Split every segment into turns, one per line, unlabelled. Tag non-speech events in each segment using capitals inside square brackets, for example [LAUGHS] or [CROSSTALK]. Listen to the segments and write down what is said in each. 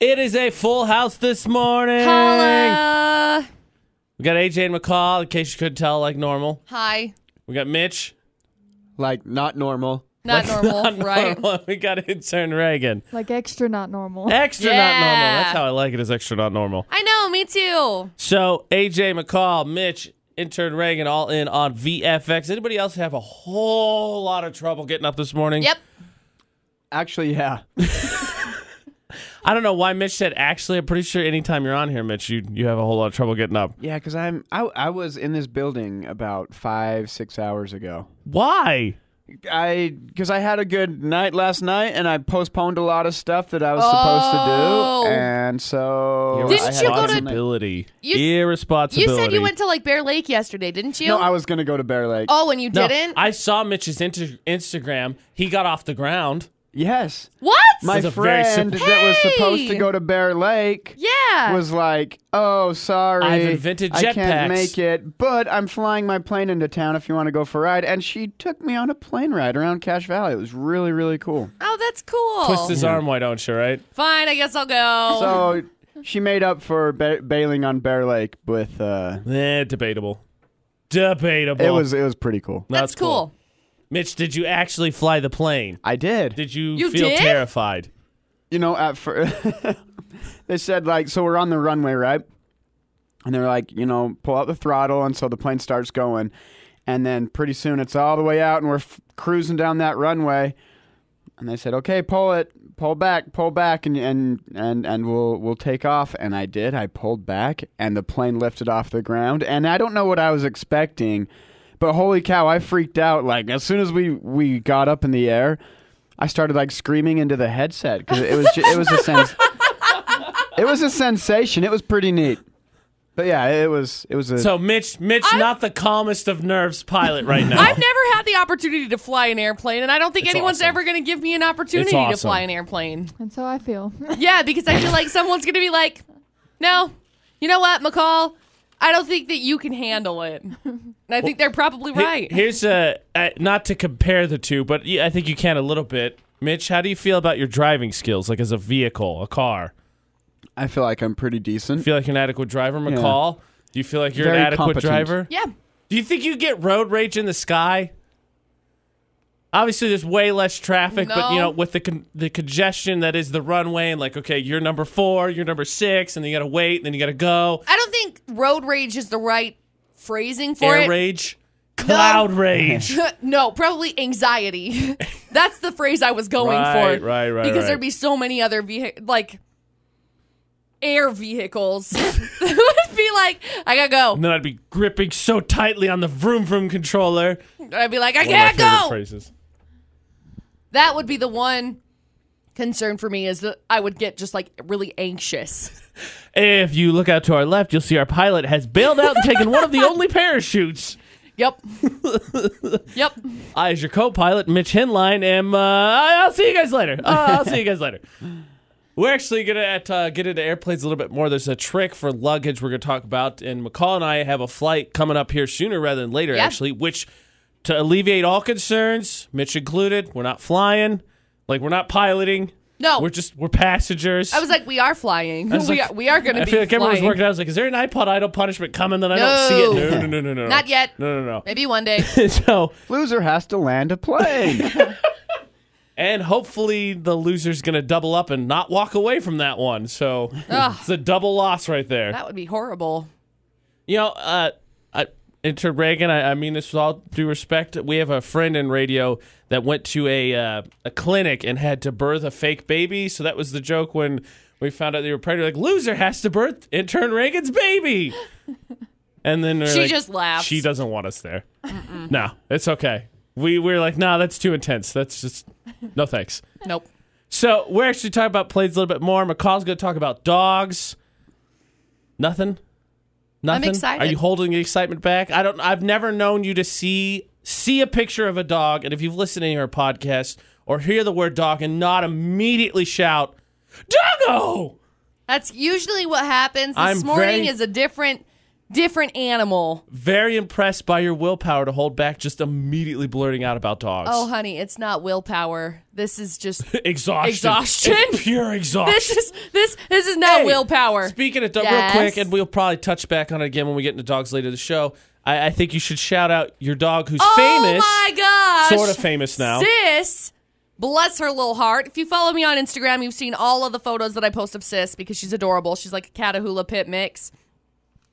It is a full house this morning.
Holla.
We got AJ and McCall, in case you couldn't tell, like normal.
Hi.
We got Mitch.
like not normal.
Not normal, right?
normal. [LAUGHS] We got intern Reagan.
Like extra not
Eh.
normal.
Extra not normal.
Yeah.
That's how I like it. Is extra not normal.
I know, me too.
So AJ McCall, Mitch, intern Reagan, all in on VFX. Anybody else have a whole lot of trouble getting up this morning?
Yep.
Actually, yeah.
I don't know why Mitch said. Actually, I'm pretty sure anytime you're on here, Mitch, you you have a whole lot of trouble getting up.
[LAUGHS] Yeah, because I'm I, I was in this building about five, six hours ago.
Why?
I because I had a good night last night and I postponed a lot of stuff that I was
Oh.
supposed to do. And so
Didn't
I had
you go to-
a good night.
irresponsibility?
You- You
irresponsibility.
said you went to like Bear Lake yesterday, didn't you?
No, I was gonna go to Bear Lake.
oh, and you
No,
didn't?
I saw Mitch's inter- Instagram. He got off the ground.
Yes.
what?
My
is a very
friend
simple-
that was supposed to
Hey!
go to Bear Lake
yeah.
was like, "Oh, sorry,
I've invented
I
jetpacks."
can't make it, but I'm flying my plane into town. If you want to go for a ride, and she took me on a plane ride around Cache Valley. It was really, really cool.
oh, that's cool.
Twist his arm, why don't you, right?
Fine, I guess I'll go.
So she made up for ba- bailing on Bear Lake with. Uh,
Eh, debatable. Debatable.
it was it was pretty cool.
No,
that's cool.
Mitch, did you actually fly the plane?
I did.
Did you,
You
feel
did?
terrified?
you know at first [LAUGHS] they said like so we're on the runway right and they're like you know pull out the throttle and so the plane starts going and then pretty soon it's all the way out and we're f- cruising down that runway and they said okay pull it pull back pull back and and and, and we'll we'll take off and i did i pulled back and the plane lifted off the ground and i don't know what i was expecting but holy cow i freaked out like as soon as we we got up in the air I started like screaming into the headset because it was ju- it was a sens- it was a sensation. It was pretty neat. But yeah, it was it was a
So Mitch, Mitch,
I've-
not the calmest of nerves pilot right
[LAUGHS]
now.
I've never had the opportunity to fly an airplane, and I don't think
It's
anyone's
awesome.
ever going to give me an opportunity
It's awesome.
to fly an airplane.
And so I feel. [LAUGHS]
Yeah, because I feel like someone's going to be like, no, you know what, McCall? I don't think that you can handle it. And I think they're probably
He-
right.
Here's a uh, not to compare the two, but y- I think you can a little bit. Mitch, how do you feel about your driving skills, like as a vehicle, a car?
I feel like I'm pretty decent.
Feel like you're an adequate driver, McCall? Do you feel like you're an
Very
adequate
competent.
driver?
yeah.
Do you think you get road rage in the sky? Obviously, there's way less traffic, but you
No.
know, with the con- the congestion that is the runway, and like, okay, you're number four, you're number six, and then you gotta wait, and then you gotta go.
I don't think road rage is the right phrasing for
Air
it.
rage, cloud rage.
[LAUGHS] no, probably anxiety. [LAUGHS] That's the phrase I was going
Right,
for.
right, right,
Because
right.
there'd be so many other vehi- like air
[LAUGHS]
vehicles [LAUGHS] that would be like, I gotta go.
and then I'd be gripping so tightly on the vroom vroom controller.
And I'd be like,
One
I
of my
can't
favorite
go.
Phrases.
That would be the one concern for me is that I would get just like really anxious.
If you look out to our left, you'll see our pilot has bailed out and taken one of
[LAUGHS]
the only parachutes. [LAUGHS]
Yep. yep.
I, as your co-pilot, Mitch Henline, am. Uh, I'll see you guys later. Uh, I'll see you guys later. We're actually gonna at, uh, get into airplanes a little bit more. There's a trick for luggage we're gonna talk about, and McCall and I have a flight coming up here sooner rather than later,
Yeah.
actually. Which, to alleviate all concerns, Mitch included, we're not flying, like we're not piloting.
No.
we're just we're passengers.
I was like, we are flying.
was
[LAUGHS] we
like-
are we are gonna
I
be
feel like everyone was
flying.
working out. I was like, "Is there an iPod idle punishment coming that I don't see it?" No, no, no, no, no.
Not yet.
No, no,
Maybe one day.
no. [LAUGHS] so
Loser has to land
[LAUGHS]
a plane.
And hopefully the loser's going to double up and not walk away from that one. So
Ugh.
it's a double loss right there.
That would be horrible.
you know, uh, I, Inter Reagan, I, I mean this with all due respect. We have a friend in radio that went to a uh, a clinic and had to birth a fake baby. So that was the joke when we found out they were pregnant. Like loser has to birth intern Reagan's
[LAUGHS]
baby. And then they're
She
like,
just laughs.
She doesn't want us there. No, it's okay. We we're like, nah, that's too intense. That's just no thanks.
Nope.
So we're actually talking about planes a little bit more. McCall's going to talk about dogs. Nothing. Nothing.
excited.
Are you holding the excitement back? I don't. I've never known you to see see a picture of a dog, and if you've listened to our podcast or hear the word dog and not immediately shout, "Doggo!"
That's usually what happens. This
I'm
morning
very-
is a different different animal.
Very impressed by your willpower to hold back just immediately blurting out about dogs.
Oh, honey, it's not willpower. This is
[LAUGHS]
just
exhaustion.
Exhaustion?
It's pure exhaustion.
[LAUGHS] this is this this is not
Hey,
willpower.
Speaking of dog,
Yes.
real quick, and we'll probably touch back on it again when we get into dogs later in the show. I, I think you should shout out your dog who's famous,
Oh my gosh.
sort of famous now.
Sis, bless her little heart. If you follow me on Instagram, you've seen all of the photos that I post of Sis because she's adorable. She's like a Catahoula pit mix.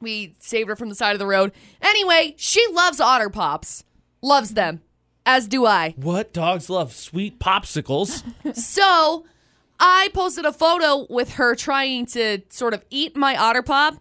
We saved her from the side of the road. Anyway, she loves otter pops. Loves them. As do I.
What dogs love sweet popsicles.
So I posted a photo with her trying to sort of eat my otter pop,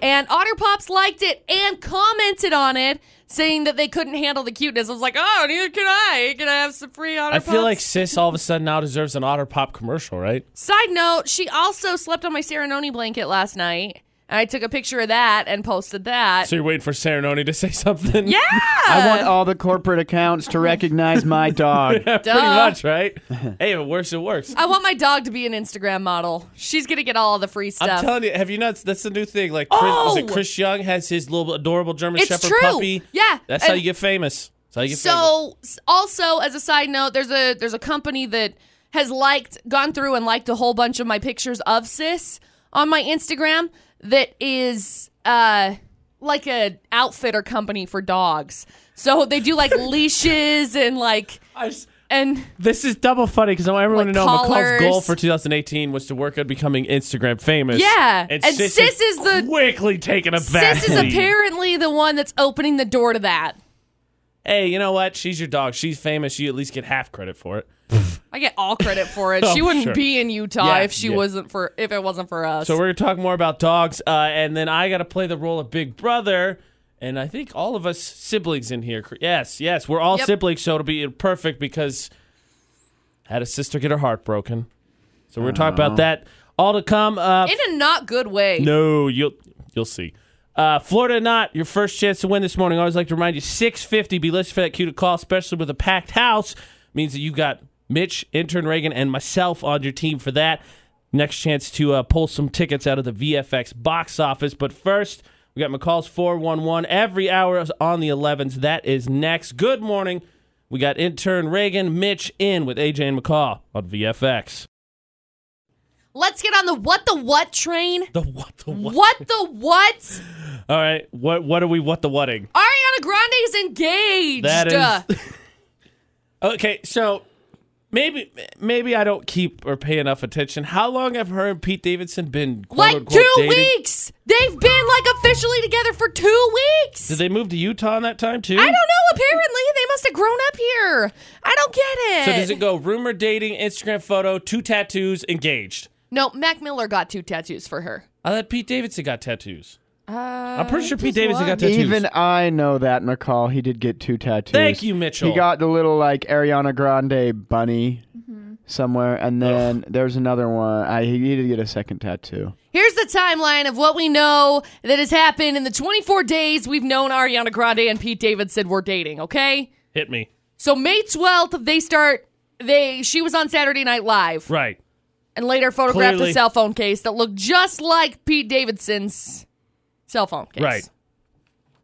and Otter Pops liked it and commented on it, saying that they couldn't handle the cuteness. I was like, oh, neither can I. Can I have some free Otter
I
Pops?
feel like Sis all of a sudden now deserves an Otter Pop commercial, right?
Side note: She also slept on my Serenoni blanket last night, and I took a picture of that and posted that.
So you're waiting for Serenoni to say something?
yeah,
I want all the corporate accounts to recognize
[LAUGHS]
my
[LAUGHS]
dog.
Pretty much, right? [LAUGHS] hey, if it works, it works.
I want my dog to be an Instagram model. She's gonna get all the free stuff.
I'm telling you, have you not? That's the new thing. Like, Chris, was it
Oh!
Chris Young has his little adorable German
It's
Shepherd
true.
puppy.
Yeah,
that's how
and-
you get famous. That's how you get famous.
So, s- also as a side note, there's a there's a company that has liked, gone through and liked a whole bunch of my pictures of sis on my Instagram. That is uh, like a outfitter company for dogs. So they do
[LAUGHS]
like leashes and like
So
and
this is double funny because I want everyone
Like
to know McCall's
collars.
goal for 2018 was to work on becoming Instagram famous.
Yeah, and
Sis,
Sis is the-
quickly taking a back.
sis is
seat.
apparently the one that's opening the door to that.
Hey, you know what? She's your dog. She's famous. You at least get half credit for it.
I get all credit for it.
[LAUGHS] Oh,
she wouldn't
sure.
be in Utah
Yeah,
if she
yeah.
wasn't for if it wasn't for us.
So we're gonna talk more about dogs, uh, and then I got to play the role of big brother, and I think all of us siblings in here. Yes, yes, we're all
Yep.
siblings, so it'll be perfect because I had a sister get her heart broken. So we're gonna talk about that all to come. Uh,
in a not good way.
no, you'll you'll see. Uh, Florida or not your first chance to win this morning. I always like to remind you, six fifty. Be listed for that cue to call, especially with a packed house. Means that you got Mitch, intern Reagan, and myself on your team for that. Next chance to uh, pull some tickets out of the VFX box office. But first, we got McCall's four one one every hour on the elevens. That is next. Good morning. We got intern Reagan, Mitch in with AJ and McCall on VFX.
Let's get on the what the what train.
The what the what?
What the what?
All right, what what are we what the whatting?
Ariana Grande is engaged.
That is. [LAUGHS] okay, so maybe maybe I don't keep or pay enough attention. How long have her and Pete Davidson been quote
like
unquote
two
dating?
weeks. They've been like officially together for two weeks.
Did they move to Utah in that time too?
I don't know. Apparently, they must have grown up here. I don't get it.
So does it go rumor dating, Instagram photo, two tattoos, engaged?
no, Mac Miller got two tattoos for her.
I thought Pete Davidson got tattoos.
Uh,
I'm pretty sure Pete Davidson got tattoos.
Even I know that McCall. He did get two tattoos.
Thank you, Mitchell.
He got the little like Ariana Grande bunny
Mm-hmm.
somewhere, and then there's another one. I, he needed to get a second tattoo.
Here's the timeline of what we know that has happened in the 24 days we've known Ariana Grande and Pete Davidson were dating, okay?
Hit me.
So May 12th, they start they she was on Saturday Night Live
Right.
and later photographed
Clearly.
a cell phone case that looked just like Pete Davidson's cell phone case.
Right.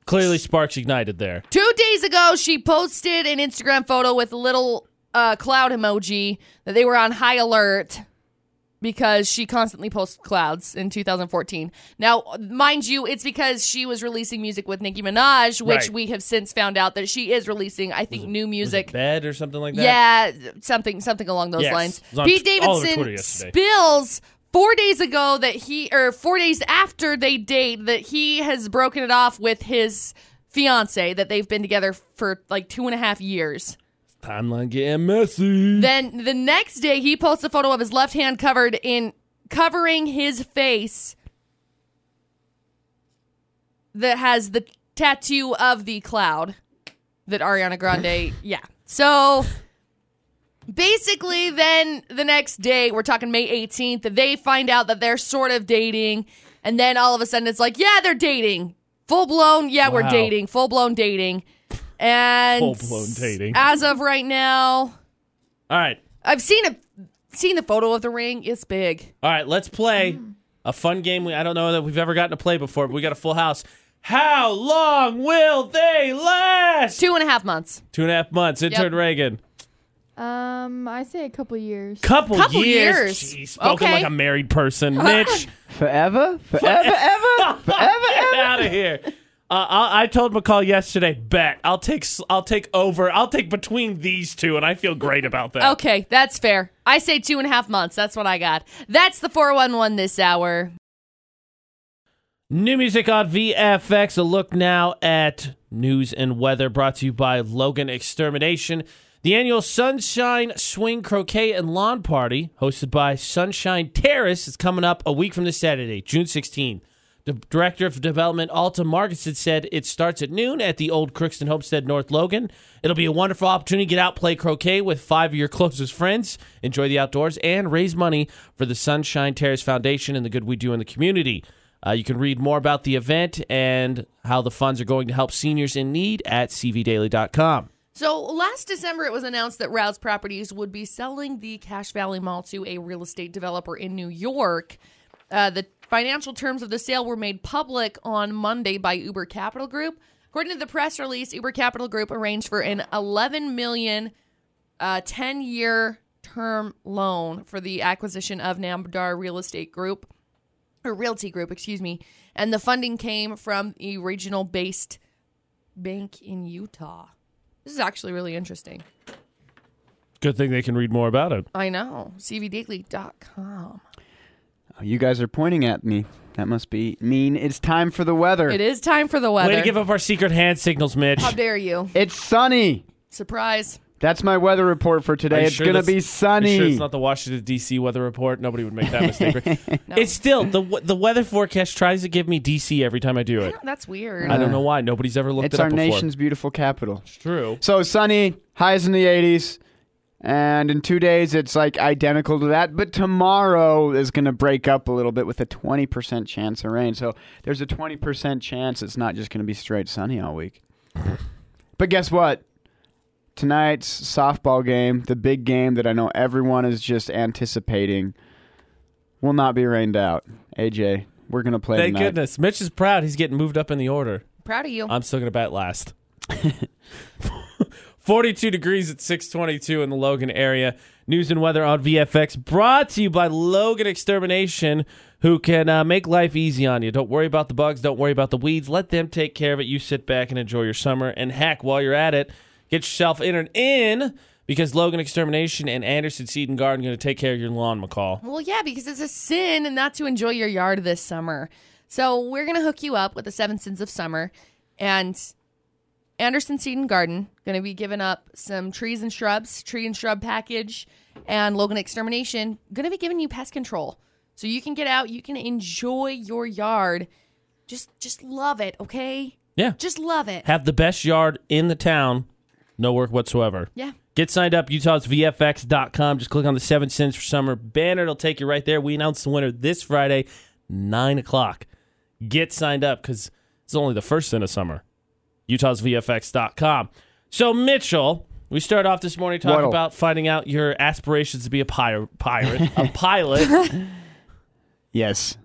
Clearly sparks ignited there.
Two days ago, she posted an Instagram photo with a little uh, cloud emoji that they were on high alert because she constantly posts clouds in 2014. Now, mind you, it's because she was releasing music with Nicki Minaj, which
Right.
we have since found out that she is releasing, I think, new
Was it
music.
bed or something like that?
Yeah, something something along those
Yes.
lines.
It was on
Pete
t- all over Twitter
Davidson
yesterday.
spills four days ago that he or four days after they date that he has broken it off with his fiance that they've been together for like two and a half years.
Timeline getting messy.
Then the next day he posts a photo of his left hand covered in covering his face that has the tattoo of the cloud that
[SIGHS]
Ariana Grande yeah. So basically then the next day we're talking May 18th they find out that they're sort of dating and then all of a sudden it's like yeah they're dating. Full blown yeah
Wow.
we're dating. Full blown dating. And
Full-blown dating.
As of right now,
all right.
I've seen a seen the photo of the ring. It's big. Mm.
All right, let's play a fun game. We I don't know that we've ever gotten to play before, but we got a full house. How long will they last?
Two and a half months.
Two and a half months. Intern
Yep.
Reagan.
Um, I say a couple years.
Couple,
Couple years.
Jeez, spoken
Okay.
like a married
[LAUGHS]
person. Mitch,
Forever?
[LAUGHS]
Forever? ever?
get out of here. Uh, I, I told McCall yesterday, bet I'll take s- I'll take over. I'll take between these two, and I feel great about that.
Okay, that's fair. I say two and a half months. That's what I got. That's the 411 this hour.
New music on VFX. A look now at news and weather brought to you by Logan Extermination. The annual Sunshine Swing Croquet and Lawn Party, hosted by Sunshine Terrace, is coming up a week from this Saturday, June 16. The director of development, Alta Marcus, had said it starts at noon at the old Crookston Homestead, North Logan. It'll be a wonderful opportunity to get out, play croquet with five of your closest friends, enjoy the outdoors, and raise money for the Sunshine Terrace Foundation and the good we do in the community. Uh, you can read more about the event and how the funds are going to help seniors in need at cvdaily.com.
So last December, it was announced that Rouse Properties would be selling the Cache Valley Mall to a real estate developer in New York. Uh, the financial terms of the sale were made public on Monday by Uber Capital Group. According to the press release, Uber Capital Group arranged for an 11 million uh, 10 year term loan for the acquisition of Namdar Real Estate Group or Realty Group, excuse me, and the funding came from a regional based bank in Utah. This is actually really interesting.
Good thing they can read more about it.
I know. CVDaily.com.
Oh, You guys are pointing at me. That must be mean. It's time for the weather.
It is time for the weather.
Way to give up our secret hand signals, Mitch.
How dare you?
It's sunny.
Surprise.
That's my weather report for
Are
today.
you
It's
sure
gonna
that's-
be sunny.
you sure it's not the Washington D.C. weather report. Nobody would make that mistake.
[LAUGHS]
right? [LAUGHS] It's still the w- the weather forecast tries to give me D.C. every time I do it.
That's weird.
I don't know why. Nobody's ever looked
Uh, It's
it
our
up before.
nation's beautiful capital.
It's true.
So sunny, highs in the 80s, and in two days it's like identical to that. But tomorrow is going to break up a little bit with a 20% chance of rain. So there's a 20% chance it's not just going to be straight sunny all week. but guess what? Tonight's softball game, the big game that I know everyone is just anticipating, will not be rained out. AJ, we're going to play
Thank
tonight.
goodness. Mitch is proud. He's getting moved up in the order.
Proud of you.
I'm still gonna bat last. [LAUGHS] 42 degrees at 622 in the Logan area. News and weather on VFX brought to you by Logan Extermination, who can uh, make life easy on you. Don't worry about the bugs. Don't worry about the weeds. Let them take care of it. You sit back and enjoy your summer. And heck, while you're at it, get yourself entered in because Logan Extermination and Anderson Seed and Garden are going to take care of your lawn, McCall.
Well, yeah, because it's a sin not to enjoy your yard this summer. So we're gonna hook you up with the seven sins of summer, and Anderson Seed and Garden gonna be giving up some trees and shrubs, tree and shrub package, and Logan Extermination gonna be giving you pest control, so you can get out, you can enjoy your yard, just just love it, okay?
Yeah.
Just love it.
Have the best yard in the town. No work whatsoever.
Yeah.
Get signed up, utahsvfx.com. Just click on the Seven Cents for Summer banner. It'll take you right there. We announce the winner this Friday, 9 o'clock. Get signed up because it's only the first sin of summer. utahsvfx.com. So, Mitchell, we start off this morning talking
What'll?
about finding out your aspirations to be a pir- pirate,
[LAUGHS]
a pilot,
Yes.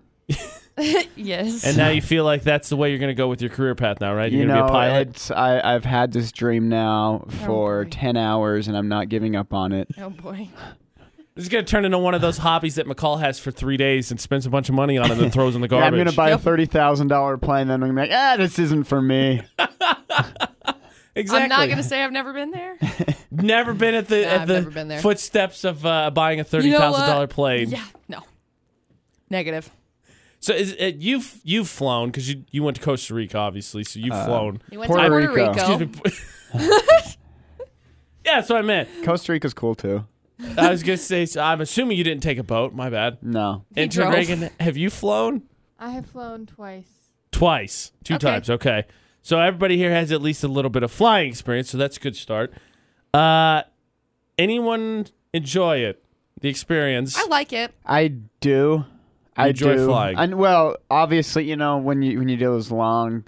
Yes.
and now you feel like that's the way you're going to go with your career path now, right? You're
you
going to
know,
be a pilot.
it's I, I've had this dream now for
boy.
10 hours and I'm not giving up on it.
oh boy.
This is going to turn into one of those hobbies that McCall has for three days and spends a bunch of money on and then throws in the
[LAUGHS] Yeah,
garbage.
I'm going to buy a
Yep.
$30,000 plane and I'm going to be like, ah, this isn't for me.
exactly.
I'm not gonna say I've never
[LAUGHS]
been there.
Never been at the
Nah,
at
I've
the
never been there.
footsteps of uh, buying a thirty
You know
thousand
what?
thousand dollar plane.
yeah. No. Negative.
So is it, you've you've flown because you you went to Costa Rica obviously, so you've flown.
You went to
Puerto
Puerto
Rico.
Rico.
Excuse me. yeah, that's what I meant.
Costa Rica's cool too.
I was gonna say so I'm assuming you didn't take a boat. My bad.
No.
He
Intern
drove.
Reagan, have you flown
I have flown twice.
twice? Two
Okay.
times. Okay. So everybody here has at least a little bit of flying experience, so that's a good start. Uh, anyone enjoy it? The experience.
I like it.
I do. I
enjoy
do.
flying.
And well, obviously, you know, when you when you do those long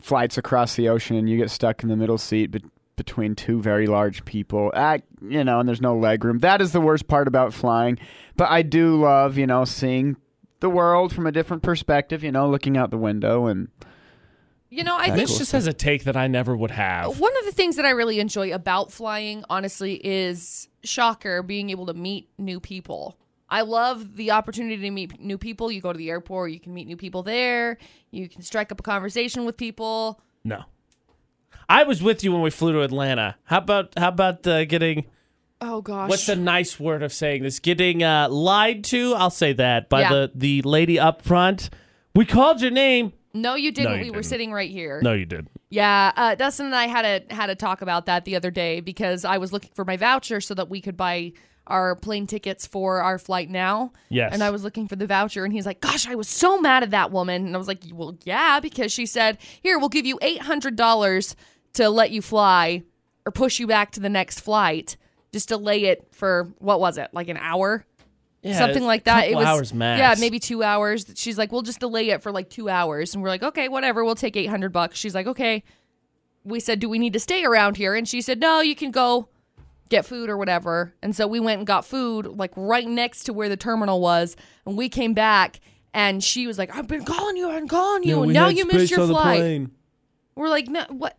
flights across the ocean and you get stuck in the middle seat be- between two very large people, I, you know, and there's no leg room. That is the worst part about flying. But I do love, you know, seeing the world from a different perspective, you know, looking out the window and
You know, I
That's
think
Mitch just has a take that I never would have.
one of the things that I really enjoy about flying, honestly, is shocker being able to meet new people. I love the opportunity to meet new people. You go to the airport, you can meet new people there. You can strike up a conversation with people.
No. I was with you when we flew to Atlanta. How about how about uh, getting
Oh gosh,
what's a nice word of saying this? Getting uh, lied to. I'll say that by
Yeah.
the the lady up front. We called your name.
no, you didn't.
No, you
we were
didn't.
sitting right here.
No, you did.
Yeah, uh, Dustin and I had a had a talk about that the other day because I was looking for my voucher so that we could buy our plane tickets for our flight now.
Yes.
And I was looking for the voucher, and he's like, "Gosh, I was so mad at that woman." And I was like, "Well, yeah, because she said here we'll give you eight hundred dollars to let you fly or push you back to the next flight, just delay it for what was it, like an hour?"
Yeah,
something
a
like that.
couple
it was
hours max.
Yeah, maybe two hours. She's like, we'll just delay it for like two hours, and we're like, okay, whatever. We'll take eight hundred bucks. She's like, okay. We said, do we need to stay around here? And she said, no, you can go get food or whatever. And so we went and got food like right next to where the terminal was, and we came back. And she was like, "I've been calling you and calling you, and now you missed your flight." We're like, "No, what?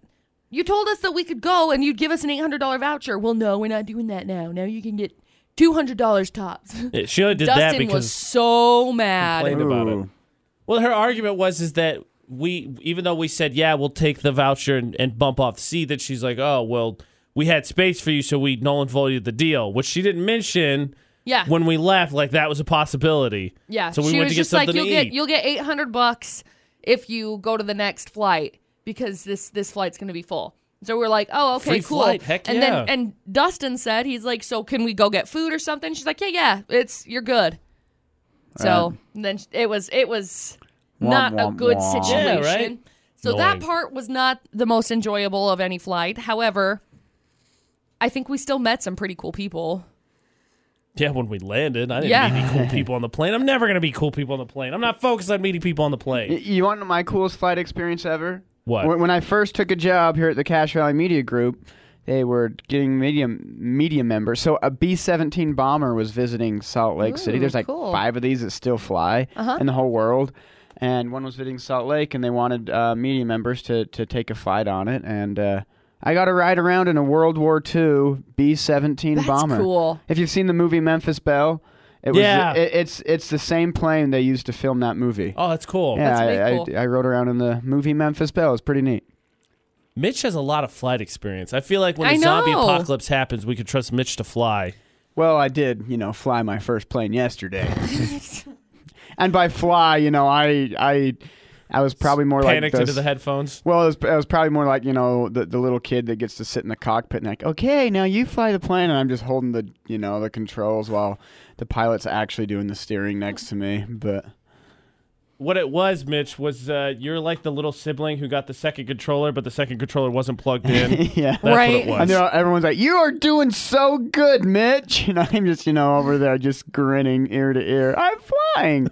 You told us that we could go, and you'd give us an eight hundred dollar voucher." Well, no, we're not doing that now. Now you can get two hundred dollars tops. [LAUGHS]
Yeah, she only did that
Dustin
because
was so mad.
complained about it.
Ooh.
Well, her argument was is that we, even though we said yeah, we'll take the voucher and, and bump off the seat, that she's like, oh well, we had space for you, so we null and voided the deal, which she didn't mention
Yeah,
when we left. Like that was a possibility.
yeah.
So we
she
went
was
to get
just like,
something
you'll
to
get
eat.
you'll get eight hundred bucks if you go to the next flight because this this flight's gonna be full. So we're like, oh, okay,
Free
cool.
flight, heck
and
yeah.
then and Dustin said he's like, so can we go get food or something? She's like, yeah, yeah, it's you're good.
Uh,
So then it was it was
Womp,
not a
womp,
good
womp.
Yeah,
situation.
right?
So that
Annoying.
part was not the most enjoyable of any flight. However, I think we still met some pretty cool people.
Yeah, when we landed, I didn't
Yeah.
meet any
[LAUGHS]
cool people on the plane. I'm never gonna be cool people on the plane. I'm not focused on meeting people on the
Y-
plane.
You want my coolest flight experience ever?
What?
When, when I first took a job here at the Cash Valley Media Group, they were getting media media members. So a B seventeen bomber was visiting Salt Lake City.
Ooh,
There's like
cool. Uh-huh.
five of these that still fly in the whole world, and one was visiting Salt Lake, and they wanted uh, media members to to take a flight on it, and. Uh, I got to ride around in a World War II B-17
That's
bomber.
cool.
If you've seen the movie Memphis Belle, it was
Yeah.
it, it's it's the same plane they used to film that movie.
Oh, that's cool.
Yeah,
That's
I,
pretty
I-
cool.
I, rode around in the movie Memphis Belle. It's pretty neat.
Mitch has a lot of flight experience. I feel like when
I
the zombie
know.
apocalypse happens, we could trust Mitch to fly.
Well, I did, you know, fly my first
[LAUGHS]
plane yesterday. and by fly, you know, I I I was probably more
Panicked
like
into
this-
the headphones.
Well, it was, I was probably more like you know the, the little kid that gets to sit in the cockpit and like, okay, now you fly the plane, and I'm just holding the you know the controls while the pilot's actually doing the steering next to me. But [LAUGHS]
what it was, Mitch, was uh, you're like the little sibling who got the second controller, but the second controller wasn't plugged in.
yeah,
That's
Right.
what
And
it
they're
was.
all, everyone's like, "You are doing so good, Mitch," [LAUGHS] and I'm just, you know, over there just grinning ear to ear. I'm flying.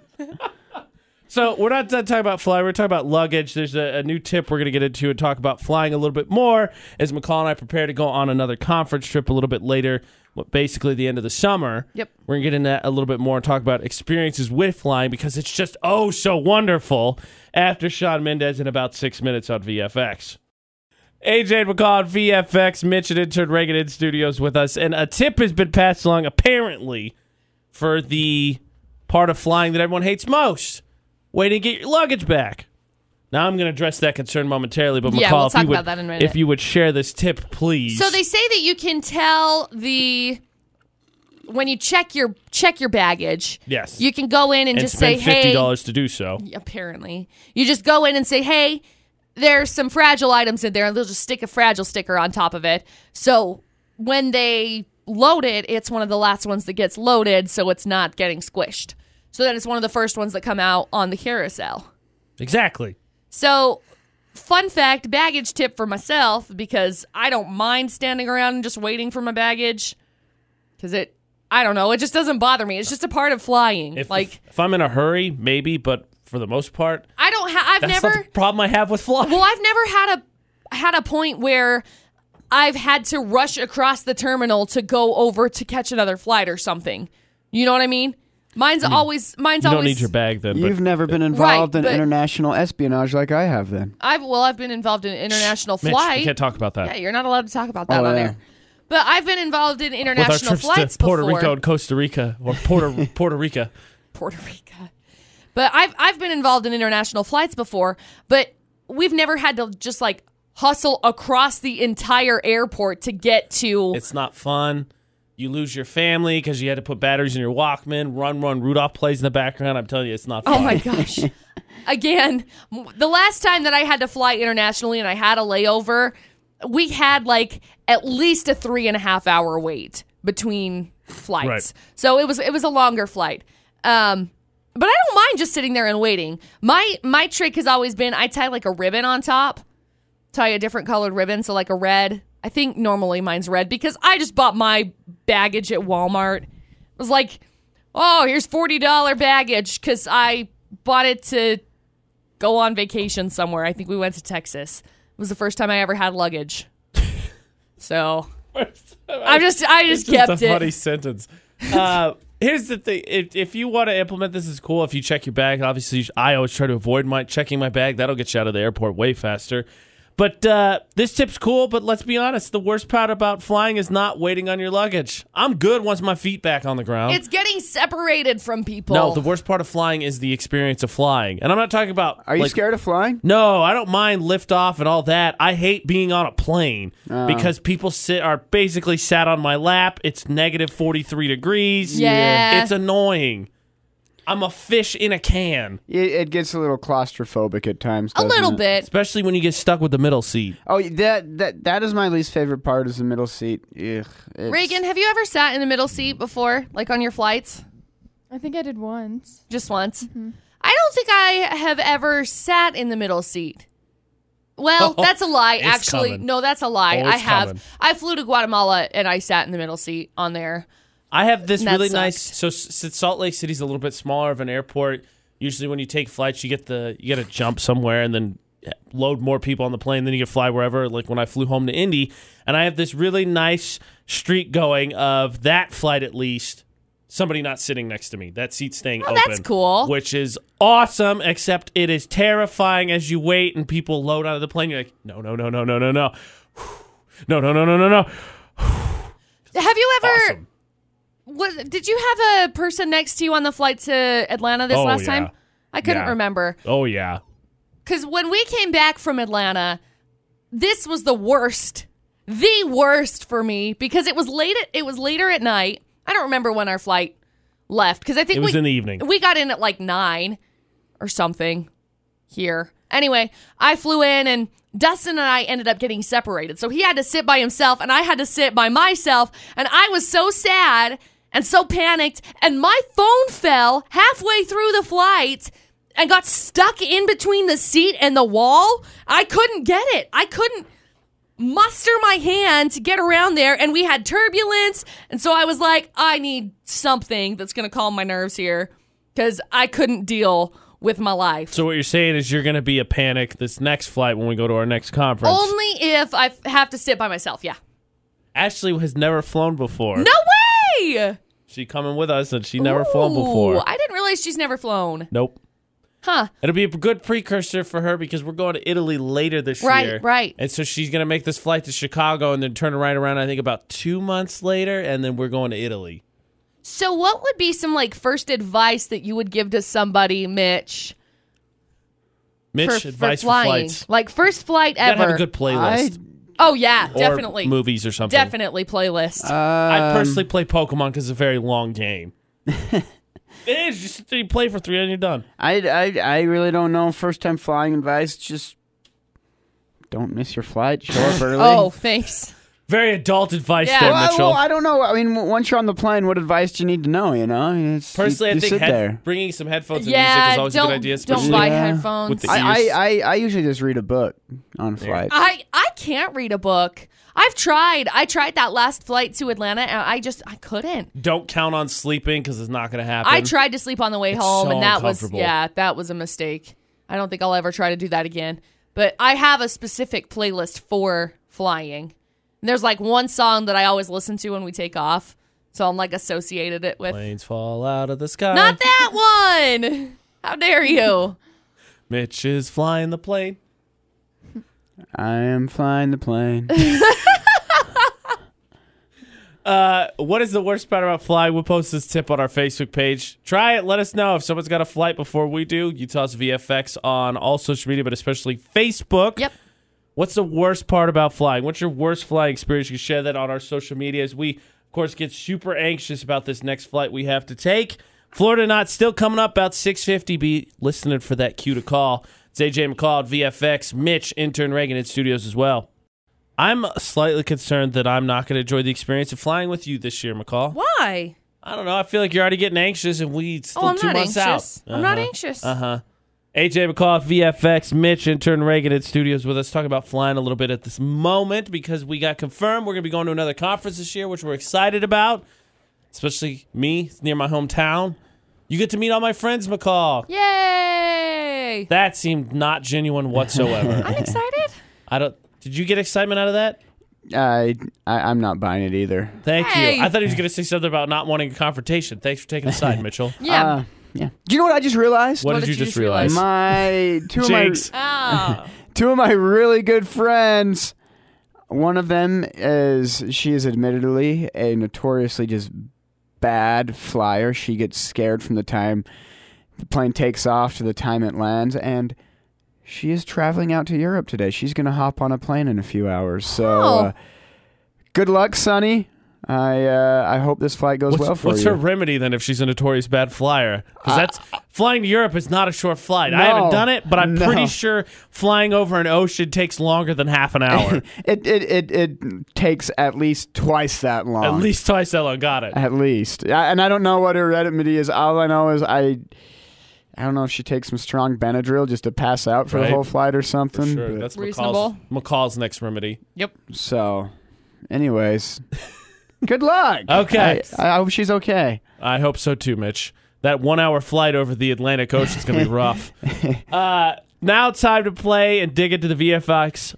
So we're not done talking about fly. We're talking about luggage. There's a, a new tip we're going to get into and talk about flying a little bit more as McCall and I prepare to go on another conference trip a little bit later, what- basically the end of the summer.
Yep.
We're going to get into that a little bit more and talk about experiences with flying because it's just oh so wonderful after Sean Mendez in about six minutes on VFX. AJ McCall, VFX, Mitch and Intern Reagan in studios with us. And a tip has been passed along, apparently, for the part of flying that everyone hates most waiting to get your luggage back. Now, I'm going to address that concern momentarily, but McCall,
Yeah, we'll
if, you
talk
would,
about that in a minute.
if you would share this tip, please.
So they say that you can tell the when you check your check your baggage.
Yes.
You can go in and,
and
just say,
spend
"Hey."
$50 to do so.
Apparently, you just go in and say, "Hey, there's some fragile items in there," and they'll just stick a fragile sticker on top of it. So when they load it, it's one of the last ones that gets loaded, so it's not getting squished. So then it's one of the first ones that come out on the carousel.
Exactly.
So, fun fact, baggage tip for myself because I don't mind standing around and just waiting for my baggage cuz it I don't know, it just doesn't bother me. It's just a part of flying.
If,
like
if, I'm in a hurry, maybe, but for the most part,
I don't ha- I've
that's
never
the problem I have with flying.
Well, I've never had a had a point where I've had to rush across the terminal to go over to catch another flight or something. You know what I mean? Mine's always mine's
You don't
always
need your bag then.
You've
But
never been involved in
but-
international espionage like I have, then.
I've well, I've been involved in international
Mitch,
flight.
you can't talk about
yeah,
that.
you're not allowed to talk about that
Oh,
on
yeah.
air. But I've been involved in
With our
international
trips
flights
to Puerto
before.
Rico and Costa Rica or Puerto [LAUGHS] Puerto Rica.
Puerto Rico. But I've I've been involved in international flights before, but we've never had to just like hustle across the entire airport to get to
It's not fun. You lose your family because you had to put batteries in your Walkman. Run, run. Rudolph plays in the background. I'm telling you, it's not fun.
Oh my gosh. Again, m- the last time that I had to fly internationally and I had a layover, we had like at least a three and a half hour wait between flights.
Right.
So it was it was a longer flight. Um but I don't mind just sitting there and waiting. My my trick has always been I tie like a ribbon on top. Tie a different colored ribbon, so like a red. I think normally mine's red because I just bought my baggage at Walmart. It was like oh, here's $40 baggage because I bought it to go on vacation somewhere. I think we went to Texas. It was the first time I ever
[LAUGHS]
had luggage. so I just, I just
It's just
kept
a
it.
funny sentence. Uh, here's the thing: if, if you want to implement this, is cool. If you check your bag, obviously you sh- I always try to avoid my checking my bag. That'll get you out of the airport way faster. But uh, this tip's cool. But let's be honest: the worst part about flying is not waiting on your luggage. I'm good once my feet back on the ground.
It's getting separated from people.
no, the worst part of flying is the experience of flying, and I'm not talking about.
Are you
like,
scared of flying?
no, I don't mind liftoff and all that. I hate being on a plane
Ah.
because people sit are basically sat on my lap. It's negative forty three degrees.
Yeah.
it's annoying. I'm a fish in a can,
It, it gets a little claustrophobic at times.
a
doesn't
little
it?
bit.
especially when you get stuck with the middle seat.
Oh, that that that is my least favorite part is the middle seat. Ugh, it's-
Reagan, have you ever sat in the middle seat before, like on your flights?
I think I did once.
Just once? I don't think I have ever sat in the middle seat.
[LAUGHS]
Well,
Oh,
that's a lie.
it's
Actually,
coming.
no, that's a lie.
Oh,
I
it's
have.
coming.
I flew to Guatemala and I sat in the middle seat on there.
I have this
That
really
sucked.
nice. So s- since Salt Lake City's a little bit smaller of an airport, usually when you take flights, you get the you got to jump somewhere and then load more people on the plane. Then you can fly wherever. Like when I flew home to Indy, and I have this really nice streak going of that flight at least. Somebody not sitting next to me. That seat staying open.
Oh, that's cool.
Which is awesome, except it is terrifying as you wait and people load out of the plane. You're like, no, no, no, no, no, no, [SIGHS] no, no, no, no, no, no, no.
Have you ever?
Awesome.
Was, did you have a person next to you on the flight to Atlanta this
Oh,
last
yeah.
time? I couldn't
Yeah.
remember
Oh yeah.
because when we came back from Atlanta, this was the worst, the worst for me because it was late. At, it was later at night. I don't remember when our flight left because I think
It was
we,
in the evening.
We got in at like nine or something here. Anyway, I flew in and Dustin and I ended up getting separated. So he had to sit by himself and I had to sit by myself. And I was so sad and so panicked. And my phone fell halfway through the flight and got stuck in between the seat and the wall. I couldn't get it. I couldn't muster my hand to get around there and we had turbulence and so i was like i need something that's going to calm my nerves here because i couldn't deal with my life
So what you're saying is you're going to be a panic this next flight when we go to our next conference.
only if i f- have to sit by myself yeah
Ashley has never flown before.
no way
She coming with us and she never flown
flown
before.
i didn't realize she's never flown
nope.
huh
It'll be a good precursor for her because we're going to Italy later this
Right,
year.
right.
And so she's going to make this flight to Chicago and then turn right around I think about 2 months later and then we're going to Italy.
so what would be some like first advice that you would give to somebody mitch
Mitch
for,
advice
for flying
flights.
like first flight
You gotta
ever
have a good
I
playlist
oh yeah
or Uh,
definitely
movies or something.
definitely playlist
I
um,
personally play Pokemon because it's a very long
[LAUGHS]
game. it is. You sit there, you play for three, and you're done.
I, I I really don't know. First time flying advice: just don't miss your flight. Show [LAUGHS] up early.
oh thanks
Very adult advice
Yeah.
there,
Well, I,
Mitchell.
well, I don't know. I mean, w- once you're on the plane, what advice do you need to know? You know, It's- you-
Personally,
you,
I think
sit
head-
there.
bringing some headphones and music
yeah,
is always a
don't,
good idea.
don't
Especially
buy
Yeah.
headphones.
With the-
I,
Jeez.
I, I I usually just read a book on a flight.
I I can't read a book. I've tried. I tried that last flight to Atlanta, and I just I couldn't.
don't count on sleeping because it's not going to happen.
I tried to sleep on the way
It's
home,
so
and that was
uncomfortable.
yeah, that was a mistake. I don't think I'll ever try to do that again. But I have a specific playlist for flying. And there's like one song that I always listen to when we take off, So I'm like associated it with.
Planes fall out of the sky.
Not that one! How dare you?
Mitch is flying the plane.
I am flying the plane.
Uh, what is the worst part about flying? We'll post this tip on our Facebook page. Try it. Let us know if someone's got a flight before we do. Utah's VFX on all social media, but especially Facebook.
Yep.
What's the worst part about flying? What's your worst flying experience? You can share that on our social media as we, of course, get super anxious about this next flight we have to take. Florida not still coming up about 650. Be listening for that cue to call. It's AJ McCall at VFX, Mitch, intern Reagan in studios as well. I'm slightly concerned that I'm not going to enjoy the experience of flying with you this year, McCall.
Why?
I don't know. I feel like you're already getting anxious, and we still
Oh, I'm
two
not
months
anxious.
out.
I'm not anxious.
Uh huh. AJ McCall, VFX, Mitch, intern Reagan at studios with us. Talking about flying a little bit at this moment because we got confirmed we're going to be going to another conference this year, which we're excited about. Especially me, it's near my hometown. You get to meet all my friends, McCall.
Yay!
That seemed not genuine whatsoever. [LAUGHS]
I'm excited.
I don't. Did you get excitement out of that?
I, I I'm not buying it either.
Thank
Hey.
you. I thought he was going to say something about not wanting a confrontation. Thanks for taking a [LAUGHS] side, Mitchell.
Yeah.
Uh, yeah. Do you know what I just realized?
What,
What
did, you just realize?
My two of my
Jinx.
oh.
two of my really good friends. One of them is she is admittedly a notoriously just bad flyer. She gets scared from the time the plane takes off to the time it lands, and she is traveling out to Europe today. She's going to hop on a plane in a few hours. So, uh, good luck, Sonny. I uh, I hope this flight goes
What's,
well for
what's
you.
her remedy then if she's a notorious bad flyer? Because that's flying to Europe is not a short flight. I haven't
No.
done it, but I'm
No.
pretty sure flying over an ocean takes longer than half an
[LAUGHS]
hour.
it, it it it takes at least twice that long.
At least twice that long. Got it.
At least. I- And I don't know what her remedy is. All I know is I. I don't know if she takes some strong Benadryl just to pass out for
Right.
the whole flight or something.
Sure,
but-
that's McCall's,
Reasonable.
McCall's next remedy.
so,
[LAUGHS]
anyways, good luck.
Okay.
I, I hope she's okay.
I hope so too, Mitch. That one hour flight over the Atlantic Ocean is going to be rough. uh, now it's time to play and dig into the VFX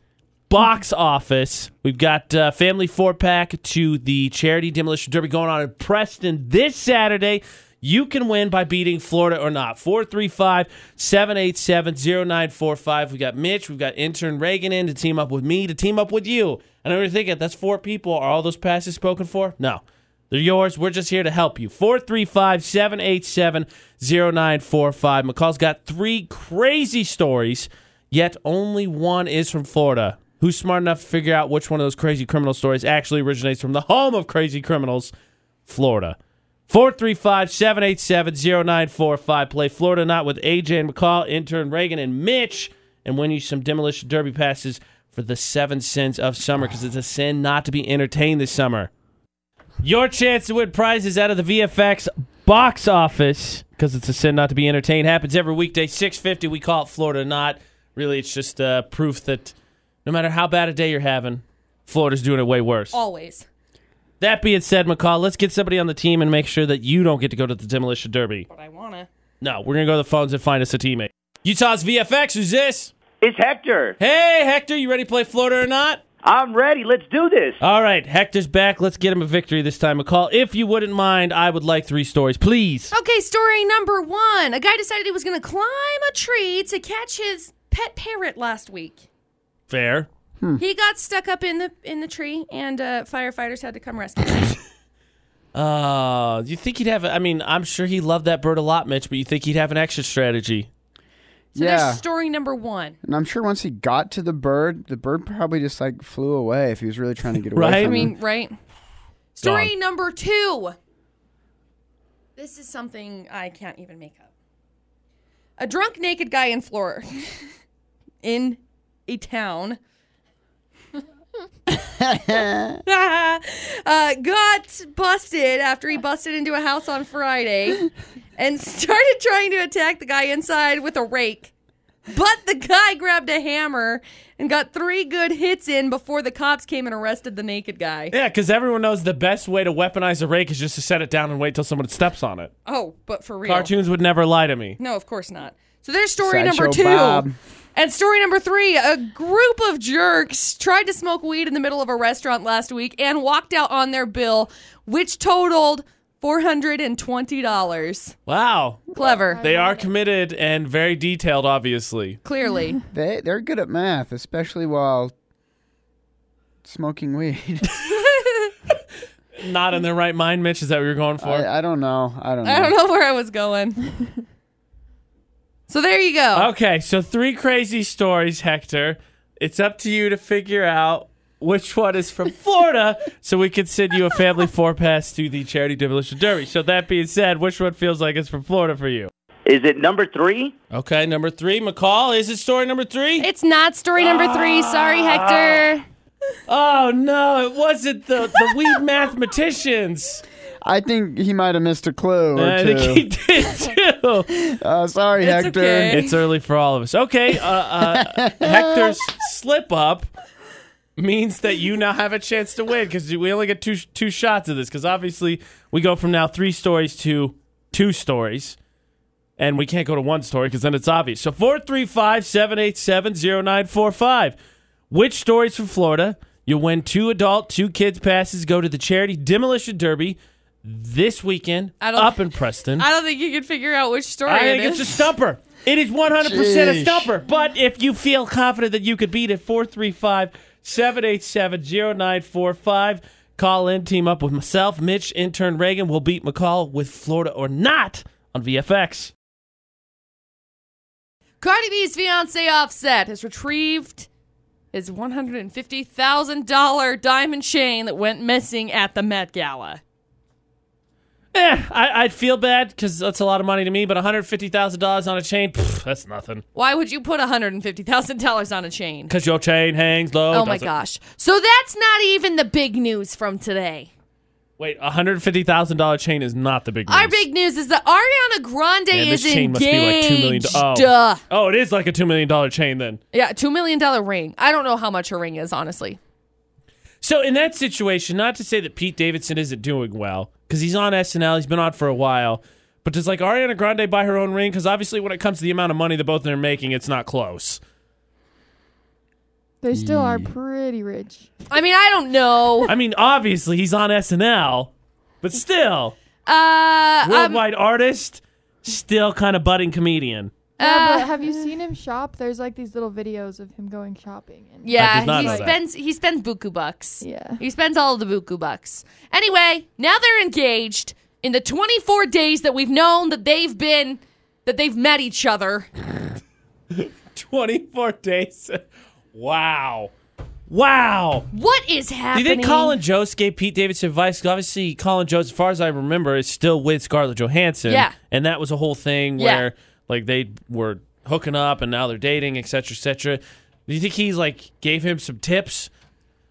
box office. We've got uh, family four pack to the charity demolition derby going on in Preston this Saturday. You can win by beating Florida or not. 435 787 0945. We got Mitch, we've got intern Reagan in to team up with me, to team up with you. And I'm thinking, that's four people. Are all those passes spoken for? No. They're yours. We're just here to help you. 435 787 0945. McCall's got three crazy stories, yet only one is from Florida. Who's smart enough to figure out which one of those crazy criminal stories actually originates from the home of crazy criminals, Florida? 435 787 0945. Play Florida Not with AJ and McCall, intern Reagan and Mitch, and win you some Demolition Derby passes for the seven sins of summer because it's a sin not to be entertained this summer. Your chance to win prizes out of the VFX box office because it's a sin not to be entertained. Happens every weekday, six fifty. We call it Florida not. Really, it's just uh, proof that no matter how bad a day you're having, Florida's doing it way worse.
Always.
That being said, McCall, let's get somebody on the team and make sure that you don't get to go to the demolition derby.
But I wanna.
No, we're gonna go to the phones and find us a teammate. Utah's VFX. Who's this?
It's Hector.
Hey, Hector, you ready to play Florida or not?
I'm ready. Let's do this.
All right, Hector's back. Let's get him a victory this time. McCall, if you wouldn't mind, I would like three stories, please.
Okay, story number one. A guy decided he was gonna climb a tree to catch his pet parrot last week.
Fair.
He got stuck up in the in the tree, and uh, firefighters had to come rescue him.
Uh, you think he'd have? I mean, I'm sure he loved that bird a lot, Mitch. But you think he'd have an exit strategy?
So
yeah.
there's story number one.
and I'm sure once he got to the bird, the bird probably just like flew away if he was really trying to get away.
Right?
I
from
mean,
him.
right? Story number two. This is something I can't even make up. A drunk, naked guy in Florida, [LAUGHS] in a town, uh, got busted after he busted into a house on Friday and started trying to attack the guy inside with a rake. But the guy grabbed a hammer and got three good hits in before the cops came and arrested the naked guy.
Yeah, because everyone knows the best way to weaponize a rake is just to set it down and wait till someone steps on it.
Oh, but for real.
Cartoons would never lie to me.
No, of course not. So there's story
Sideshow
number two.
Bob.
And story number three a group of jerks tried to smoke weed in the middle of a restaurant last week and walked out on their bill, which totaled $420.
Wow.
Clever,
They are committed and very detailed, obviously.
clearly.
They they're good at math, especially while smoking weed. [LAUGHS]
Not in their right mind, Mitch. Is that what you're going for?
I, I don't know. I don't know.
I don't know where I was going. So there you go.
Okay, so three crazy stories, Hector. It's up to you to figure out which one is from Florida so we can send you a family four pass to the charity demolition derby. So that being said, which one feels like it's from Florida for you?
Is it number three?
Okay, number three, McCall. Is it story number three?
It's not story number three. Sorry,
uh,
Hector.
Oh no, it wasn't the, the weed mathematicians.
I think he might have missed a clue or
I
two.
think he did too.
Uh, sorry,
It's
Hector.
okay.
It's early for all of us. Okay, uh, uh,
[LAUGHS]
Hector's slip up means that you now have a chance to win because we only get two two shots of this because obviously we go from now three stories to two stories, and we can't go to one story because then it's obvious. So four three five seven eight seven zero nine four five. Which stories from Florida? You win two adult, two kids passes. Go to the charity demolition derby this weekend
I don't-
up in Preston.
I don't think you could figure out which story
I
it
think
is.
it's a stumper. It is 100% a
Jeez.
stumper. But if you feel confident that you could beat it, 435 787 0945. Call in, team up with myself, Mitch, intern Reagan. We'll beat McCall with Florida or not on VFX.
Cardi B's fiance Offset has retrieved his $150,000 diamond chain that went missing at the Met Gala.
Eh, I, I'd feel bad because that's a lot of money to me, but $150,000 on a chain, pff, that's nothing.
Why would you put $150,000 on a chain?
Because your chain hangs low.
Oh my
doesn't-
gosh. So that's not even the big news from today.
Wait, $150,000 chain is not the big news.
Our big news is that Ariana Grande
Man,
is
this chain must be like
engaged.
$2 million. Oh.
Duh.
Oh, it is like a $2 million chain then.
Yeah, $2 million ring. I don't know how much her ring is, honestly.
So in that situation, not to say that Pete Davidson isn't doing well because he's on SNL, he's been on for a while, but does like Ariana Grande buy her own ring? Because obviously, when it comes to the amount of money that both of them are making, it's not close.
They still are pretty rich.
I mean, I don't know.
I mean, obviously, he's on SNL, but still,
Uh, um,
worldwide artist, still kind of budding comedian.
Ah.
Yeah,
Uh,
but have you seen him shop? There's like these little videos of him going shopping. And
did not
yeah, he
know that.
spends he spends buku bucks.
Yeah.
He spends all of the buku bucks. Anyway, now they're engaged in the 24 days that we've known that they've been that they've met each other.
Twenty four days. wow, wow.
What is
Do
happening?
you think Colin Jost gave Pete Davidson advice? 'Cause Obviously, Colin Jost, as far as I remember, is still with Scarlett Johansson.
Yeah.
And that was a whole thing
Yeah.
where like they were hooking up and now they're dating, et cetera, et cetera. Do you think he's like gave him some tips?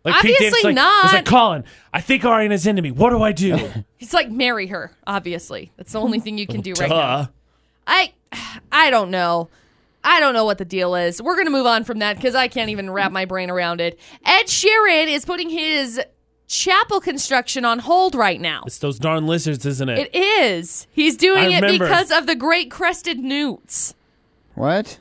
Like
Obviously
Davidson's like, was like,
not.
Colin, I think Ariana's into me. What do I
[LAUGHS]
do?
He's like marry her, obviously. That's the only thing you can do right now.
Duh.
I I don't know. I don't know what the deal is. We're going to move on from that because I can't even wrap my brain around it. Ed Sheeran is putting his chapel construction on hold right now.
It's those darn lizards, isn't it?
It is. He's
I
doing it
remember.
because of the great crested newts. [LAUGHS]
What?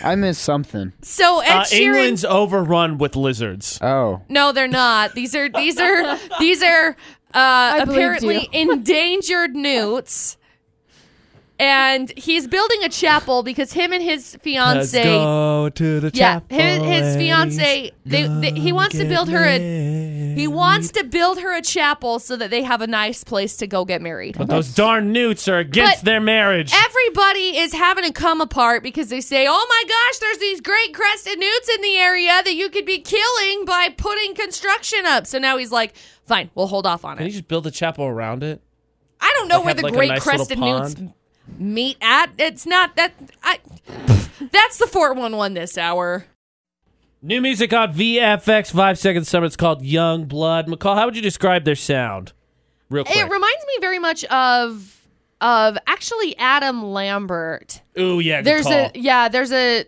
I missed something.
So Ed
uh,
Sheeran.
England's overrun with lizards.
Oh.
no, they're not. These are these are these are uh,
believed
apparently endangered newts. And he's building a chapel because him and his
Let's
fiance.
go to the
Yeah,
chapel
his, his
and
fiance. They, they, he wants to
get
build her a
laid.
he wants to build her a chapel so that they have a nice place to go get married.
But those darn newts are against
But-
their marriage.
Everybody is having to come apart because they say, "Oh my gosh, there's these great crested newts in the area that you could be killing by putting construction up." So now he's like, "Fine, we'll hold off on
Can you
it."
just build a chapel around it?
I don't know
like,
where
have,
the
like, a
great
nice little
crested newts meet at. It's not that I. That's the 411 this hour.
New music on VFX Five Second Summer. It's called Young Blood. McCall, how would you describe their sound? Real quick.
It reminds me very much of of actually Adam Lambert.
Ooh, yeah. Good
There's
call.
a yeah, there's a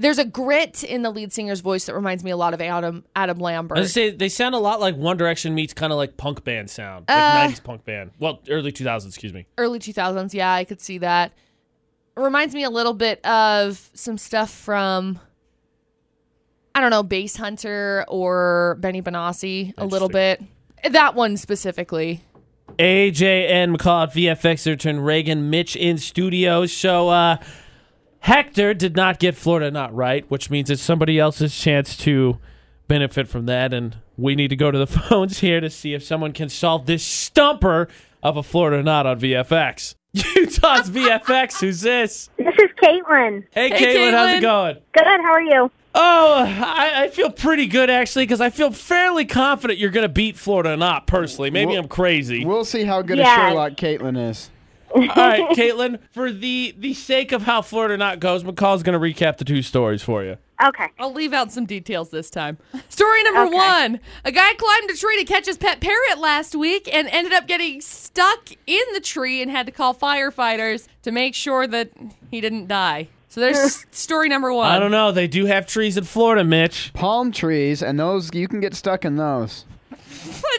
there's a grit in the lead singer's voice that reminds me a lot of Adam Adam
I was
Lambert.
gonna say they sound a lot like One Direction meets kind of like punk band sound, like
Uh,
'90s punk band. Well, early 2000s, excuse me.
Early 2000s, yeah, I could see that. reminds me a little bit of some stuff from I don't know, Base Hunter or Benny Benassi a little bit. That one specifically.
AJN McCall at VFX return Reagan Mitch in studio. So uh, Hector did not get Florida not right, which means it's somebody else's chance to benefit from that. And we need to go to the [LAUGHS] phones here to see if someone can solve this stumper of a Florida not on VFX. [LAUGHS] Utah's VFX, who's this?
This is Caitlin.
Hey,
Hey,
Caitlin, how's it
Caitlin.
going?
Good. How are you?
Oh, I, I feel pretty good actually because I feel fairly confident you're going to beat Florida or not personally. Maybe
Well-
I'm crazy.
We'll see how good
Yeah.
a Sherlock Caitlin is.
All
[LAUGHS]
right, Caitlin, for the the sake of how Florida or not goes, McCall's going to recap the two stories for you.
Okay.
I'll leave out some details this time. Story number one A guy climbed a tree to catch his pet parrot last week and ended up getting stuck in the tree and had to call firefighters to make sure that he didn't die. So there's [LAUGHS] s- story number one.
I don't know. They do have trees in Florida, Mitch.
Palm trees, and those you can get stuck in those.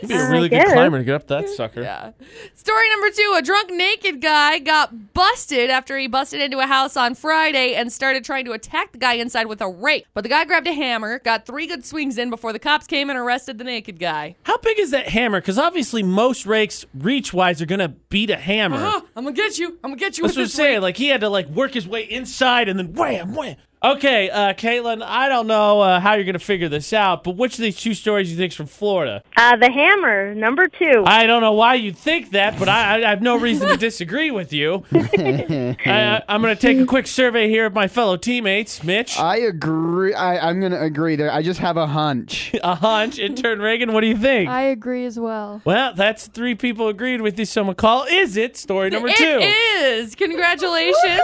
Be a
I
really good
guess.
climber to get up that sucker.
Yeah. Story number two a drunk naked guy got busted after he busted into a house on Friday and started trying to attack the guy inside with a rake. But the guy grabbed a hammer, got three good swings in before the cops came and arrested the naked guy.
How big is that hammer? Because obviously most rakes reach wise are going to beat a hammer.
Ah, I'm gonna get you. I'm gonna get you
That's what
with
I'm
this rake.
saying. Like he had to like work his way inside and then wham, wham. Okay, uh, Caitlin, I don't know uh, how you're gonna figure this out, but which of these two stories you think's from Florida?
Uh, the hammer, number two.
I don't know why you think that, but I, I have no reason to disagree with you. I, I, I'm gonna take a quick survey here of my fellow teammates. Mitch,
I agree. I, I'm going to agree there. I just have
[LAUGHS]
a hunch.
a hunch. Intern Reagan, what do you think?
I agree
[LAUGHS]
as well.
well, that's three people agreed with you. So McCall, is it story number two?
It is. Congratulations.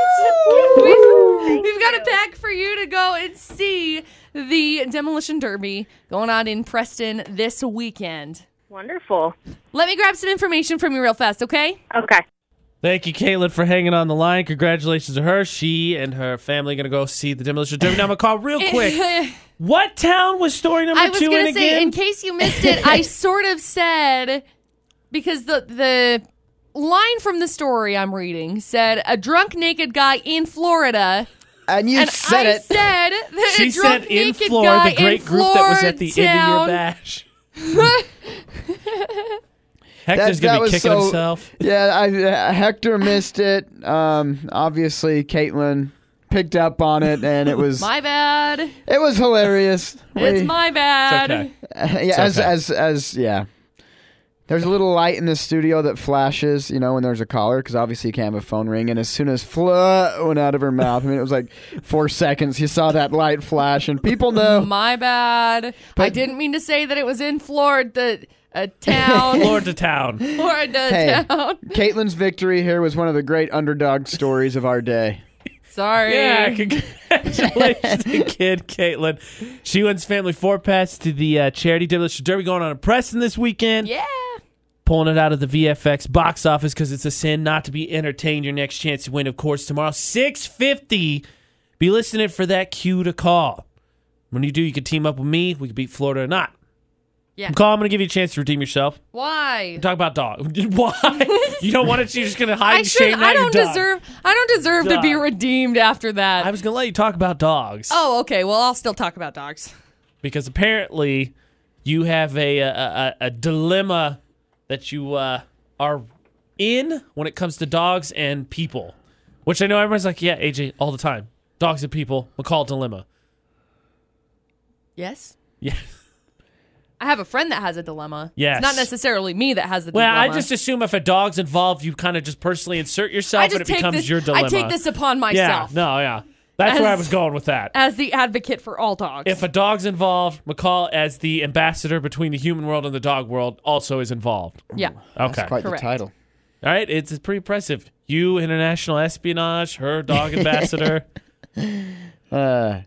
We've, we've got a pack for you to go and see the Demolition Derby going on in Preston this weekend.
Wonderful.
Let me grab some information from you real fast, okay?
Okay.
Thank you, Caitlin, for hanging on the line. Congratulations to her. She and her family are going to go see the Demolition Derby. Now, McCall,
[LAUGHS]
real quick, what town was story number
I was
two
gonna
in
say,
again?
in case you missed
[LAUGHS]
it, I sort of said because the the line from the story I'm reading said a drunk naked guy in Florida.
And you
and
said
I
it.
said that
she
a drunk
said in
naked
Florida,
guy
the great
in
group that was at the end of your
Florida
bash.
town- [LAUGHS]
Hector's
That-
going
that
to be
was
kicking
so-
himself.
Yeah, I, uh, Hector missed it. Um, obviously, Caitlin picked up on it, and it
[LAUGHS]
was
My bad.
it was hilarious.
It's
We-
my bad.
Okay.
[LAUGHS] yeah, as,
okay.
as as yeah. There's a little light in the studio that flashes, you know, when there's a caller, because obviously you can't have a phone ring. And as soon as Fla went out of her mouth, I mean, it was like four [LAUGHS] seconds. You saw that light flash, and
[LAUGHS]
people know.
Oh. My bad. I didn't mean to say that it was in Florida,
[LAUGHS]
a town.
Florida
[LAUGHS]
town.
Florida
Hey.
town. [LAUGHS]
Caitlin's victory here was one of the great underdog stories of our day.
Sorry.
Yeah, congratulations
[LAUGHS]
to kid Caitlin. She wins family four pass to the uh, charity Demolition Derby going on in Preston this weekend.
Yeah.
pulling it out of the VFX box office because it's a sin not to be entertained. Your next chance to win, of course, tomorrow six fifty. Be listening for that cue to call. When you do, you can team up with me. We could beat Florida or not.
Yeah.
McCall, I'm going to give you a chance to redeem yourself.
Why?
Talk about dog. [LAUGHS]
[LAUGHS]
Why? you don't want it. You're just going to hide
I
and
should.
shame now
I
you're
don't
done.
deserve. I don't deserve to be
Done.
redeemed after that.
I was going to let you talk about dogs
oh, okay. Well, I'll still talk about dogs.
because apparently you have a a, a, a dilemma that you uh, are in when it comes to dogs and people, which I know everyone's like, yeah, AJ, all the time. Dogs and people, McCall dilemma.
Yes.
Yeah.
I have a friend that has a dilemma.
Yes.
It's not necessarily me that has the
Well, I
dilemma.
just assume if a dog's involved, you kind of just personally insert yourself
I just
and it
take
becomes
this,
your dilemma.
I take this upon
yeah,
myself
no, yeah. That's where I
As-
was going with that.
as the advocate for all dogs.
If a dog's involved, McCall, as the ambassador between the human world and the dog world, also is involved.
yeah.
Okay.
Quite
Correct.
the title.
All right, it's, it's pretty impressive. You, international espionage, her,
[LAUGHS]
dog ambassador.
Uh,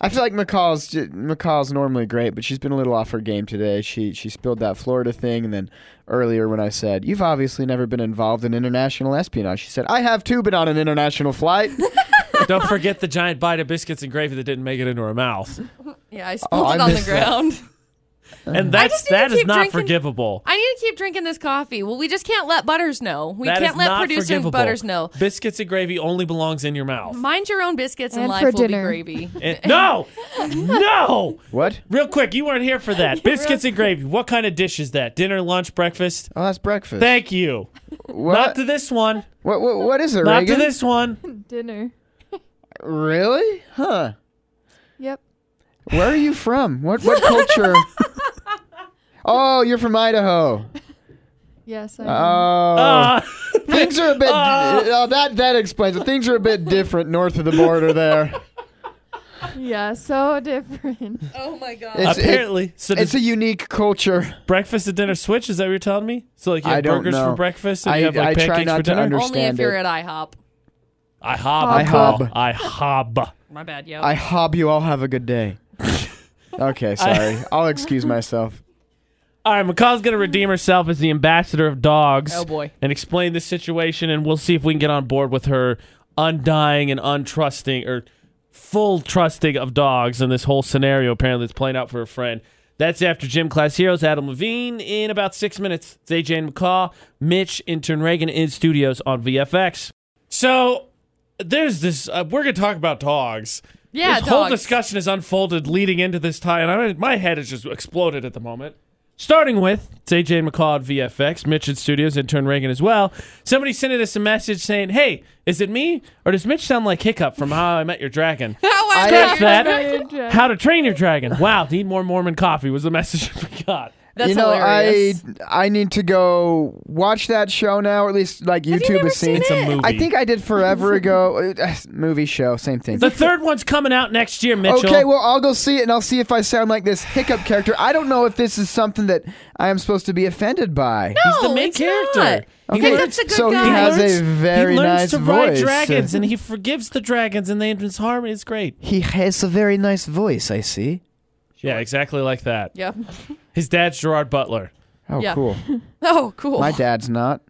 I feel like McCall's j- McCall's normally great, but she's been a little off her game today. She she spilled that Florida thing, and then earlier when I said you've obviously never been involved in international espionage, she said I have too, but on an international flight.
Don't forget the
Uh-huh.
giant bite of biscuits and gravy that didn't make it into her mouth.
Yeah, I
Oh,
spilled
I
it on the
missed that.
ground. [LAUGHS]
and that's
just need to
that is
keep
not
drinking-
forgivable.
I need to keep drinking this coffee. Well, we just can't let Butters know. We
That is
can't let
not
producer
forgivable.
Butters know.
Biscuits and gravy only belongs in your
[LAUGHS]
mouth.
Mind your own biscuits and,
And
life
for
will
dinner.
be gravy.
And- no, no.
What?
Real quick, you weren't here for
[LAUGHS]
that. Biscuits and gravy. What kind of dish is that? Dinner, lunch, breakfast?
Oh, that's breakfast.
Thank you.
what?
Not to this one.
what, what, what is it,
Not
Reagan? Oh.
to this one.
Dinner.
Really? Huh.
Yep.
Where are you from? What
[LAUGHS]
what culture? oh, you're from Idaho.
Yes. I
Oh.
am.
Ah.
Things are a bit
Uh.
oh, that that explains it. Things are a bit different north of the border there.
yeah. So [LAUGHS] different.
[LAUGHS] oh my god.
It's, it-
apparently, so does
it's a unique culture.
breakfast and dinner switch? Is that what you're telling me? So like you
I
have
don't
burgers
know.
for breakfast and
I-
you have like
I try
pancakes
not
for
to
dinner.
under-
Only if
understand
you're
it.
at IHOP.
I hob.
I
hob.
I hob.
My bad, yo.
I hob you all have a good
[LAUGHS]
day. okay, sorry. I'll excuse myself.
All right, McCall's going to redeem herself as the ambassador of dogs.
Oh, boy.
And explain this situation, and we'll see if we can get on board with her undying and untrusting or full trusting of dogs in this whole scenario, apparently, that's playing out for her friend. That's after Gym Class Heroes. Adam Levine in about six minutes. It's AJ and McCall, Mitch, intern Reagan in studios on VFX. So there's this, uh, we're going to talk about dogs.
Yeah,
this whole
dogs.
discussion is unfolded leading into this tie, and I, my head has just exploded at the moment. Starting with it's AJ and McCall at VFX, Mitch at Studios, intern Reagan as well. Somebody sent us a message saying, "Hey, is it me or does Mitch sound like Hiccup from How I Met Your
[LAUGHS]
Dragon?"
How
I-
Scratch
that.
that. How to Train Your Dragon. Wow, need more Mormon coffee was the [LAUGHS] message we got.
That's
you know,
hilarious.
I I need to go watch that show now, or at least like YouTube
never
has
seen
seen.
It's a movie.
I think I did
[LAUGHS]
forever ago. Uh, movie show, same thing.
the third one's coming out next year, Mitchell.
Okay, well, I'll go see it and I'll see if I sound like this hiccup character. I don't know if this is something that I am supposed to be offended by.
he's the
No,
main
it's
character.
not.
Oh,
He
Hiccup's
learns-
a good
so
guy.
he has
learns-
a very
he learns
nice
to ride
voice.
dragons, and he forgives the dragons, and they end in harmony. It's great.
He has a very nice voice, I see.
Yeah, exactly like that.
Yep.
His dad's Gerard Butler.
Oh,
Yeah. [LAUGHS]
cool.
Oh, cool.
My dad's not.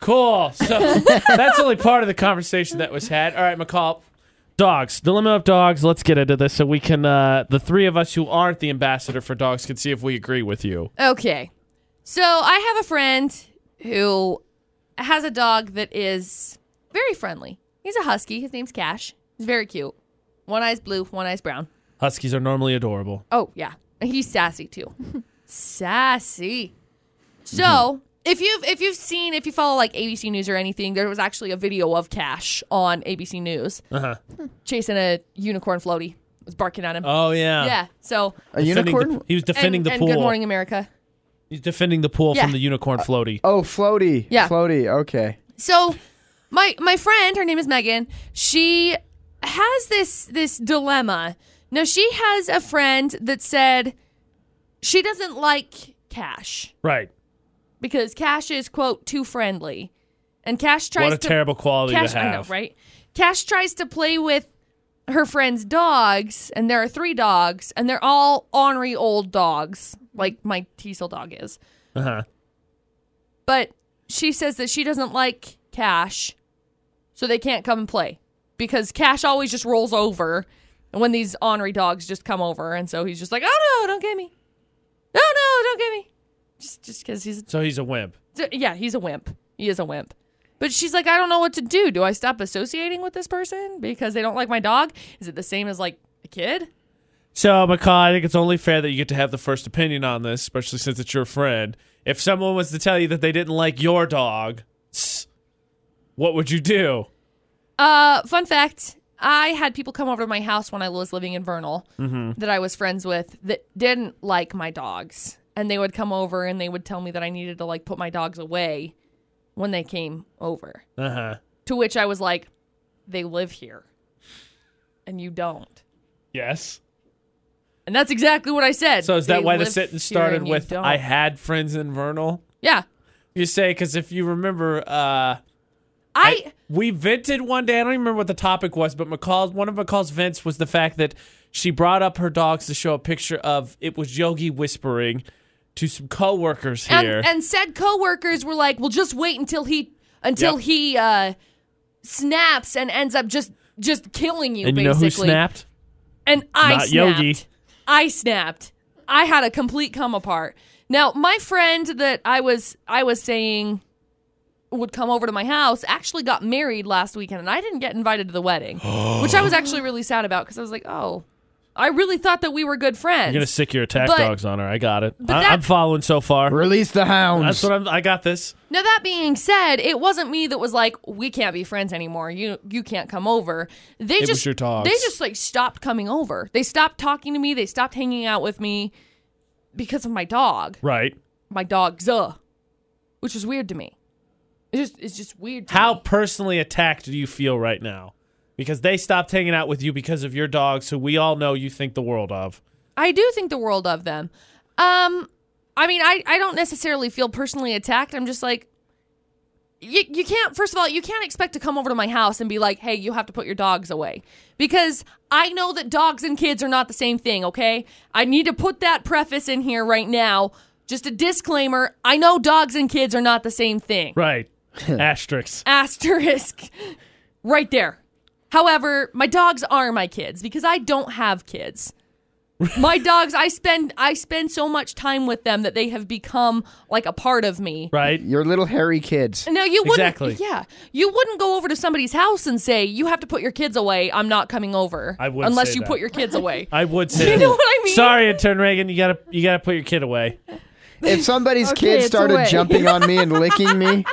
Cool. So
[LAUGHS]
that's only part of the conversation that was had. All right, McCall. Dogs. Dilemma of dogs. Let's get into this so we can, uh, the three of us who aren't the ambassador for dogs, can see if we agree with you.
Okay. So I have a friend who has a dog that is very friendly. He's a husky. His name's Cash. He's very cute. One eye's blue, one eye's brown.
Huskies are normally adorable.
Oh, yeah. And he's sassy too. sassy.
Mm-hmm.
So, if you've if you've seen if you follow like ABC News or anything, there was actually a video of Cash on ABC News
Uh-huh.
chasing a unicorn floaty. It was barking at him.
Oh, yeah.
yeah. So,
A
Defending the-
unicorn?
he was defending
and,
the
and
pool.
Good Morning America.
He's defending the pool
Yeah.
from the unicorn floaty.
Oh, floaty.
Yeah.
Floaty, okay.
So my my friend, her name is Megan. She has this this dilemma. Now she has a friend that said she doesn't like Cash
Right.
because Cash is quote too friendly, and Cash tries
What a
to
terrible quality
Cash.
to
I
have.
know, right? Cash tries to play with her friend's dogs, and there are three dogs, and they're all ornery old dogs, like my Teasel dog is.
Uh-huh.
But she says that she doesn't like Cash, so they can't come and play because Cash always just rolls over when these ornery dogs just come over, and so he's just like, "Oh no, don't get me! No, no, don't get me!" Just just because he's
So he's a wimp.
yeah, he's a wimp. He is a wimp. But she's like, I don't know what to do. Do I stop associating with this person because they don't like my dog? Is it the same as like a kid?
So, McCall, I think it's only fair that you get to have the first opinion on this, especially since it's your friend. If someone was to tell you that they didn't like your dog, tss, what would you do?
Uh, fun fact: I had people come over to my house when I was living in Vernal
Mm-hmm.
that I was friends with that didn't like my dogs, and they would come over and they would tell me that I needed to like put my dogs away when they came over.
Uh huh.
To which I was like, "They live here, and you don't."
Yes.
And that's exactly what I said.
So, is that
They
why the
live
sentence
here and
started
you
with
don't.
I had friends in Vernal?
yeah,
You say, because if you remember, uh,
I
we vented one day. I don't even remember what the topic was, but McCall's one of McCall's vents was the fact that she brought up her dogs to show a picture of it was Yogi whispering to some coworkers
and,
here.
and said coworkers were like, "Well, just wait until he until
Yep.
he uh snaps and ends up just just killing you."
And you know
basically.
who snapped?
And I
Not
snapped.
Yogi.
I snapped. I had a complete come apart. Now, my friend that I was I was saying would come over to my house actually got married last weekend, and I didn't get invited to
[GASPS]
the wedding, which I was actually really sad about because I was like, oh, I really thought that we were good friends.
You're gonna sick your attack
But-
dogs on her. I got it.
but
I,
that-
I'm following so far.
Release the hounds.
That's what I'm. I got this.
Now that being said, it wasn't me that was like, we can't be friends anymore. You you can't come over. They
was
just
your dogs.
they just like stopped coming over. They stopped talking to me. They stopped hanging out with me because of my dog.
Right.
My dog Zuh, which was weird to me. It's just it's just weird. To
How
me.
personally attacked do you feel right now? Because they stopped hanging out with you because of your dogs, who we all know you think the world of.
I do think the world of them. Um, I mean, I I don't necessarily feel personally attacked. I'm just like. You, you can't first of all you can't expect to come over to my house and be like hey you have to put your dogs away because i know that dogs and kids are not the same thing okay i need to put that preface in here right now just a disclaimer i know dogs and kids are not the same thing
Right. [LAUGHS] Asterisks.
asterisk [LAUGHS] right there. However, my dogs are my kids because I don't have kids.
[LAUGHS]
my dogs, I spend I spend so much time with them that they have become like a part of me.
Right.
Your little hairy kids.
No, you wouldn't.
Exactly.
Yeah, you wouldn't go over to somebody's house and say you have to put your kids away. I'm not coming over.
I would
unless
say
you
that.
put your
[LAUGHS]
kids away.
I would say.
You know what I mean?
Sorry, intern Reagan. You gotta you gotta put your kid away.
If
[LAUGHS]
somebody's
Okay,
kid
it's
started
away.
jumping on me and licking me,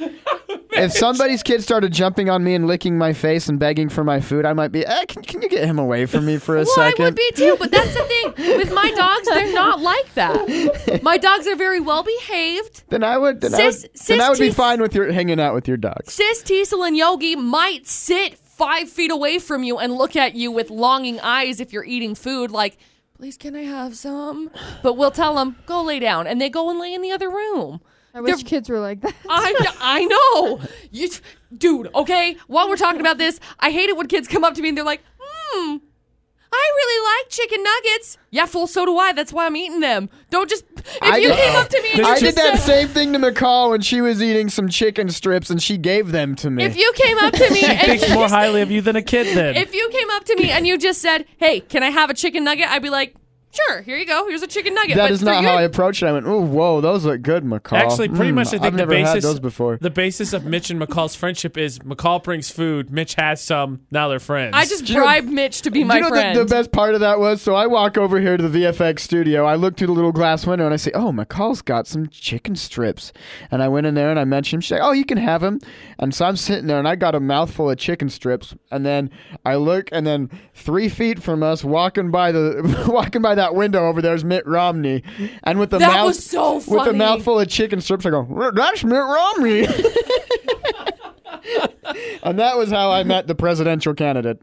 if somebody's kid started jumping on me and licking my face and begging for my food, I might be, eh, can, can you get him away from me for a
[LAUGHS] Well,
second?
I would be too, but that's the thing with my dogs. They're not
[LAUGHS]
like that. My dogs are very well behaved.
then I would, then,
Sis-
I would, then I would be
sis-
fine with your hanging out with your dogs.
Sis Teasel and Yogi might sit five feet away from you and look at you with longing eyes if you're eating food, like, please, can I have some? But we'll tell them, go lay down. And they go and lay in the other room.
I wish kids were like that.
Ah.
[LAUGHS] I, I know. You, dude, okay? While we're talking about this, I hate it when kids come up to me and they're like, hmm. I really like chicken nuggets. Yeah, fool, so do I. That's why I'm eating them. Don't just. If
I
you
did-
came up to me and
I
you
did
just
that
said-
same thing to McCall when she was eating some chicken strips and she gave them to me.
If you came up
[LAUGHS]
to me and
Thinks more highly of you than a kid. Then
if you came up to me and you just said, "Hey, can I have a chicken nugget?" I'd be like, "Sure, here you go. Here's a chicken [LAUGHS] nugget."
That
but
is
for
not
your-
how I approached it. I went, "Ooh, whoa, those look good, McCall."
Actually, pretty
Mm,
much, I think
I've
the
never
basis
had those before.
the basis of Mitch and McCall's friendship is McCall brings food, Mitch has some. Now they're friends.
I just
Do you know-
bribed Mitch to be my
you know
friend.
The, the best part of that was so I walk over here to the VFX studio. I look through the little glass window and I say, "Oh, McCall's got some chicken strips." And I went in there and I mentioned, "She's like, oh, you can have them." And so I'm sitting there and I got a mouthful of chicken strips. And then I look, and then three feet from us, walking by the [LAUGHS] walking by that window over there is Mitt Romney, and with the
That
mouth
was so
with a
funny.
mouthful of chicken strips, I go, "That's Mitt Romney." [LAUGHS] And that was how I met the presidential candidate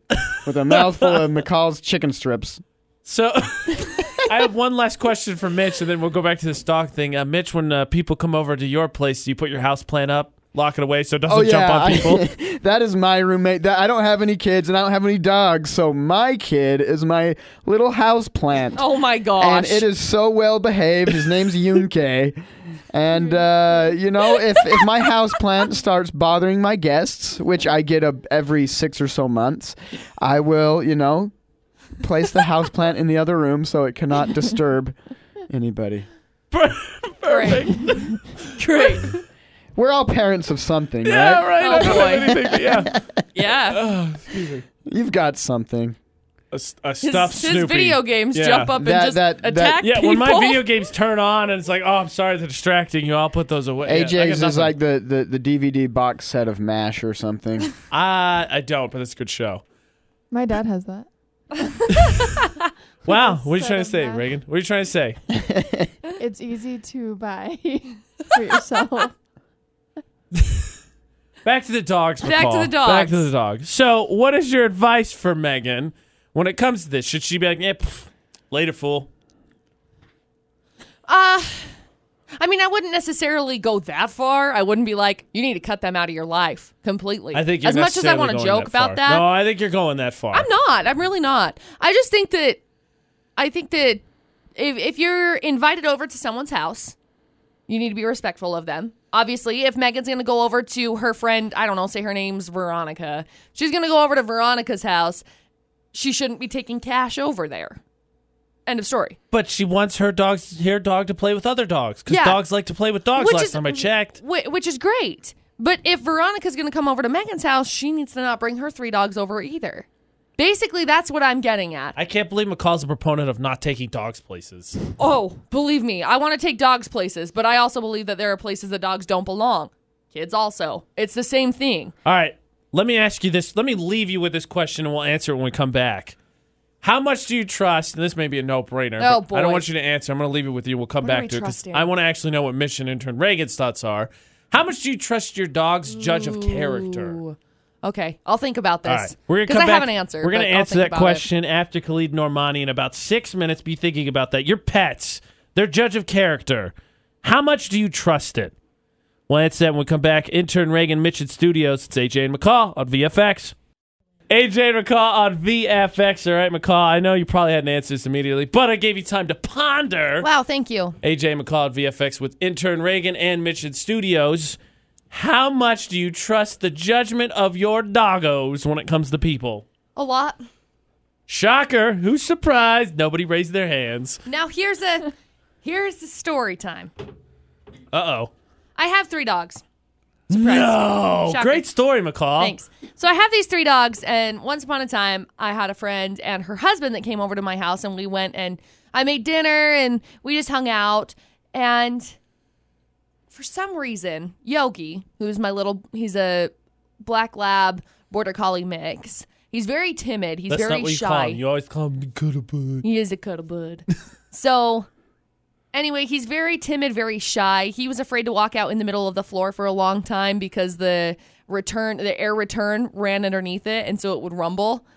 with a mouthful of McCall's chicken strips.
So [LAUGHS] I have one last question for Mitch, and then we'll go back to this dog thing. Uh, Mitch, when uh, people come over to your place, do you put your house plan up, lock it away so it doesn't
Oh,
Oh,
jump on
I- [LAUGHS]
people? [LAUGHS]
[LAUGHS]
that is my roommate. That I don't have any kids and I don't have any dogs, so my kid is my little house plant.
oh my
and
gosh!
it is so well behaved. His
[LAUGHS]
name's Yunke. And uh, you know, if, if my house plant starts bothering my guests, which I get a, every six or so months, I will, you know, place the house plant in the other room so it cannot disturb anybody.
[LAUGHS] great.
[LAUGHS]
great.
We're all parents of something,
yeah,
right?
right. I
Oh,
don't have anything, but yeah.
Yeah,
You've got something.
A, s- a
his,
stuffed
his
Snoopy.
video games
Yeah.
jump up
That-
and just
that- that-
attack
Yeah,
people.
when my video games turn on and it's like, oh, I'm sorry they're distracting you, I'll put those away. Yeah, I got
AJ's is
nothing.
like the, the, the DVD box set of MASH or
[LAUGHS]
something.
I, I don't, but it's a good show.
My dad has that.
Wow, what are you
Set
trying to
of
say,
that.
Reagan? What are you trying to say?
It's easy to buy [LAUGHS]
[LAUGHS]
for yourself.
Back to the dogs.
Back to
McCall.
the dogs.
Back to the dogs. So, what is your advice for Megan when it comes to this? Should she be like, eh, pff, later, fool?
[LAUGHS] Uh, I mean, I wouldn't necessarily go that far. I wouldn't be like, you need to cut them out of your life completely.
I think you're
as much as I
necessarily
wanna
going
joke about
far.
that,
No, I think you're going that far.
I'm not. I'm really not. I just think that I think that if if you're invited over to someone's house, you need to be respectful of them. Obviously, if Megan's going to go over to her friend, I don't know, say her name's Veronica. She's going to go over to Veronica's house. She shouldn't be taking cash over there. End of story.
But she wants her dog's her dog to play with other dogs because
Yeah.
dogs like to play with dogs. last time I checked.
whi- which is great. But if Veronica's going to come over to Megan's house, she needs to not bring her three dogs over either. Basically, that's what I'm getting at.
I can't believe McCall's a proponent of not taking dogs places.
Oh, believe me, I want to take dogs places, but I also believe that there are places that dogs don't belong. Kids also. It's the same thing.
All right, let me ask you this. Let me leave you with this question, and we'll answer it when we come back. How much do you trust? And this may be a no-brainer.
Oh,
but I don't
boy.
want you to answer. I'm going to leave it with you. We'll come
are
back
we
to it because
trusting?
I want to actually know what mission intern Reagan's thoughts are. How much do you trust your dog's judge of character?
Ooh. Okay, I'll think about
All
this.
right. We're gonna
Because
come
I
back.
have an answer.
We're gonna
but I'll
answer
think
that
about it.
question after Khalid Normani in about six minutes. Be thinking about that. Your pets, their judge of character. How much do you trust it? Well, that's that. When we come back, intern Reagan Mitch at Studios. It's AJ and McCall on VFX. AJ and McCall on VFX. All right, McCall. I know you probably hadn't answered this immediately, but I gave you time to ponder.
Wow, thank you.
AJ McCall at VFX with intern Reagan and Mitch at Studios. How much do you trust the judgment of your doggos when it comes to people?
A lot.
Shocker. Who's surprised? Nobody raised their hands.
Now here's a here's the story time.
Uh oh.
I have three dogs.
No.
Shocker.
Great story, McCall.
Thanks. So I have these three dogs, and once upon a time, I had a friend and her husband that came over to my house, and we went and I made dinner, and we just hung out. And for some reason, Yogi, who's my little, he's a black lab border collie mix. He's very timid. He's
That's
very
not what you
shy.
call him. You always call him the good boy.
He is a cuddlebud. so, anyway, he's very timid, very shy. He was afraid to walk out in the middle of the floor for a long time because the return, the air return, ran underneath it, and so it would rumble.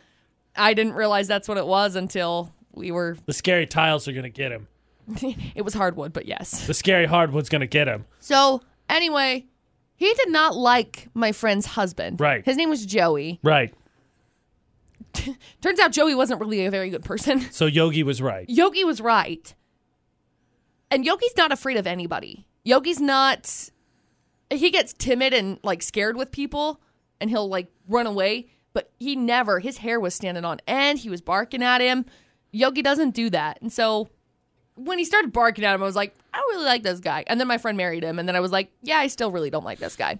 I didn't realize that's what it was until we were. [LAUGHS]
The scary tiles are going to get him.
It was hardwood, but yes.
The scary hardwood's going to get him.
So anyway, he did not like my friend's husband.
Right.
His name was Joey.
Right.
Turns out Joey wasn't really a very good person. [LAUGHS]
So Yogi was right.
Yogi was right. And Yogi's not afraid of anybody. Yogi's not he gets timid and like scared with people and he'll like run away, but he never his hair was standing on end, he was barking at him. Yogi doesn't do that. And so when he started barking at him, I was like, I don't really like this guy. And then my friend married him, and then I was like, yeah, I still really don't like this guy.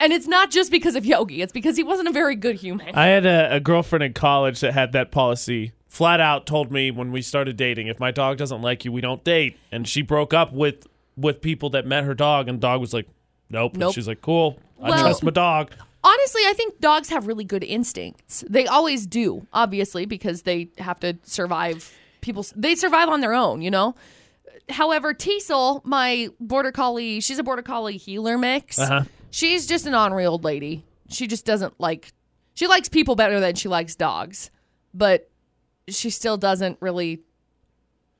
And it's not just because of Yogi, it's because he wasn't a very good human.
I had a, a girlfriend in college that had that policy. Flat out told me when we started dating, if my dog doesn't like you, we don't date. And she broke up with with people that met her dog, and dog was like, nope. And
Nope.
she's like, cool. I
Well-
trust my dog.
honestly, I think dogs have really good instincts. They always do, obviously, because they have to survive. People they survive on their own, you know. However, Teasel, my border collie, she's a border collie healer mix.
Uh-huh.
She's just an ornery old lady. She just doesn't like. She likes people better than she likes dogs, but she still doesn't really.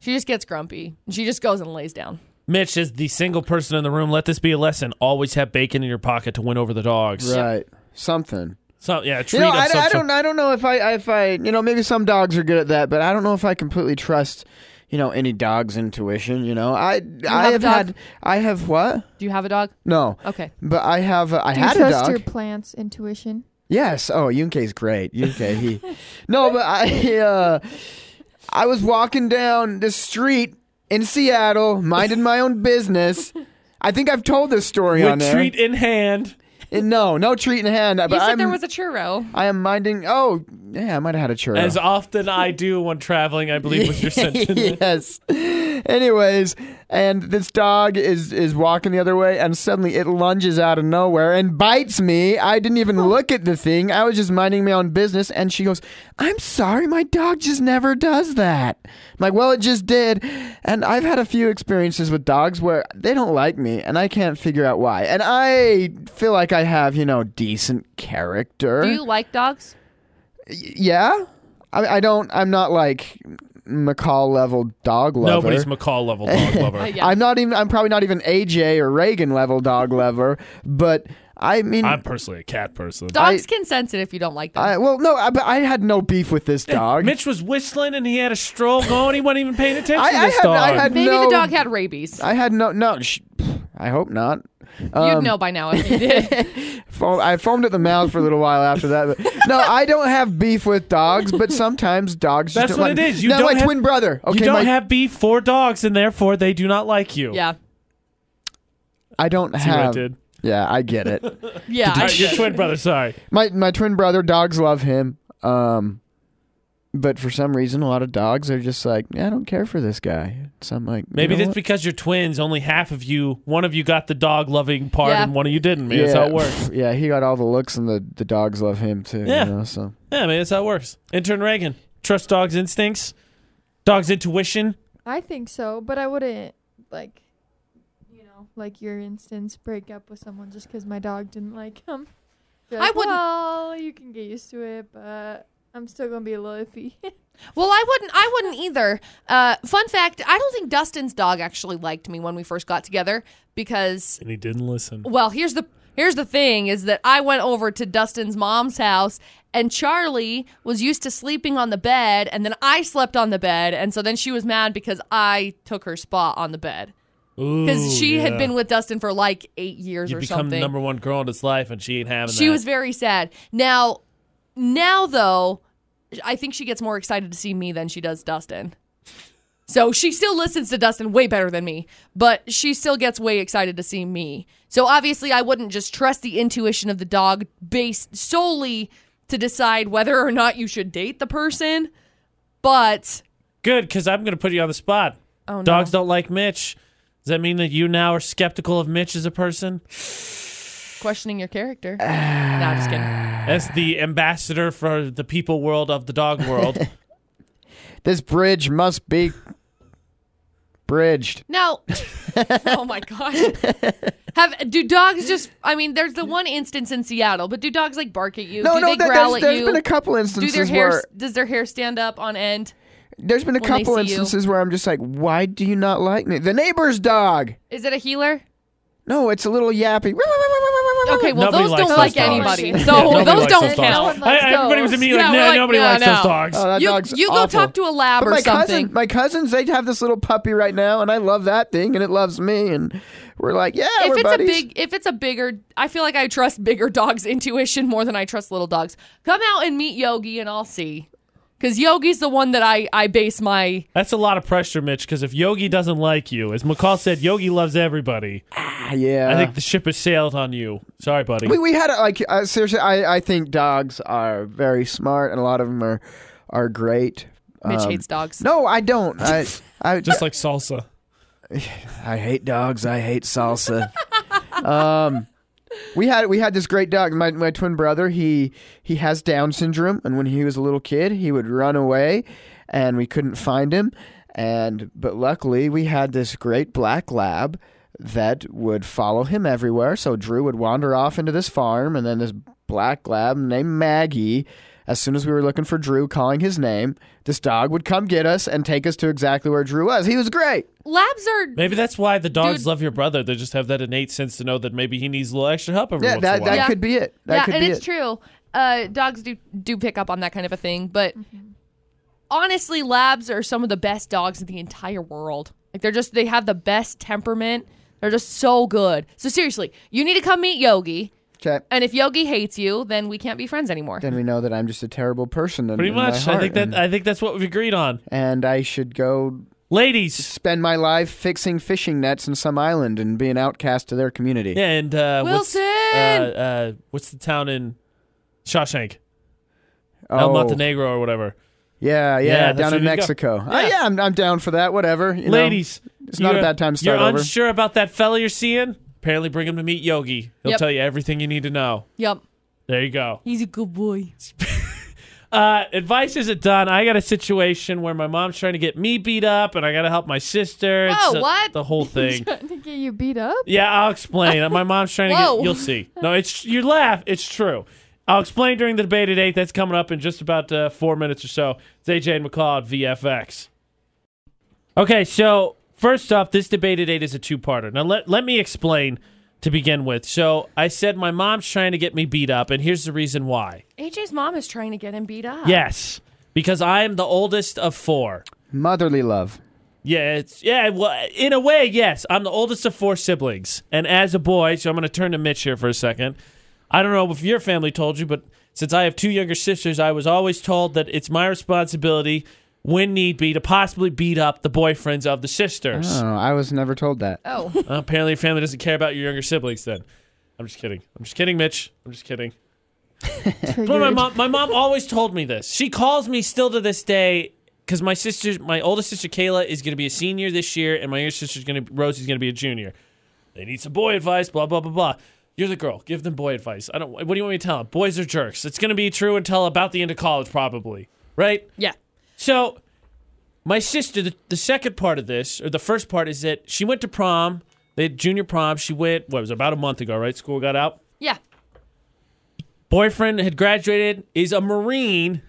She just gets grumpy. She just goes and lays down.
Mitch is the single person in the room. Let this be a lesson. Always have bacon in your pocket to win over the dogs.
Right. Something.
So yeah, a treat
You know,
of
I,
some
I
sort.
don't. I don't know if I. If I. You know, maybe some dogs are good at that, but I don't know if I completely trust. You know, any dog's intuition. You know, I. I
have a dog?
have, had. I have what?
Do you have a dog?
No.
Okay.
But I have. I
Do you
had a
trust
dog.
your plant's intuition?
Yes. Oh, Yunke's great. Yunke,
[LAUGHS]
he. no, but I. Uh, I was walking down the street in Seattle, minding my own business. I think I've told this story
With
on there.
treat in hand.
And no, no treat in hand. But
You said
I'm,
there was a churro.
I am minding. Oh, yeah, I might have had a churro.
As often I do when traveling, I believe
[LAUGHS]
was your
[LAUGHS]
sentence.
yes. Anyways, and this dog is is walking the other way, and suddenly it lunges out of nowhere and bites me. I didn't
Oh.
even look at the thing. I was just minding my own business, and she goes, "I'm sorry, my dog just never does that." I'm like, well, it just did, and I've had a few experiences with dogs where they don't like me, and I can't figure out why. And I feel like I have, you know, decent character.
Do you like dogs?
yeah. I, I don't. I'm not like. McCall level dog lover.
Nobody's McCall level dog lover.
[LAUGHS] yeah.
I'm not even. I'm probably not even AJ or Reagan level dog lover, but I mean,
I'm personally a cat person.
Dogs
I-
can sense it if you don't like them.
I, well, no, I, but I had no beef with this dog.
Mitch was whistling and he had a stroll going. He wasn't even paying attention
I,
to
I
this
had,
dog.
I had
Maybe
no.
the dog had rabies.
I had no. No, sh- I hope not.
Um.
You'd know by now if you did.
[LAUGHS]
Foam- I foamed at the mouth for a little while after that. but- no, I don't have beef with dogs, but sometimes dogs.
That's
just don't
what
like
it is. You
Not
don't
my
have-
twin brother. Okay,
you don't
my-
have beef for dogs, and therefore they do not like you.
yeah.
I don't
See what I
have.
did?
Yeah, I get it.
Yeah.
Uh,
I
your
should.
twin brother. Sorry.
my my twin brother dogs love him um but for some reason a lot of dogs are just like "Yeah, i don't care for this guy so i'm like
Maybe
you know
that's
what?
because you're twins. Only half of you, one of you got the dog loving part,
Yeah.
and one of you didn't. Maybe that's how it works.
[LAUGHS] yeah he got all the looks and the the dogs love him too
Yeah.
you know so
Yeah, maybe that's how it works. Intern Reagan, trust dogs' instincts, dogs' intuition.
I think so, but I wouldn't like, you know, like your instance, break up with someone just because my dog didn't like him. Be
I
like,
wouldn't-
Well, you can get used to it, but I'm still gonna be a little iffy. [LAUGHS]
Well, I wouldn't. I wouldn't either. Uh, fun fact: I don't think Dustin's dog actually liked me when we first got together because,
And he didn't listen.
well, here's the here's the thing: is that I went over to Dustin's mom's house, and Charlie was used to sleeping on the bed, and then I slept on the bed, and so then she was mad because I took her spot on the bed because she had been with Dustin for like eight years
You
or
become the
something.
number one girl in his life, and she ain't having
she
that.
was very sad. Now, now though, I think she gets more excited to see me than she does Dustin. So she still listens to Dustin way better than me, but she still gets way excited to see me. So obviously, I wouldn't just trust the intuition of the dog based solely to decide whether or not you should date the person. But
Good, because I'm going to put you on the spot.
oh no,
Dogs don't like Mitch. Does that mean that you now are skeptical of Mitch as a person?
questioning your character. no, I'm just kidding.
As
[SIGHS]
the ambassador for the people world of the dog
[LAUGHS]
world,
this bridge must be bridged [LAUGHS]
No. oh my gosh. Have do dogs just? I mean, there's the one instance in Seattle, but do dogs like bark at you?
no
do
no
they
that,
growl
there's,
at
there's
you?
been a couple
do their
instances
hair?
where
Does their hair stand up on end?
there's been a
when they
couple
see you.
instances where i'm just like why do you not like me the neighbor's dog
Is it a healer?
no it's a little yappy
Okay, well
Nobody
those
likes
don't
those
like
dogs.
anybody,
Yeah,
so
nobody
those
likes
don't
those dogs.
count.
one likes
I- everybody was
those.
immediately
Yeah,
like,
we're
"No,
like,
nobody
no,
likes
no."
those dogs."
Oh, that
you
dog's
you go
awful.
talk to a lab
But
or
my
something.
cousin, my cousins, they have this little puppy right now, and I love that thing, and it loves me, and we're like, yeah,
if
we're
it's
buddies.
a big, if it's a bigger, I feel like I trust bigger dogs' intuition more than I trust little dogs. Come out and meet Yogi, and I'll see. Because Yogi's the one that I I base my
That's a lot of pressure, Mitch. Because if Yogi doesn't like you, as McCall said, Yogi loves everybody.
Ah, yeah.
I think the ship has sailed on you. Sorry, buddy.
we we had a, like uh, seriously, I I think dogs are very smart, and a lot of them are are great.
Mitch
Um,
hates dogs.
No, I don't. I I
Just like salsa.
I hate dogs. I hate salsa. [LAUGHS] um, we had we had this great dog. My my twin brother. He he has Down syndrome, and when he was a little kid, he would run away, and we couldn't find him. And but luckily, we had this great black lab that would follow him everywhere. So Drew would wander off into this farm, and then this black lab named Maggie. As soon as we were looking for Drew, calling his name, this dog would come get us and take us to exactly where Drew was. He was great.
Labs are
Maybe that's why the dogs
Dude.
love your brother. They just have that innate sense to know that maybe he needs a little extra help every
Yeah,
once in
that,
a while.
that
Yeah.
could be it. That
yeah,
could
and
be
it's
it.
true. Uh, dogs do do pick up on that kind of a thing, but honestly, labs are some of the best dogs in the entire world. Like they're just they have the best temperament. They're just so good. So seriously, you need to come meet Yogi.
Okay.
And if Yogi hates you, then we can't be friends anymore.
Then we know that I'm just a terrible person. In,
Pretty
in my
much. I
heart,
think that
and,
I think that's what we've agreed on.
and I should go
Ladies.
spend my life fixing fishing nets in some island and be an outcast to their community.
Yeah, and uh
Wilson!
what's uh, uh what's the town in Shawshank? El
Oh,
Montenegro or whatever.
Yeah, yeah,
Yeah, that's
down
where
in
you go.
Mexico. Yeah,
Yeah.
yeah I'm, I'm down for that. Whatever. you know.
Ladies.
it's not a
you're-
bad time to start
You're
over.
unsure about that fella you're seeing? Apparently bring him to meet Yogi. He'll
Yep.
tell you everything you need to know.
Yep.
There you go.
He's a good boy.
Uh, advice isn't done. I got a situation where my mom's trying to get me beat up, and I got to help my sister. It's
Whoa,
a-
Oh, what?
The
[LAUGHS]
whole thing.
Trying to get you beat up.
yeah, I'll explain. My mom's trying to
Whoa.
get. You'll see. No, it's you laugh. It's true. I'll explain during the debate at eight. That's coming up in just about uh, four minutes or so. It's AJ and McCall at VFX. Okay, so first off, this debate at eight is a two-parter. Now let let me explain to begin with. So I said my mom's trying to get me beat up, and here's the reason why.
AJ's mom is trying to get him beat up.
Yes, because I am the oldest of four.
Motherly love.
Yeah, it's yeah. Well, in a way, yes. I'm the oldest of four siblings, and as a boy, so I'm going to turn to Mitch here for a second. I don't know if your family told you, but since I have two younger sisters, I was always told that it's my responsibility, when need be, to possibly beat up the boyfriends of the sisters.
Oh, I was never told that.
[LAUGHS]
Oh,
Uh, apparently, your family doesn't care about your younger siblings. Then, I'm just kidding. I'm just kidding, Mitch. I'm just kidding. But my
Triggered.
mom, my mom always told me this. She calls me still to this day because my sister, my oldest sister Kayla, is going to be a senior this year, and my younger sister's going to Rosie's going to be a junior. They need some boy advice. Blah blah blah blah. You're the girl. Give them boy advice. I don't. What do you want me to tell them? Boys are jerks. It's going to be true until about the end of college, probably. Right.
yeah.
So, my sister, the, the second part of this, or the first part, is that she went to prom. They had junior prom. She went. What it was about a month ago? Right. School got out
Yeah.
boyfriend had graduated, is a Marine,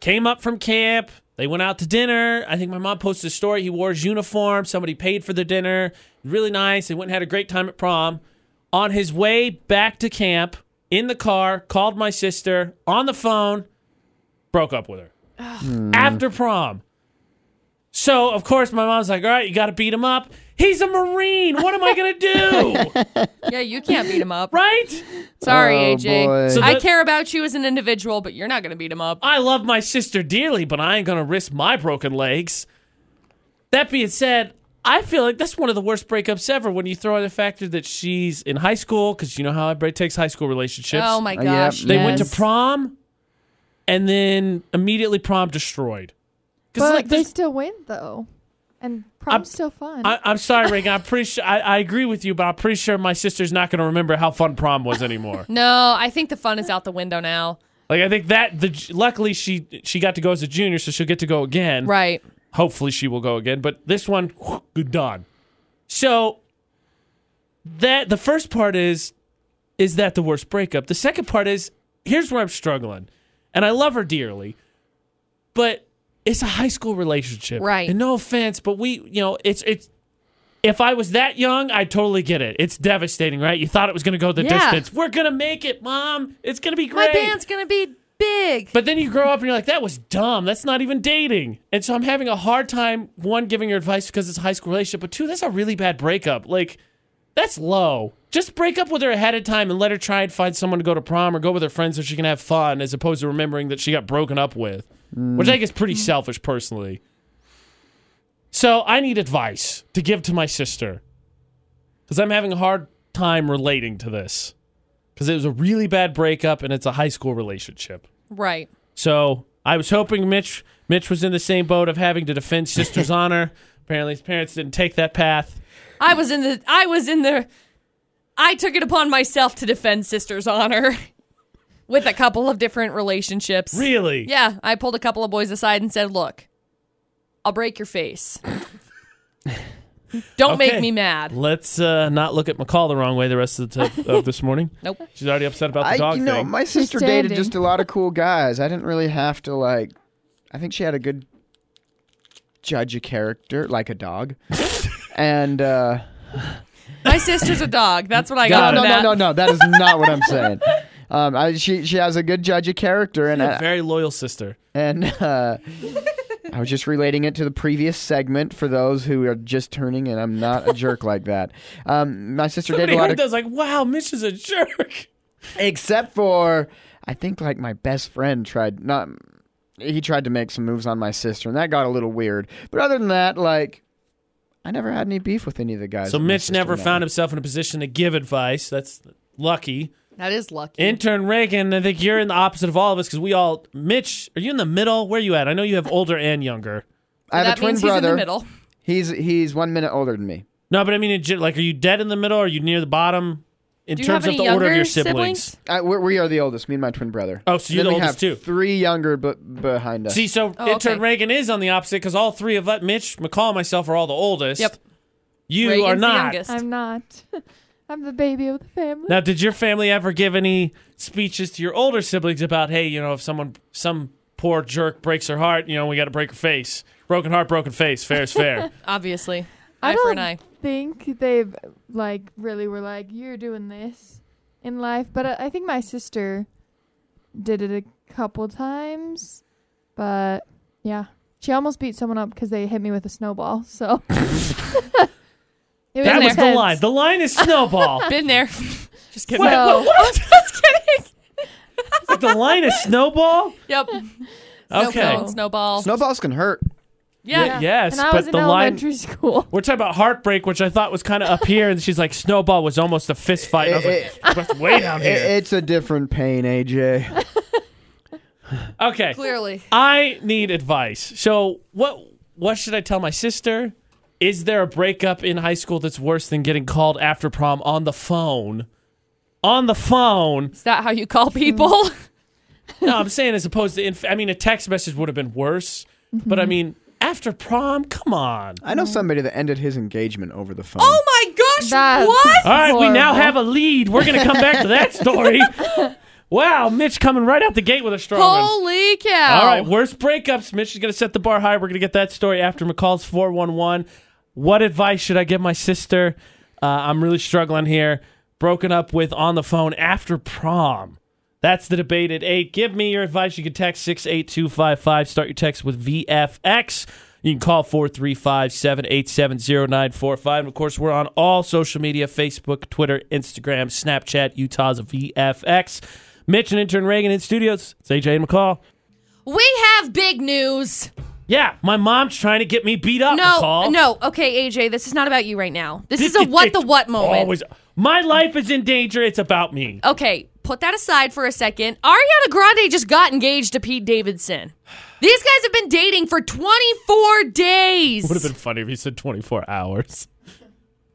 came up from camp. They went out to dinner. I think my mom posted a story. He wore his uniform. Somebody paid for the dinner. Really nice. They went and had a great time at prom. On his way back to camp, in the car, called my sister on the phone, broke up with her after prom. So, of course, my mom's like, all right, you got to beat him up. He's a Marine. What am I going to do?
Yeah, you can't beat him up.
right?
Sorry,
Oh,
AJ.
boy. So
I
that-
care about you as an individual, but you're not going to beat him up.
I love my sister dearly, but I ain't gonna risk my broken legs. That being said, I feel like that's one of the worst breakups ever when you throw in the factor that she's in high school, because you know how everybody takes high school relationships.
Oh my
Uh,
gosh.
yeah.
they went to
yes.
prom and then immediately prom destroyed. Because
But
like
they
there's
still went though, and prom's still fun.
I, I'm sorry, Reagan. I'm pretty sure I, I agree with you, but I'm pretty sure my sister's not going to remember how fun prom was
[LAUGHS]
anymore.
No, I think the fun is out the window now.
like I think that the luckily she she got to go as a junior, so she'll get to go again.
Right.
Hopefully she will go again, but this one done. So that the first part is is that the worst breakup. The second part is here's where I'm struggling. And I love her dearly, but it's a high school relationship.
Right.
And no offense, but we, you know, it's it's if I was that young, I totally get it. It's devastating, right? You thought it was going to go the
Yeah.
distance. We're going to make it, mom. It's going to be
My
great.
band's going to be big.
But then you grow up and you're like, that was dumb. That's not even dating. And so I'm having a hard time, one, giving her advice because it's a high school relationship, but two, that's a really bad breakup. Like, that's low. Just break up with her ahead of time and let her try and find someone to go to prom or go with her friends so she can have fun as opposed to remembering that she got broken up with, which I think is pretty selfish personally. So I need advice to give to my sister because I'm having a hard time relating to this because it was a really bad breakup and it's a high school relationship.
right.
So I was hoping Mitch Mitch was in the same boat of having to
[LAUGHS]
defend sister's honor. Apparently his parents didn't take that path.
I was in the I was in the I took it upon myself to defend sister's honor [LAUGHS] with a couple of different relationships.
Really?
Yeah, I pulled a couple of boys aside and said, "Look, I'll break your face. Don't
Okay.
make me mad."
Let's uh, not look at McCall the wrong way the rest of the t- of this morning.
[LAUGHS] Nope.
She's already upset about the
I,
dog
you know,
thing.
my sister dated
standing.
just a lot of cool guys. I didn't really have to like. I think she had a good judge a character like
[LAUGHS]
a dog, and uh,
My sister's a dog. That's what I
Got
got.
it.
no,
out of
no,
that.
no, no, that is not what
[LAUGHS]
I'm saying. Um, I, she she has a good judge of character, and
a
I,
very loyal sister.
and uh, I was just relating it to the previous segment for those who are just turning, and I'm not a jerk like that. Um, my sister
Somebody
dated a lot
heard
of
that was like, wow, Mitch is a jerk.
except for I think like my best friend tried not he tried to make some moves on my sister and that got a little weird. But other than that, like I never had any beef with any of the guys.
So
that my
Mitch
sister
never
met.
found himself in a position to give advice. That's lucky.
That is lucky.
Intern Reagan, I think you're in the opposite of all of us because we all Mitch, are you in the middle? Where are you at? I know you have older and younger.
I have
that
a twin
means he's in
brother.
the middle.
He's he's one minute older than me.
No, but I mean, in gen- like, are you dead in the middle? Or are you near the bottom in
Do you
terms
have
of
any
the order of
younger
your siblings?
siblings?
I, we're, we are the oldest. Me and my twin brother.
Oh, so you're
Then
the
we
oldest too.
have Three younger, but behind us.
See, so
Oh,
intern
okay.
Reagan is on the opposite because all three of us, Mitch, McCall, and myself, are all the oldest.
Yep.
You
Reagan's
are
the
not.
youngest.
I'm not. [LAUGHS] I'm the baby of the family.
Now, did your family ever give any speeches to your older siblings about, hey, you know, if someone, some poor jerk breaks her heart, you know, we got to break her face. Broken heart, broken face. Fair is
[LAUGHS]
fair.
Obviously,
I
eye for an
don't
eye.
think they like really were like you're doing this in life, but uh, I, I think my sister did it a couple times. But yeah, She almost beat someone up because they hit me with a snowball. So [LAUGHS] It was
That was the
intense.
line. The line is snowball.
Been there. [LAUGHS] Just kidding.
What? What?
[LAUGHS]
[LAUGHS] Just kidding.
Like, the line is snowball.
Yep.
Okay.
Snowball. Snowball.
Snowballs can hurt.
yeah.
Y- Yes,
and I was
but
in
the line.
elementary school.
We're talking about heartbreak, which I thought was kind of up here, and she's like, "Snowball was almost a fist fight." And I
[LAUGHS]
was
It-
like, "That's way down
I-
here."
it's a different pain, AJ.
Okay,
Clearly.
I need advice. So, what what should I tell my sister? Is there a breakup in high school that's worse than getting called after prom on the phone? On the phone.
Is that how you
Mm. [LAUGHS]
call people?
No, I'm saying as opposed to, inf- I mean, a text message would have been worse, but
Mm-hmm.
I mean, after prom, come on.
I know somebody that ended his engagement over the phone.
oh my gosh.
That's-
what?
All right, we now
Horrible.
have a lead. We're going to come back to that
[LAUGHS]
story. Wow, Mitch coming right out the gate with a strong one.
Holy cow.
All right, worst breakups. Mitch is going to set the bar high. We're going to get that story after McCall's 411. What advice should I give my sister? Uh, I'm really struggling here. Broken up with on the phone after prom. That's the debate at 8. Give me your advice. You can text 68255. Start your text with VFX. You can call 435 787 0945. And of course, we're on all social media Facebook, Twitter, Instagram, Snapchat, Utah's VFX. Mitch and intern Reagan in studios. It's AJ and McCall.
We have big news.
Yeah, my mom's trying to get me beat up.
No,
McCall.
no. Okay, AJ, this is not about you right now. This is a what the what moment.
Always- my life is in danger. It's about me.
Okay, put that aside for a second. Ariana Grande just got engaged to Pete Davidson. These guys have been dating for 24 days.
Would have been funny if he said 24 hours.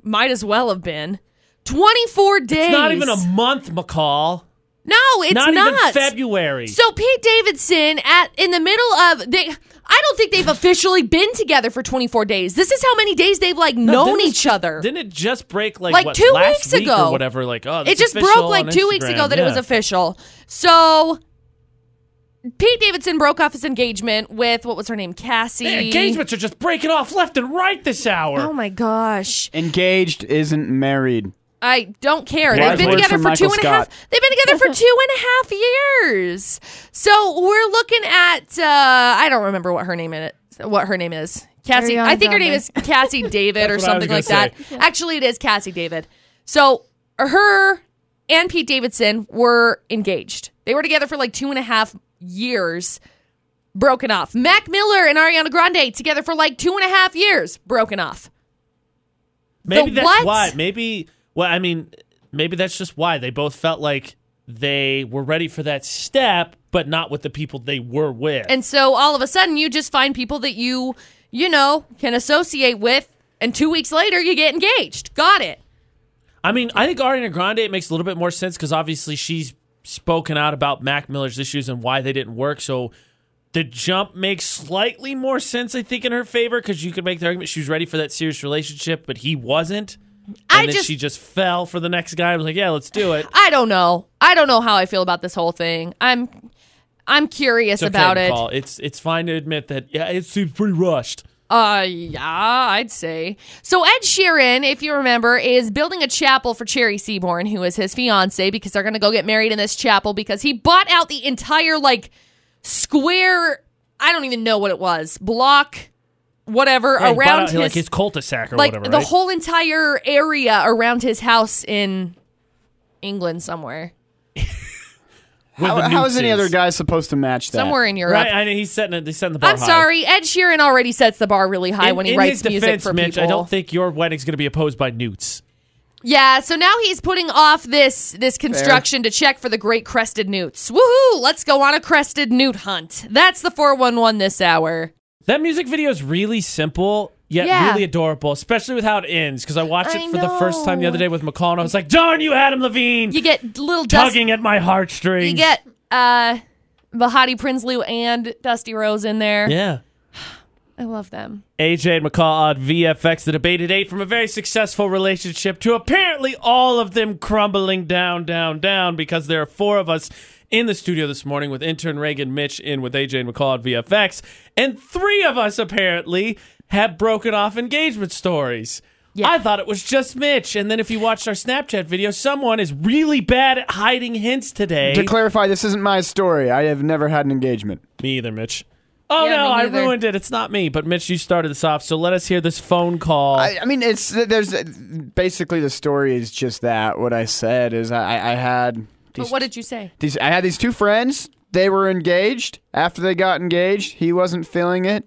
Might as well have been. 24 days.
It's not even a month, McCall.
No, it's
Not,
not.
even February.
So Pete Davidson at in the middle of they I don't think they've officially been together for 24 days. This is how many days they've like known
didn't it
each
just-
other.
Didn't it just break like,
Like
what,
two
last
weeks
week
ago.
or whatever? Like oh,
It
it's
just
official
broke
on
like two weeks
Instagram.
ago that it was
Yeah.
official. So Pete Davidson broke off his engagement with what was her name, Cassie.
Man, engagements are just breaking off left and right this hour.
Oh my gosh!
Engaged isn't married.
I don't care.
Wise
They've been
words
together
from
for two
Michael
and a half.
Scott.
They've been together for two and a half years. So we're looking at. Uh, I don't remember what her name is. What her name is? Cassie.
Ariana
I think her name
Grande.
is Cassie David or
That's what I was
something like
gonna
that. Actually, it is Cassie David. So her and Pete Davidson were engaged. They were together for like two and a half years. Broken off. Mac Miller and Ariana Grande together for like two and a half years. Broken off.
Maybe
The
that's
what?
why. Maybe well, I mean, maybe that's just why they both felt like they were ready for that step, but not with the people they were with.
And so all of a sudden, you just find people that you, you know, can associate with. And two weeks later, you get engaged. Got it.
I mean, I think Ariana Grande it makes a little bit more sense because obviously she's spoken out about Mac Miller's issues and why they didn't work. So the jump makes slightly more sense, I think, in her favor because you could make the argument she was ready for that serious relationship, but he wasn't. And
I
then
just-
she just fell for the next guy. I was like, yeah, let's do it.
[SIGHS] I don't know. I don't know how I feel about this whole thing. I'm, I'm curious
It's okay,
about it.
McCall. It's it's fine to admit that. Yeah, it seems pretty rushed.
Uh, yeah, I'd say. So Ed Sheeran, if you remember, is building a chapel for Cherry Seaborn, who is his fiance, because they're gonna go get married in this chapel because he bought out the entire like square. I don't even know what it was. Block, whatever
Yeah, he bought
around
out,
his,
like his cul-de-sac or
like
whatever.
the
right?
whole entire area around his house in England somewhere,
With
How,
the
how is any
nooses.
other guy supposed to match that?
somewhere in Europe.
Right, I know he's setting it. He's setting the bar.
I'm
high.
sorry, Ed Sheeran already sets the bar really high
In,
when he
in
writes
his
music
defense,
for
Mitch,
people.
I don't think your wedding's going to be opposed by newts.
Yeah, so now he's putting off this this construction to check for the great crested newts. Woohoo! Let's go on a crested newt hunt. That's the 411 this hour.
That music video is really simple. Yet
Yeah.
really adorable, especially with how it ends. Because I watched
I
it for the first time the
know.
other day with McCall, and I was like, "Darn you, Adam Levine,
You get little dust.
tugging at my heartstrings."
You get uh Bahati Prinsloo and Dusty Rose in there.
yeah.
I love them.
AJ and McCall on VFX, the debate at eight from a very successful relationship to apparently all of them crumbling down, down, down because there are four of us in the studio this morning with intern Reagan Mitch in with AJ and McCall at VFX, and three of us apparently have broken off engagement stories.
Yeah.
I thought it was just Mitch, and then if you watched our Snapchat video, someone is really bad at hiding hints today.
To clarify, this isn't my story. I have never had an engagement.
Me either, Mitch. Oh
Yeah,
no,
me
I
neither.
ruined it. It's not me. But Mitch, you started this off, so let us hear this phone call.
I, I mean, it's there's basically the story is just that. What I said is I, I had
But
these,
what did you say?
these I had these two friends. They were engaged. After they got engaged, he wasn't feeling it,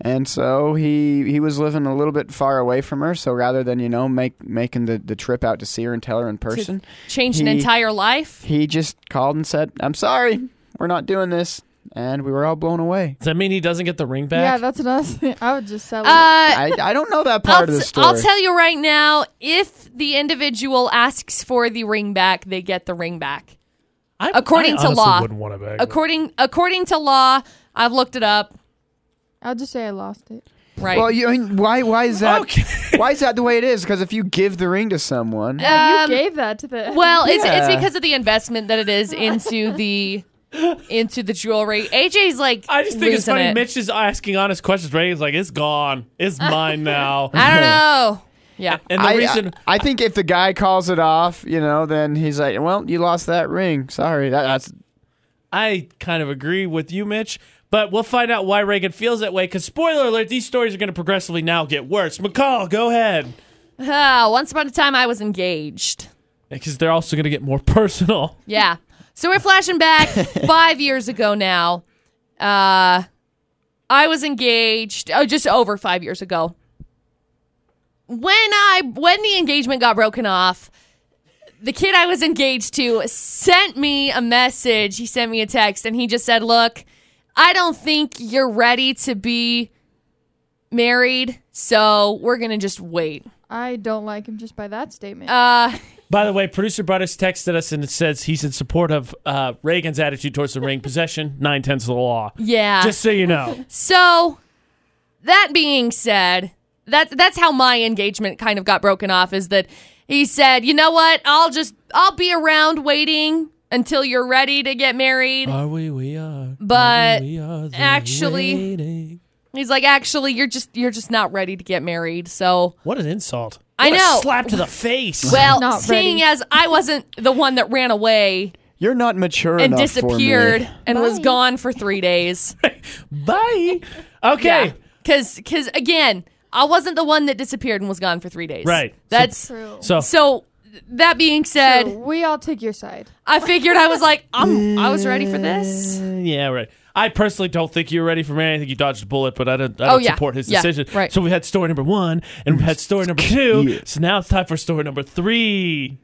and so he he was living a little bit far away from her. So rather than you know make making the, the trip out to see her and tell her in person,
Changed an
He-
entire life?
he just called and said, "I'm sorry, we're not doing this," and we were all blown away.
Does that mean he doesn't get the ring back?
Yeah, that's another thing. I would just sell it.
Uh,
I, I don't know that part
I'll,
of the
t-
story.
I'll tell you right now if the individual asks for the ring back, they get the ring back.
I,
according
I
to
honestly
law.
wouldn't want it back.
According according to law, I've looked it up.
I'll just say I lost it.
Right.
well, you, I mean, why why is that?
Okay.
Why is that the way it is? Because if you give the ring
[LAUGHS]
to someone,
Um,
you gave that to the.
well, it's it's
Yeah.
because of the investment that it is into the into the jewelry. AJ's like
I just think it's
losing
funny.
it.
Mitch is asking honest questions. Reagan's like, "It's gone.
[LAUGHS]
It's mine now."
I
[LAUGHS]
don't know. Yeah.
and the
I, uh,
reason
I, I think if the guy calls it off, you know, then he's like, "Well, you lost that ring. Sorry." That, that's
I kind of agree with you, Mitch, but we'll find out why Reagan feels that way. Because, spoiler alert, these stories are going to progressively now get worse. McCall, go ahead.
Ah, once upon a time I was engaged.
Because they're also going to get more [LAUGHS] personal.
Yeah. So we're flashing back five years ago now. Uh, I was engaged. Oh, just over five years ago. When I when the engagement got broken off, the kid I was engaged to sent me a message. He sent me a text, and he just said, "Look, I don't think you're ready to be married, so we're gonna just wait."
I don't like him just by that statement.
Uh,
By the way, producer Butters texted us and it says he's in support of uh, Reagan's attitude towards the
[LAUGHS]
ring possession, nine tenths of the law.
yeah.
Just so you know.
So, that being said, that that's how my engagement kind of got broken off is that he said, "You know what? I'll just I'll be around waiting until you're ready to get married."
Are we? We are.
But
we are the
actually-
waiting.
He's like, "Actually, you're just you're just not ready to get married." So,
What an insult.
I
What a
know.
slap to the face.
well,
Not
seeing
ready.
as I wasn't the one that ran away
you're not mature
and
enough
disappeared
for me.
and was
Bye.
gone for 3 days. [LAUGHS]
Bye. Okay.
Cuz cuz again, I wasn't the one that disappeared and was gone for 3 days.
Right. So-
That's
True.
So,
So that being said,
True. we all take your side.
I figured I was like, I'm I was ready for this.
mm, Yeah, right. I personally don't think you're ready for marriage. I think you dodged a bullet, but I don't, I
Oh,
don't
yeah.
support his
Yeah,
decision.
right.
So we had story number one, and we
[LAUGHS]
had story number two.
Yeah.
So now it's time for story number three.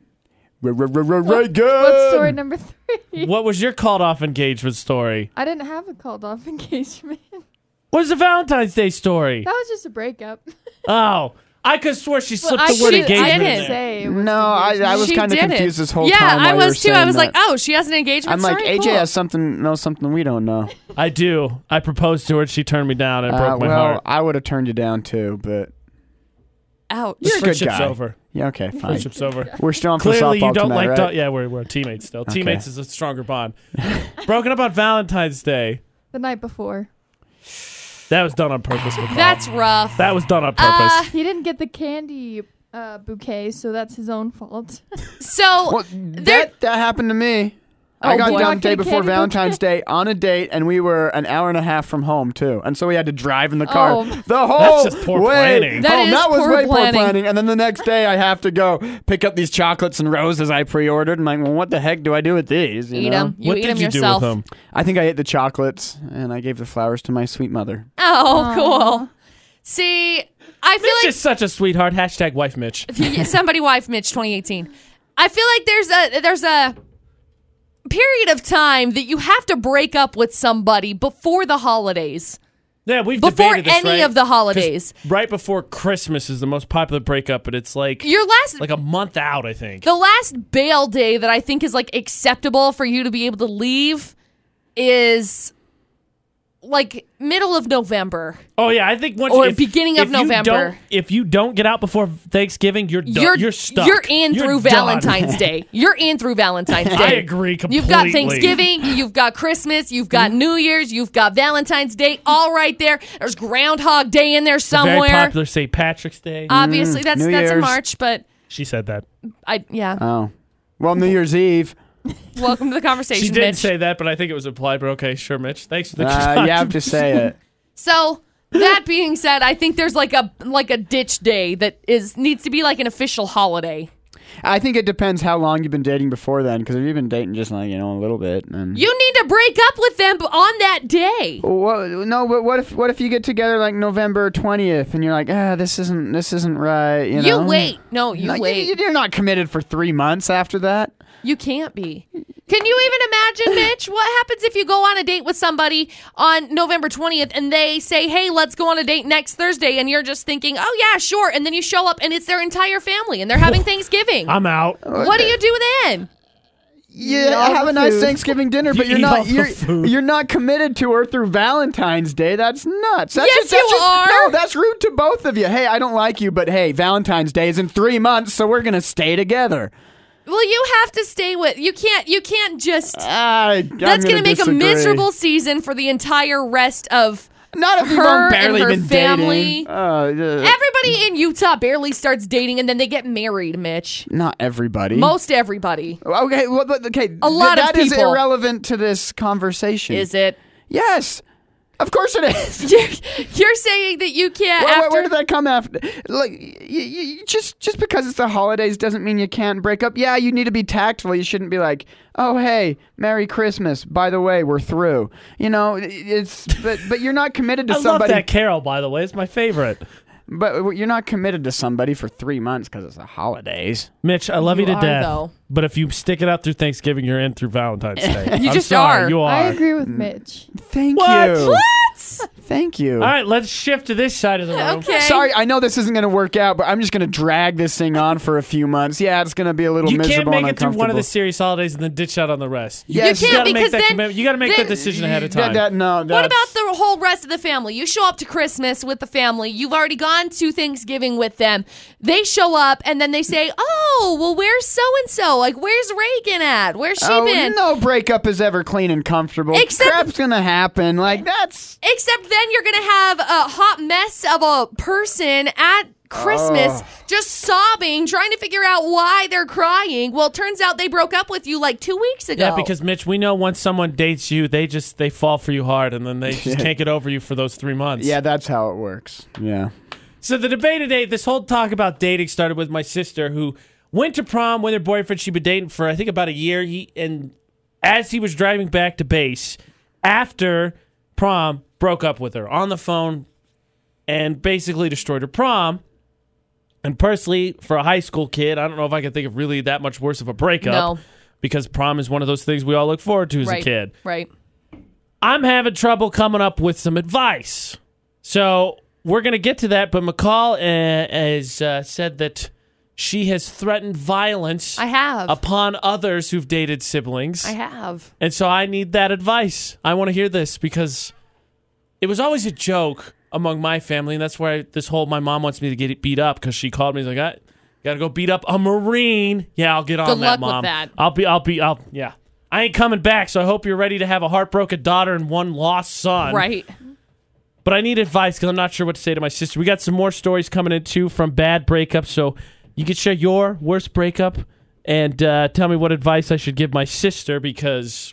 Reagan.
[LAUGHS] What's story number three?
What was your called off engagement story?
[LAUGHS] I didn't have a called off engagement. [LAUGHS] That
What is the Valentine's Day story?
was just a breakup. [LAUGHS]
Oh, I could swear she slipped
I
the word
should- I
engagement in
didn't.
there.
Say it was
No, I, I was
She
kind of
did it.
confused this whole
yeah,
time. while
I
you were
was too. I
saying
was like,
that.
oh, she has an engagement.
I'm like
Sorry,
AJ
cool.
has something knows something we don't know.
I do. I proposed to her. She turned me down. and It
Uh,
broke my
well,
heart.
I would have turned you down too, but
Ouch.
You're a good
Friendship's
guy.
over.
yeah, okay, fine.
Friendship's
[LAUGHS]
over.
We're still on for
Clearly,
softball
you don't
tonight,
like.
right?
do- yeah, we're, we're teammates still. Teammates is a stronger bond. [LAUGHS] Broken up on Valentine's Day.
the night before.
That was done on purpose. McCall.
That's
Oh.
rough.
That was done on purpose.
Uh,
He didn't get the candy uh, bouquet, so that's his own fault. [LAUGHS]
So
Well,
there-
that that happened to me.
Oh,
I got
boy.
done
Not
day
getting
before
candy bouquet.
Valentine's Day on a date, and we were an hour and a half from home too, and so we had to drive in the car
Oh.
the whole
just poor
way
planning.
That
home.
is
that was
poor
way
planning.
poor planning. And then the next day, I have to go pick up these chocolates and roses I pre-ordered. I'm like, well, what the heck do I do with these? You
eat
know?
them. You eat them yourself.
I think I ate the chocolates, and I gave the flowers to my sweet mother.
Oh, cool. See, I feel
Mitch
like
is such a sweetheart. Hashtag wife Mitch.
Yeah, somebody wife Mitch 2018. I feel like there's a there's a period of time that you have to break up with somebody before the holidays.
Yeah, we've
Before
debated this,
any
right?
of the holidays.
'Cause Right before Christmas is the most popular breakup, but it's like
Your last
like a month out, I think.
the last bail day that I think is like acceptable for you to be able to leave is like middle of November.
Oh yeah, I think once
Or
if-
beginning
if
of
you
November.
don't- if you don't get out before Thanksgiving, you're done. You're, stuck.
You're in
You're
through
done.
Valentine's Day. You're in through Valentine's Day.
[LAUGHS] I agree completely. Mm-hmm.
You've got Thanksgiving, you've got Christmas, you've got New Year's, you've got Valentine's Day, all right there. There's Groundhog Day in there
Very
somewhere.
popular Mm, St. Patrick's Day.
Obviously, that's
New
that's in
Year's.
March, but
she said that.
I yeah.
Oh, well, New Year's Eve.
Welcome to the conversation,
Uh, [LAUGHS] She didn't
Mitch.
say that, but I think it was implied. But okay, sure, Mitch. Thanks. thanks for
Uh,
talking.
you have to say it.
so that being said, I think there's like a like a ditch day that is needs to be like an official holiday.
I think it depends how long you've been dating before then, because if you've been dating just like you know a little bit, and
You need to break up with them on that day.
Well, no, but what if what if you get together like November twentieth and you're like, ah, this isn't this isn't right. You,
You,
know?
wait. No, you
No,
wait. You,
You're not committed for three months after that.
can't be. Can you even imagine, Mitch? What happens if you go on a date with somebody on November 20th and they say, hey, let's go on a date next Thursday? And you're just thinking, oh, yeah, sure. And then you show up and it's their entire family and they're having
[LAUGHS]
Thanksgiving.
I'm out.
what do you do then?
Yeah,
all
have
the
a nice
food.
Thanksgiving dinner, but
You
you're
eat all
not
the
you're,
food.
you're not committed to her through Valentine's Day. That's nuts. That's
Yes,
just, that's
you
just-
are.
No, that's rude to both of you. Hey, I don't like you, but hey, Valentine's Day is in three months, so we're gonna stay together.
Well, you have to stay with. You can't. You can't just.
Uh, I,
That's
going to
make a miserable season for the entire rest of.
Not if you've
her
only barely
and her
been
family.
dating. Uh, uh,
Everybody in Utah barely starts dating and then they get married, Mitch.
not everybody.
Most everybody.
Okay, well, but- okay. A
lot of
That is
people.
irrelevant to this conversation.
Is it? [LAUGHS]
Yes, of course it is. [LAUGHS]
You're, you're saying that you can't.
Where,
after,
where, where did that come after? Like, you, you, just just because it's the holidays doesn't mean you can't break up. Yeah, you need to be tactful. You shouldn't be like, "Oh, hey, Merry Christmas." By the way, we're through. You know, it- it's but but you're not
[LAUGHS]
committed to
I love
somebody.
that carol, by the way. It's my favorite.
But you're not committed to somebody for three months because it's the holidays.
Mitch, I love you,
You
to
are,
death.
though.
But if you stick it out through Thanksgiving, you're in through [LAUGHS] Valentine's Day.
You
I'm
just
sorry,
are.
You are.
I agree with Mitch.
Thank
What?
you. [LAUGHS]
What?
Thank you.
All right, let's shift to this side of the room.
Okay.
Sorry, I know this isn't going to work out, but I'm just going to drag this thing on for a few months. Yeah, it's going to be a little
You can't
miserable
make
and
it through
uncomfortable.
one of the serious holidays and then ditch out on the rest. You
Yes.
You
gotta
can't
make
because
that
then.
commitment. You gotta make
then-
that decision ahead of time.
That, that- no,
What about
that's-
the whole rest of the family? You show up to Christmas with the family. You've already gone to Thanksgiving with them. They show up and then they say, "Oh, well, where's so and so? Like, where's Reagan at? Where's she
Oh,
been?"
no breakup is ever clean and comfortable.
Except-
Crap's going to happen. Like, that's.
Except then you're gonna have a hot mess of a person at Christmas just sobbing, trying to figure out why they're crying. Well, turns out they broke up with you like two weeks ago.
yeah, because Mitch, we know once someone dates you, they just they fall for you hard, and then they
[LAUGHS]
just can't get over you for those three months.
Yeah, that's how it works. Yeah.
So the debate today, this whole talk about dating started with my sister who went to prom with her boyfriend she'd been dating for I think about a year. He and as he was driving back to base after prom, broke up with her on the phone and basically destroyed her prom. And personally, for a high school kid, I don't know if I can think of really that much worse of a breakup.
No.
Because prom is one of those things we all look forward to as
right,
a kid.
right?
I'm having trouble coming up with some advice. So we're going to get to that, but McCall uh, has uh, said that she has threatened violence
I have,
upon others who've dated siblings.
I have.
and so I need that advice. I want to hear this because it was always a joke among my family, and that's why this whole my mom wants me to get beat up because she called me. She's like, I gotta go beat up a marine. Yeah, I'll get on
Good
that,
luck with
mom.
that.
I'll be, I'll be, I'll yeah. I ain't coming back, so I hope you're ready to have a heartbroken daughter and one lost son.
Right?
But I need advice because I'm not sure what to say to my sister. We got some more stories coming in too from bad breakups, so you can share your worst breakup and uh, tell me what advice I should give my sister because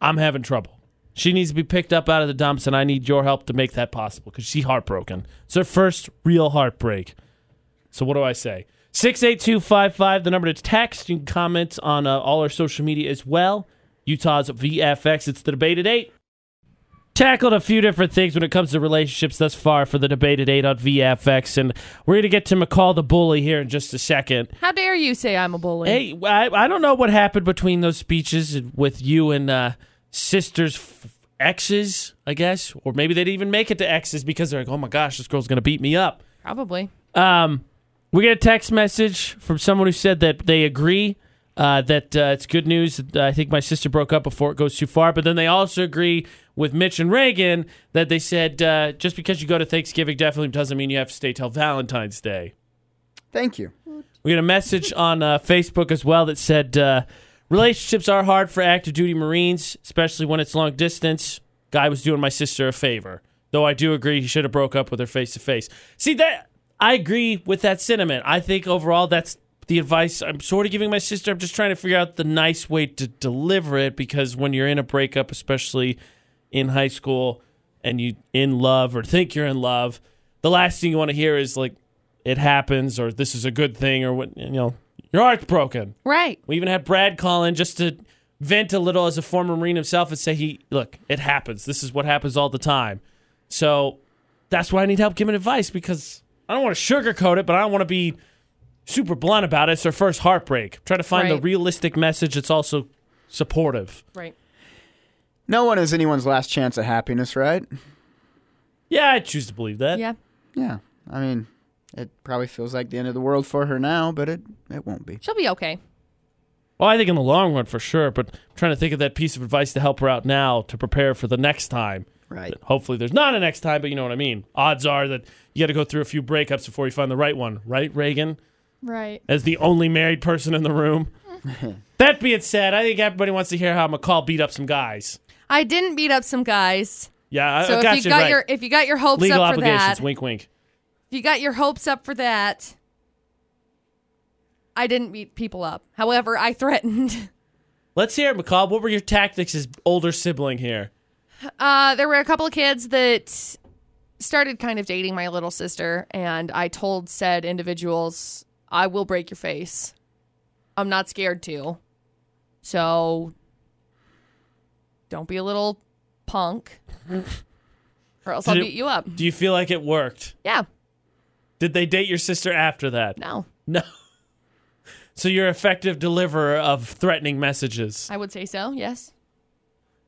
I'm having trouble. She needs to be picked up out of the dumps, and I need your help to make that possible because she's heartbroken. It's her first real heartbreak. So what do I say? 68255, the number to text. You can comment on uh, all our social media as well. Utah's VFX. It's the debate at 8 tackled a few different things when it comes to relationships thus far for the debate at 8 on VFX. And we're going to get to McCall the Bully here in just a second.
How dare you say I'm a bully?
Hey, I, I don't know what happened between those speeches with you and uh, sisters' f- exes, I guess. Or maybe they didn't even make it to exes because they're like, oh my gosh, this girl's going to beat me up.
Probably.
Um, we get a text message from someone who said that they agree uh, that uh, it's good news. that, uh, I think my sister broke up before it goes too far. But then they also agree with Mitch and Reagan that they said uh, just because you go to Thanksgiving definitely doesn't mean you have to stay till Valentine's Day.
Thank you.
We got a message on uh, Facebook as well that said uh, relationships are hard for active duty Marines, especially when it's long distance. Guy was doing my sister a favor, though I do agree he should have broke up with her face to face. See that I agree with that sentiment. I think overall that's the advice I'm sort of giving my sister. I'm just trying to figure out the nice way to deliver it because when you're in a breakup, especially in high school, and you in love or think you're in love, the last thing you want to hear is like, "It happens" or "This is a good thing" or what you know. Your heart's broken.
Right.
We even had Brad call in just to vent a little as a former Marine himself and say, "He look, it happens. This is what happens all the time." So that's why I need help giving advice because I don't want to sugarcoat it, but I don't want to be super blunt about it. It's their first heartbreak. Try to find the
Right.
realistic message that's also supportive.
Right.
No one is anyone's last chance at happiness, right?
Yeah, I choose to believe that.
Yeah.
Yeah. I mean, it probably feels like the end of the world for her now, but it, it won't be.
She'll be okay.
Well, I think in the long run for sure, but I'm trying to think of that piece of advice to help her out now to prepare for the next time.
Right.
Hopefully, there's not a next time, but you know what I mean. Odds are that you got to go through a few breakups before you find the right one, right, Reagan?
Right.
As the only married person in the room. that being said, I think everybody wants to hear how McCall beat up some guys.
I didn't beat up some guys.
Yeah, I-
So
I
if
got
you
you,
got
Uh, right.
your if you got your hopes
legal
up for
obligations.
that,
Wink, wink.
if you got your hopes up for that, I didn't beat people up. However, I threatened.
Let's hear it, McCall. What were your tactics as older sibling here?
Uh, there were a couple of kids that started kind of dating my little sister, and I told said individuals, "I will break your face. I'm not scared to. So don't be a little punk, or else I'll
Did it-
beat you up."
Do you feel like it worked?
Yeah.
Did they date your sister after that?
No,
No. [LAUGHS] So you're effective deliverer of threatening messages.
I would say so. Yes.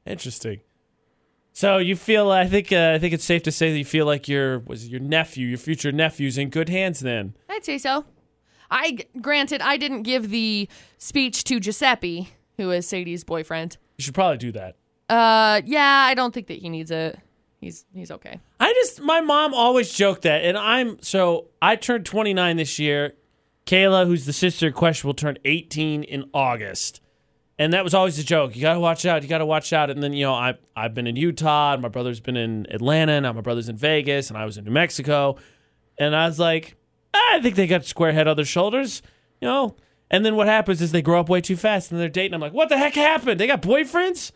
Interesting. So you feel I think uh, I think it's safe to say that you feel like your was it your nephew, your future nephew's in good hands then.
I'd say so. I granted I didn't give the speech to Giuseppe, who is Sadie's boyfriend.
You should probably do that.
Uh, yeah, I don't think that he needs it. He's he's okay.
I just my mom always joked that and I'm so I turned 29 this year. Kayla, who's the sister in question, will turn 18 in August. And that was always the joke. You gotta watch out. You gotta watch out. And then you know, I I've been in Utah, and my brother's been in Atlanta, and now my brother's in Vegas, and I was in New Mexico, and I was like, "Ah, I think they got square head on their shoulders, you know. And then what happens is they grow up way too fast, and they're dating. I'm like, what the heck happened? They got boyfriends?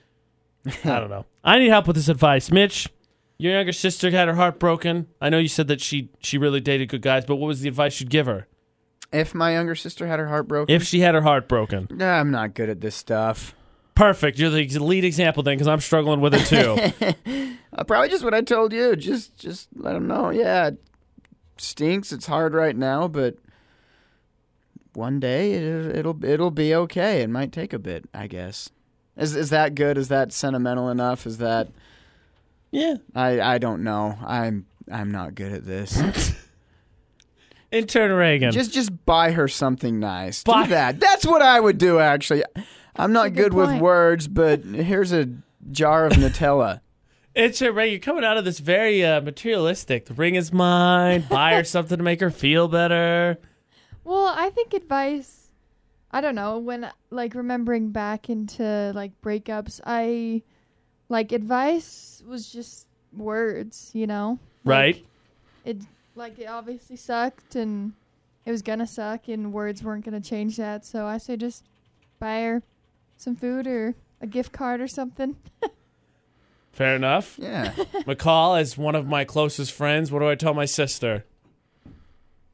I don't know. I need help with this advice, Mitch. Your younger sister had her heart broken. I know you said that she she really dated good guys, but what was the advice you'd give her
If my younger sister had her heart broken,
if she had her heart broken?
Nah, I'm not good at this stuff.
Perfect. You're the lead example then, because I'm struggling with it too.
Uh, probably just what I told you. Just just let them know. Yeah, it stinks. It's hard right now, but one day it, it'll it'll be okay. It might take a bit, I guess. Is is that good? Is that sentimental enough? Is that
yeah.
I I don't know. I'm I'm not good at this.
Intern Reagan.
just just buy her something nice.
Buy-
Do that. That's what I would do actually. I'm not
a
good,
good
with
point.
words, but here's a jar of Nutella.
Intern Reagan, you're coming out of this very uh, materialistic. The ring is mine. Buy her something to make her feel better.
Well, I think advice. I don't know when like remembering back into like breakups. I like advice was just words, you know. Like,
Right.
It like it obviously sucked and it was gonna suck and words weren't gonna change that. So I say just buy her some food or a gift card or something. [LAUGHS]
Fair
[LAUGHS]
enough.
Yeah.
McCall, as one of my closest friends, what do I tell my sister?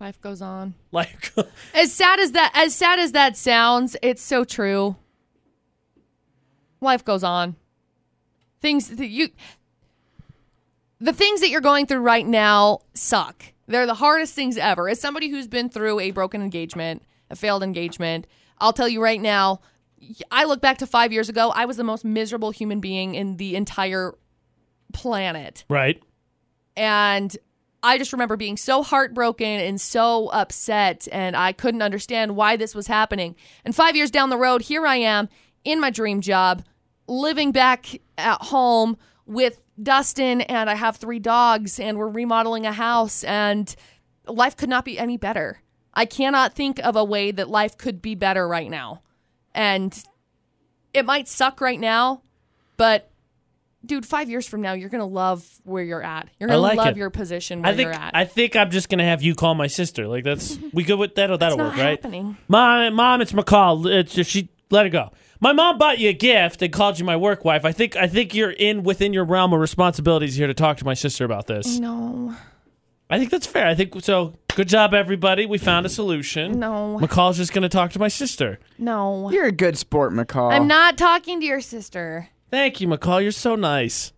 Life goes on.
Like, [LAUGHS]
As sad as that as sad as that sounds, it's so true. Life goes on. Things that you the things that you're going through right now suck. They're the hardest things ever. As somebody who's been through a broken engagement, a failed engagement, I'll tell you right now, I look back to 5 years ago, I was the most miserable human being in the entire planet
right.
and I just remember being so heartbroken and so upset, and I couldn't understand why this was happening. And five years down the road, here I am in my dream job, living back at home with Dustin, and I have three dogs, and we're remodeling a house, and life could not be any better. I cannot think of a way that life could be better right now. And it might suck right now, but dude, five years from now, you're gonna love where you're at. You're gonna
like
love
it.
your position where
I think
you're at.
I think I'm just gonna have you call my sister. Like that's we good with that? Or that'll
it's not
work, right?
happening.
Mom, mom, it's McCall. It's just, she let it go. My mom bought you a gift and called you my work wife. I think I think you're in within your realm of responsibilities here to talk to my sister about this.
No,
I think that's fair. I think so. Good job, everybody. We found a solution.
no,
McCall's just gonna talk to my sister.
no.
You're a good sport, McCall.
I'm not talking to your sister.
Thank you, McCall. You're so nice.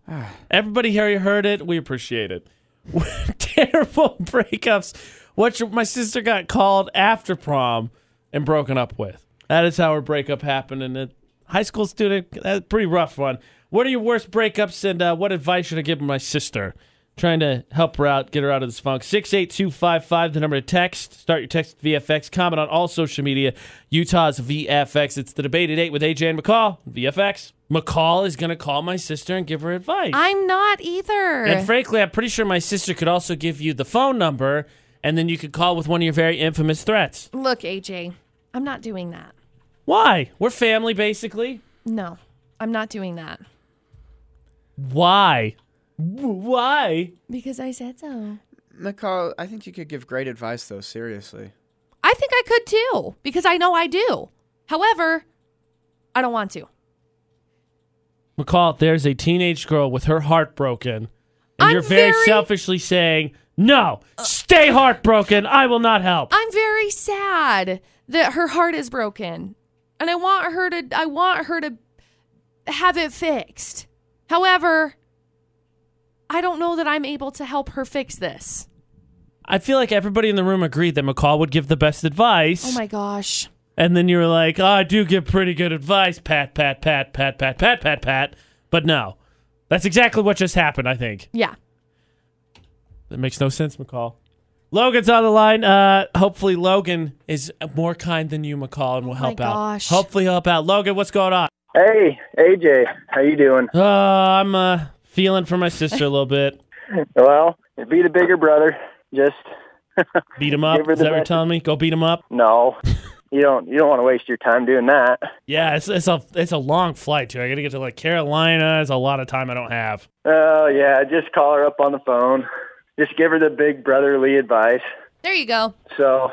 Everybody here, you heard it. We appreciate it. [LAUGHS] Terrible [LAUGHS] breakups. What your, my sister got called after prom and broken up with. That is how her breakup happened. And a high school student, that's a pretty rough one. What are your worst breakups and uh, what advice should I give my sister? Trying to help her out, get her out of this funk. 68255, the number to text. Start your text at VFX. Comment on all social media. Utah's VFX. It's the debate at 8 with AJ and McCall. VFX. McCall is going to call my sister and give her advice.
I'm not either.
And frankly, I'm pretty sure my sister could also give you the phone number, and then you could call with one of your very infamous threats.
Look, AJ, I'm not doing that.
Why? We're family, basically.
No, I'm not doing that
Why? W- Why?
because I said so.
McCall, I think you could give great advice, though, seriously.
I think I could too because I know I do. However, I don't want to.
McCall, there's a teenage girl with her heart broken, and
I'm
you're very,
very-
selfishly saying, No, stay heartbroken. I will not help.
I'm very sad that her heart is broken. And I want her to I want her to have it fixed. However, I don't know that I'm able to help her fix this.
I feel like everybody in the room agreed that McCall would give the best advice.
Oh my gosh.
And then you were like, oh, I do give pretty good advice. Pat, pat, pat, pat, pat, pat, pat, pat. But no, that's exactly what just happened, I think.
Yeah.
That makes no sense, McCall. Logan's on the line. Uh, hopefully, Logan is more kind than you, McCall, and will help out.
gosh.
Hopefully, help out. Logan, what's going on?
Hey, AJ, how you doing?
Uh, I'm uh, feeling for my sister a little bit.
[LAUGHS] Well, be the bigger brother. Just
Beat him up.
[LAUGHS] Give her
Is
the
that what you're
best-
telling me? Go beat him up.
no, you don't. You don't want to waste your time doing that.
Yeah, it's, it's a it's a long flight too. I got to get to like Carolina. It's a lot of time I don't have.
Oh yeah, just call her up on the phone. Just give her the big brotherly advice.
There you go.
So,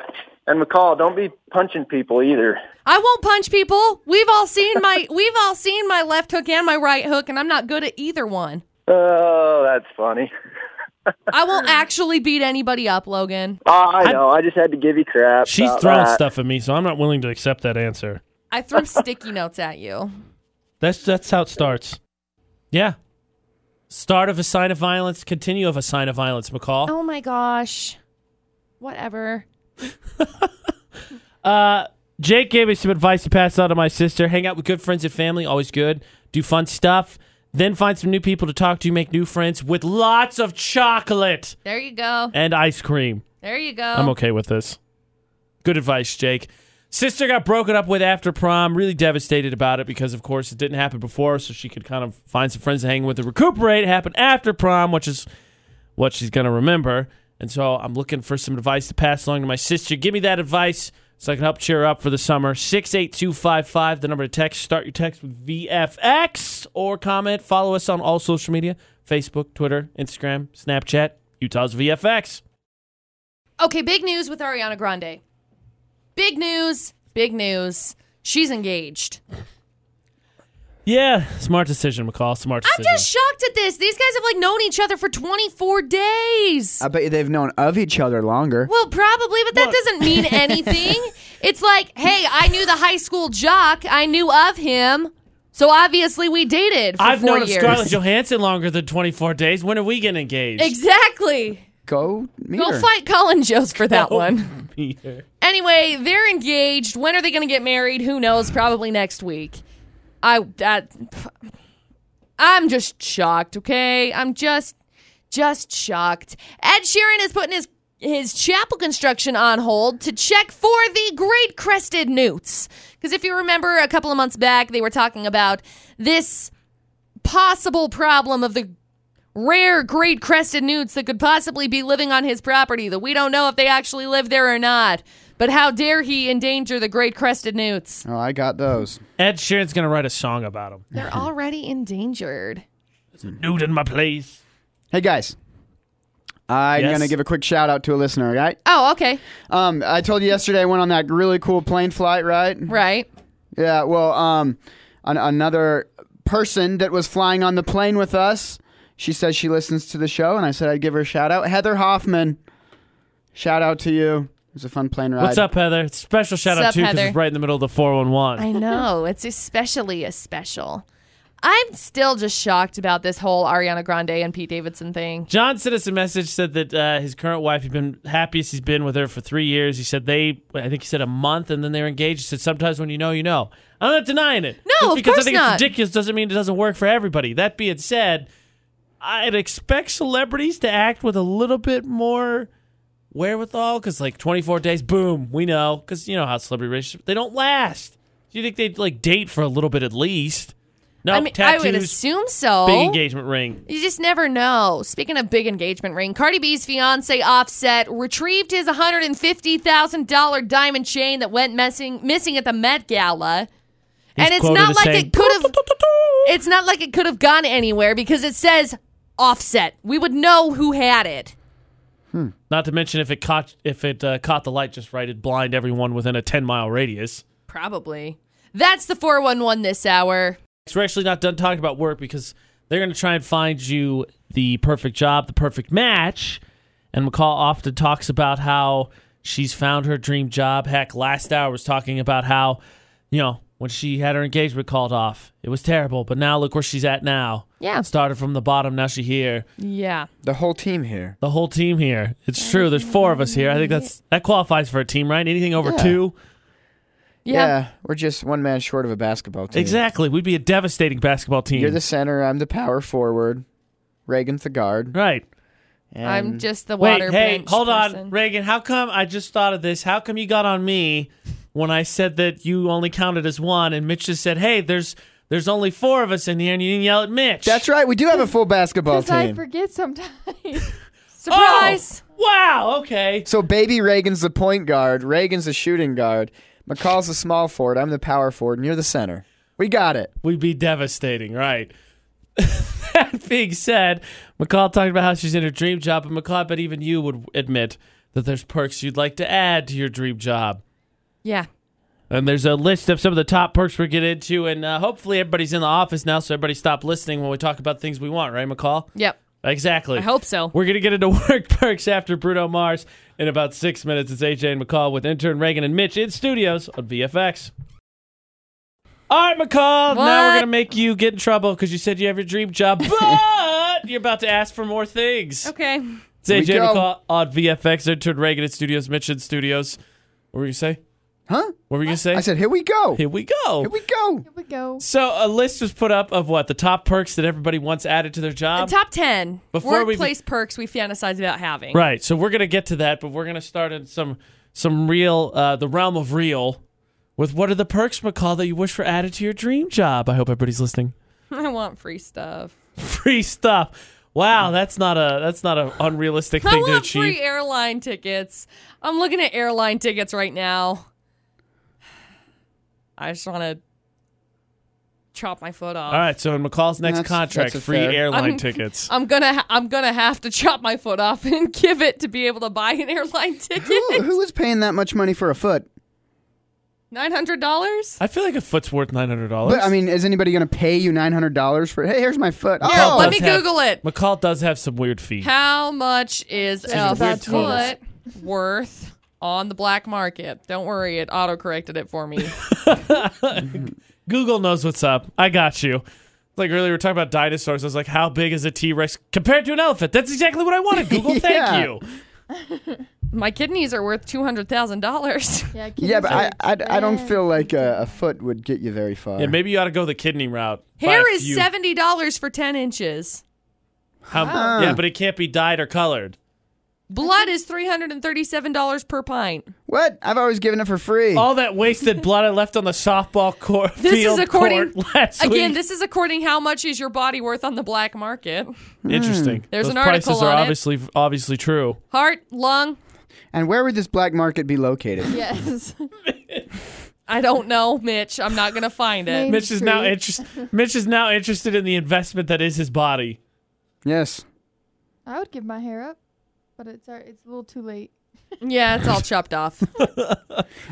and McCall, don't be punching people either.
I won't punch people. We've all seen [LAUGHS] my we've all seen my left hook and my right hook and I'm not good at either one.
Oh, that's funny.
I won't actually beat anybody up, Logan.
Oh, I know. I just had to give you crap.
She's
about
throwing
that.
stuff at me, so I'm not willing to accept that answer.
I [LAUGHS] threw sticky notes at you.
That's that's how it starts. Yeah. Start of a sign of violence, continue of a sign of violence, McCall.
Oh my gosh. Whatever.
Jake gave me some advice to pass on to my sister. Hang out with good friends and family, always good. Do fun stuff. Then find some new people to talk to, make new friends with lots of chocolate
There you go.
and ice cream.
There you go.
I'm okay with this. Good advice, Jake. Sister got broken up with after prom. Really devastated about it because, of course, it didn't happen before, so she could kind of find some friends to hang with and recuperate. It happened after prom, which is what she's going to remember. And so I'm looking for some advice to pass along to my sister. Give me that advice so I can help cheer her up for the summer. 68255, the number to text. Start your text with VFX or comment. Follow us on all social media Facebook, Twitter, Instagram, Snapchat, Utah's VFX.
Okay, big news with Ariana Grande. Big news. Big news. She's engaged.
Yeah, smart decision, McCall. Smart
I'm
decision.
just shocked at this. These guys have like known each other for 24 days.
I
Uh,
bet you they've known of each other longer.
Well, probably, but that
[LAUGHS]
doesn't mean anything. it's like, hey, I knew the high school jock. I knew of him. So obviously we dated for
I've
four
known of
years.
Scarlett Johansson longer than 24 days. When are we getting engaged?
exactly.
Go meet
Go
her.
fight Colin Jones for that one.
[LAUGHS] Peter.
Anyway, they're engaged. When are they going to get married? Who knows? Probably next week. I that I'm just shocked, okay? I'm just just shocked. Ed Sheeran is putting his his chapel construction on hold to check for the great crested newts. Cuz if you remember a couple of months back, they were talking about this possible problem of the rare great crested newts that could possibly be living on his property that we don't know if they actually live there or not. But how dare he endanger the great crested newts?
Oh, I got those.
Ed Sheeran's going to write a song about him.
They're already endangered.
Dude in my place.
Hey guys, I'm
Yes?
gonna give a quick shout out to a listener. Right?
Oh, okay.
Um, I told you yesterday I went on that really cool plane flight, right?
Right.
Yeah. Well, um, an- another person that was flying on the plane with us. She says she listens to the show, and I said I'd give her a shout out. Heather Hoffman, shout out to you. It was a fun plane ride.
What's up, Heather? Special shout
Sup,
out too because
Heather?
it's right in the middle of the four one one.
I [LAUGHS] know. It's especially a special. I'm still just shocked about this whole Ariana Grande and Pete Davidson thing.
John sent us a message said that uh, his current wife he's been happiest he's been with her for three years. He said they I think he said a month and then they were engaged. He said sometimes when you know you know. I'm not denying it.
No,
Just
of
because
course
I think
not.
it's ridiculous doesn't mean it doesn't work for everybody. That being said, I'd expect celebrities to act with a little bit more wherewithal because like 24 days, boom, we know because you know how celebrity relationships they don't last. Do you think they'd like date for a little bit at least? No,
I mean,
tattoos,
I would assume so.
big engagement ring.
You just never know. Speaking of big engagement ring, Cardi B's fiance Offset retrieved his $150,000 diamond chain that went missing missing at the Met Gala. and it's
quoted
not
as
like
saying,
it could have It's not like it could have gone anywhere because it says Offset. We would know who had it.
Not to mention if it caught if it uh, caught the light just right, it'd blind everyone within a ten mile radius.
Probably. That's the 411 this hour.
So we're actually not done talking about work because they're going to try and find you the perfect job, the perfect match. And McCall often talks about how she's found her dream job. Heck, last hour was talking about how, you know, when she had her engagement called off, it was terrible. But now look where she's at now.
Yeah.
Started from the bottom, now she here.
Yeah.
The whole team here.
The whole team here. It's true. There's four of us here. I think that's that qualifies for a team, right? Anything over
Yeah.
two.
Yeah.
we're just one man short of a basketball team.
Exactly. We'd be a devastating basketball team.
You're the center. I'm the power forward. Reagan's the guard.
right.
And
I'm just the
Wait,
water
hey,
bench
hold on.
person.
Reagan, how come I just thought of this? How come you got on me when I said that you only counted as one and Mitch just said, Hey, there's there's only four of us in here and you didn't yell at Mitch.
That's right. We do have a full basketball
Because I
team.
forget sometimes. [LAUGHS]
Surprise.
Oh, Wow, okay.
so baby Reagan's the point guard. Reagan's the shooting guard. McCall's the small forward. I'm the power forward, and you're the center. We got it.
We'd be devastating, right? [LAUGHS] that being said, McCall talked about how she's in her dream job, and McCall, I bet even you would admit that there's perks you'd like to add to your dream job.
Yeah.
And there's a list of some of the top perks we're getting into, and uh, hopefully everybody's in the office now, so everybody stop listening when we talk about things we want, right, McCall?
Yep.
Exactly.
I hope so.
We're going to get into [LAUGHS] work perks after Bruno Mars in about six minutes. It's AJ and McCall with intern Reagan and Mitch in studios on VFX. All right, McCall. Now we're
What?
going to make you get in trouble because you said you have your dream
[LAUGHS]
job, but you're about to ask for more things.
Okay.
It's AJ
Here we
and
go.
McCall on VFX. Intern Reagan in studios, Mitch in studios. What were you going to say?
Huh?
What were you going to say?
I said, here we go. Oh. Here
Here we go.
we go.
Here we go.
So a list was put up of what the top perks that everybody wants added to their
The
job.
top 10
Um, before we-
workplace perks we fantasize about having.
Right. So we're gonna get to that, but we're gonna start in some some real uh, the realm of real with what are the perks, McCall, that you wish were added to your dream job. I hope everybody's listening.
[LAUGHS]
[LAUGHS]
I want free stuff.
Free stuff. Wow, that's not a that's not an unrealistic
I
thing to
want
achieve.
free airline tickets. I'm looking at airline tickets right now. I just want to chop my foot off.
All right. So in McCall's next
That's-
contract,
that's a
free
fair-
airline
I'm-
tickets.
I'm gonna ha- I'm gonna have to chop my foot off [LAUGHS] and give it to be able to buy an airline
Who,
ticket.
who is paying that much money for a foot?
Nine hundred dollars.
I feel like a foot's worth nine hundred dollars.
But I mean, is anybody going to pay you nine hundred dollars for? Hey, here's my foot.
Yeah,
oh,
let me Google it.
McCall does have some weird feet.
How much is a
about
foot
to tell us.
worth on the black market? Don't worry, it auto corrected it for me.
Google knows what's up. I got you. Like earlier, we were talking about dinosaurs. I was like, how big is a T Rex compared to an elephant? That's exactly what I [LAUGHS] wanted, Google.
Yeah.
Thank you.
My kidneys are worth two hundred thousand [LAUGHS] dollars.
Yeah,
yeah, but I,
kidneys
I,
are
I don't
bad.
feel like a, a foot would get you very far.
Yeah, maybe you ought to go the kidney route. Buy
Hair
a
is
few-
seventy dollars for ten inches.
How- Yeah, but it can't be dyed or colored.
Blood is three hundred and thirty-seven dollars per pint.
What? I've always given it for free.
All that wasted blood I left on the softball court
This is
field
according-
court last
Again,
week.
this is according how much is your body worth on the black market.
Interesting.
Hmm. There's
Those
an article
prices are
on it.
obviously obviously true.
Heart, lung,
And where would this black market be located?
Yes.
I don't know, Mitch. I'm not gonna find it.
Maybe.
Mitch is now
True.
interest. Mitch is now interested in the investment that is his body.
Yes.
[LAUGHS] I would give my hair up, but it's alri- it's a little too late.
Yeah, it's all chopped off.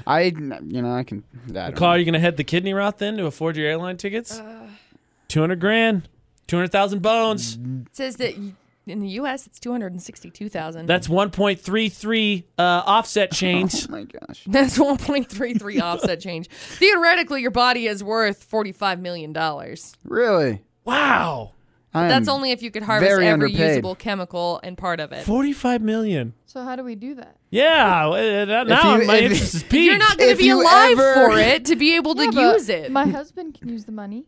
I, you know, I can. I don't
Carl,
know.
are you gonna head the kidney route then to afford your airline tickets?
Uh,
Two hundred grand, two hundred thousand bones.
It says that y- in the U.S. it's two hundred and sixty-two thousand.
That's one point three three uh, offset
Oh [LAUGHS]
chains.
my gosh.
That's [LAUGHS] 1.33 offset change. Theoretically, your body is worth $45 million. That's
Really?
wow,
I am-
only if you could harvest
very
every
underpaid.
usable chemical and part of it.
forty five million.
So how do we do that?
Yeah, uh, that- now
you-
my
if-
interest
[LAUGHS]
is peaked.
You're not going to
If
be
you
alive
ever-
for it to be able to
Yeah, but
use it.
My husband can use the money.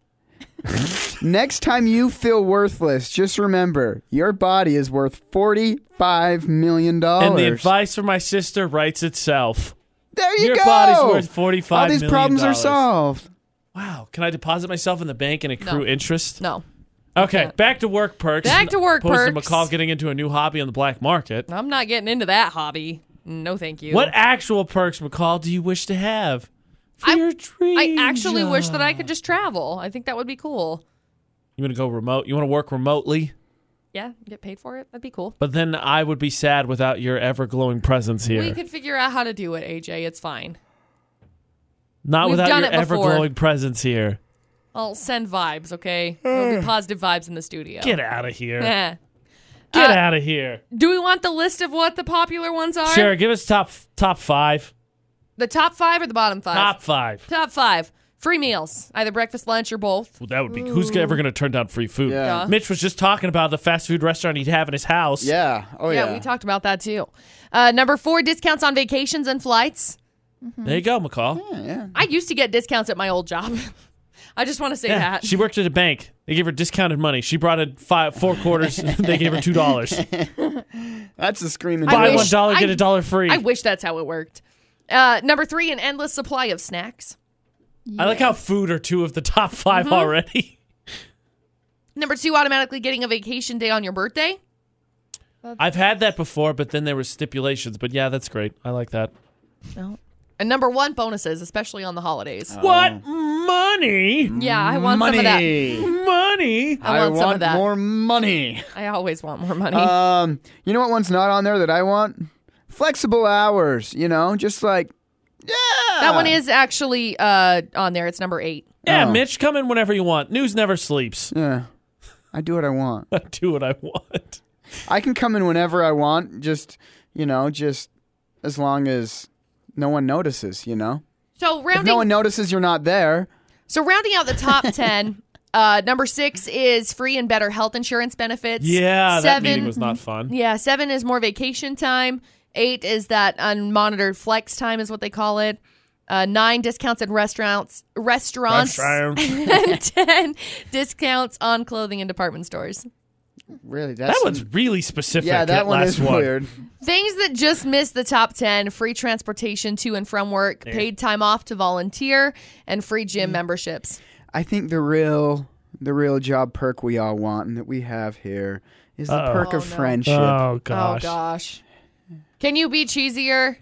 Next time you feel worthless, just remember your body is worth forty-five million dollars.
and the advice from my sister writes itself.
There you
Your
go.
body's worth $45
All these
million
problems are
dollars.
solved.
Wow, can I deposit myself in the bank and accrue
No.
interest?
no,
Okay, back to work perks.
Back to work
opposed
perks.
To McCall getting into a new hobby on the black market.
I'm not getting into that hobby. No, thank you.
What actual perks, McCall, do you wish to have for
I-
your dream?
I actually wish that I
job?
could just travel. I think that would be cool.
You want to go remote? You want to work remotely?
Yeah, get paid for it. That'd be cool.
But then I would be sad without your ever glowing presence here.
We could figure out how to do it, AJ. It's fine.
Not
we've
without
done
your
it
ever
before.
glowing presence here.
I'll send vibes, okay?
[SIGHS]
There'll be positive vibes in the studio.
Get out of here.
Yeah.
Get
Uh,
out of here.
Do we want the list of what the popular ones are?
Sarah, give us top top five.
The top five or the bottom five?
Top five.
Top five. Free meals, either breakfast, lunch, or both.
Well, that would be who's ever going to turn down free food?
Yeah.
Yeah.
Mitch was just talking about the fast food restaurant he'd have in his house.
Yeah. Oh yeah.
we talked about that too. Uh, number four, discounts on vacations and flights.
There you go, McCall.
Yeah, yeah.
I used to get discounts at my old job. [LAUGHS] I just want to say
Yeah,
that.
She worked at a bank. They gave her discounted money. She brought in five, four
[LAUGHS]
quarters. they gave her two dollars.
That's a screaming.
Buy
bitch.
one
wish-
dollar, get
I-
a dollar free.
I wish that's how it worked. Uh, number three, an endless supply of snacks.
I like how food are two of the top 5
Mm-hmm.
already.
Number two, automatically getting a vacation day on your birthday.
I've had that before, but then there were stipulations. But yeah, that's great. I like that.
And number one, bonuses, especially on the holidays.
What money?
yeah, I want some of that.
Money.
I want some of that.
more money.
I always want more money.
Uh,
Um, you know what one's not on there that I want? Flexible hours. You know, just like yeah.
That one is actually uh, on there. It's number eight.
Yeah,
Oh.
Mitch, come in whenever you want. News never sleeps. [LAUGHS]
Yeah. I do what I want.
I do what I want.
I can come in whenever I want. Just you know, just as long as no one notices. You know,
So
if
rounding,
no one notices you're not there.
so rounding out
[LAUGHS]
the top ten. Uh, number six is free and better health insurance benefits.
Yeah, that
seven.
meeting was not fun.
yeah, seven is more vacation time. Eight is that unmonitored flex time, is what they call it. Uh, nine discounts at restaurants, restaurants,
Restaurants.
[LAUGHS] and ten discounts on clothing and department stores.
Really, that's
That one's really specific.
yeah. That one
last
is
one.
weird.
Things that just miss the top 10 free transportation to and from work, paid time off to volunteer, and free
Mm.
gym memberships.
I think the real the real job perk we all want and that we have here is the
Uh-oh.
perk of
Oh, no.
friendship.
Oh gosh.
Oh, gosh. Can you be cheesier?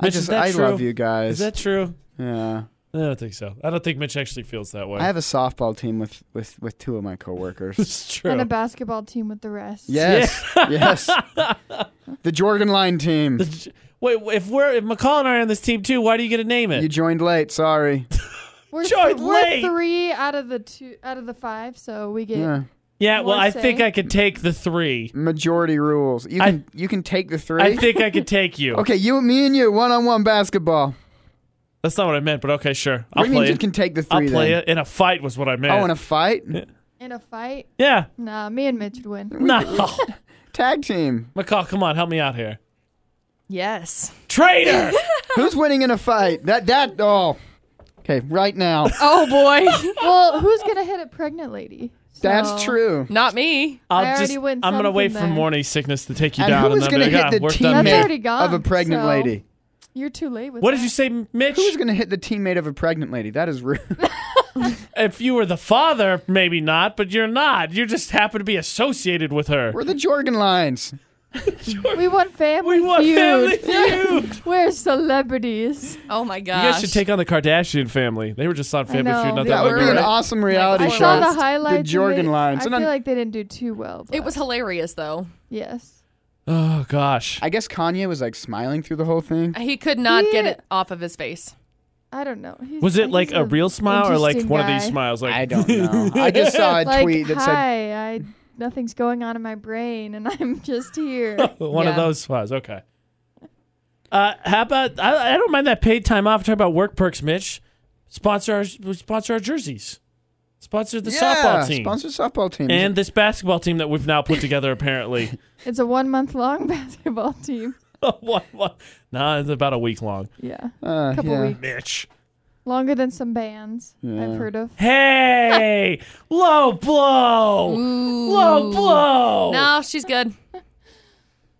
I
Mitch,
just
is that
I
true?
love you guys.
Is that true?
yeah.
I don't think so. I don't think Mitch actually feels that way.
I have a softball team with with with two of my
[LAUGHS]
coworkers.
it's true.
And a basketball team with the rest.
yes.
[LAUGHS]
yes. The Jorgen Line team.
Wait, if we're if McCall and I are on this team too, why do you get to name
You
it?
joined late, sorry.
We're,
Joy
th- we're
Lane.
three out of the two out of the five, so we get
Yeah.
Yeah, well, I
wanna
think
say?
I could take the three.
Majority rules. You
I-
can you can take the three.
I think I could take
[LAUGHS]
you.
okay, you me and you one on one basketball.
That's not what I meant, but okay, sure. I'll
What do you mean
play
you
it.
can take the 3
I'll play
then?
it in a fight was what I meant.
Oh, in a fight?
in a fight.
[LAUGHS]
yeah.
Nah, me and Mitch would win.
No.
Tag team.
McCall, come on, help me out here.
Yes.
Traitor!
[LAUGHS] Who's winning in a fight? That that oh. Okay, right
[LAUGHS]
now.
Oh, [LAUGHS] boy.
well, who's gonna hit a pregnant lady?
That's
So-
true.
Not me.
I'll
I already
just,
win
I'm gonna
something
wait for
there.
morning sickness to take you
And
down.
who is
and
going
then
to
be like,
hit
"Ah,
the
we're done
That's
here."
already
teammate of
gone,
a pregnant
so-
lady?
You're too late with
What
that.
did you say, Mitch?
Who's going to hit the teammate of a pregnant lady? That is [LAUGHS] rude.
if you were the father, maybe not, but you're not. You just happen to be associated with her.
We're the Jorgen lines.
We want family.
We want
feud.
Family
[LAUGHS]
[LAUGHS]
Feud.
We're celebrities.
Oh my
You
gosh.
guys should take on the Kardashian family. They were just on Family
know.
Feud not
Yeah,
that
That
long
would be
ago.
an
right?
awesome reality
I
Like,
show.
saw the
That's
highlights.
the Jorgen
and they-
line.
I
So
feel
then-
like they didn't do too well.
it
but-
was hilarious though.
yes.
Oh gosh.
I guess Kanye was like smiling through the whole thing.
He could not get
Yeah.
it off of his face.
I don't know. He's-
Was it
he's
like a real smile or like
interesting
one of
guy.
these smiles? Like
I don't know.
[LAUGHS]
I just saw a
Like,
tweet that said
hi, I nothing's going on in my brain, and [LAUGHS] I'm
[LAUGHS]
just here.
one of
Yeah.
those smiles. Okay. Uh, how about I, I don't mind that paid time off. Talk about work perks, Mitch. Sponsor our sponsor our jerseys. Sponsor the softball team
Sponsor softball team.
and this basketball team that we've now put together. Apparently, [LAUGHS]
it's a one month long [LAUGHS] basketball team.
what, what? Nah, it's about a week long.
Yeah,
uh,
couple
yeah.
weeks
Mitch.
longer than some bands I've heard of.
Hey, low blow, low blow.
No, she's good.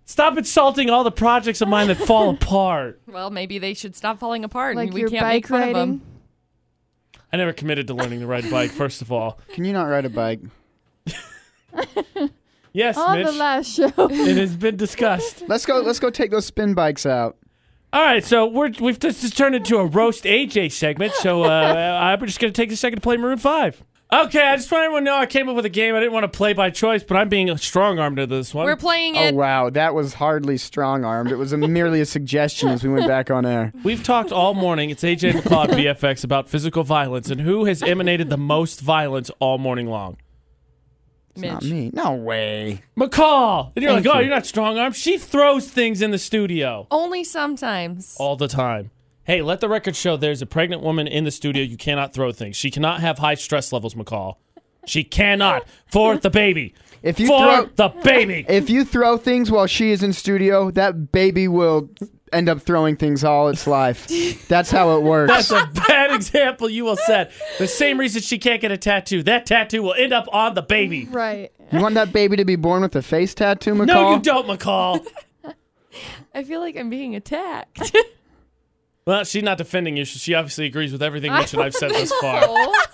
Stop insulting all the projects of mine that fall apart.
Well, maybe they should stop falling apart
Like
and we
your
can't
bike
make fun
riding.
of them.
I never committed to learning to ride a bike. First of all,
Can you not ride a bike?
yes,
On
Mitch,
the last show,
[LAUGHS]
it has been discussed.
Let's go. Let's go take those spin bikes out.
All right, so we're, we've just, just turned into a roast AJ segment.
[LAUGHS]
So uh, I'm just going to take a second to play Maroon Five. Okay, I just want everyone to know I came up with a game. I didn't want to play by choice, but I'm being strong armed into this one.
We're playing
Oh
it.
wow, that was hardly strong armed. It
[LAUGHS]
was a, merely a suggestion as we went back on air.
[LAUGHS] We've talked all morning. It's AJ
[LAUGHS]
McCloud VFX about physical violence and who has emanated the most violence all morning long.
Not
Mitch.
me. No way.
McCall, and you're
Thank
like, oh,
you.
you're not strong armed. She throws things in the studio
Only sometimes.
all the time. Hey, let the record show there's a pregnant woman in the studio. You cannot throw things. She cannot have high stress levels, McCall. She cannot for the baby.
If you
for
throw
the
[LAUGHS]
baby.
if you throw things while she is in studio, that baby will end up throwing things all its life.
[LAUGHS]
That's how it works.
That's a bad example you will set. The same reason she can't get a tattoo. That tattoo will end up on the baby.
right?
you want that baby to be born with a face tattoo, McCall?
No, you don't, McCall.
I feel like I'm being attacked.
Well, she's not defending you. so She obviously agrees with everything Mitch and I've said thus far.
Oh,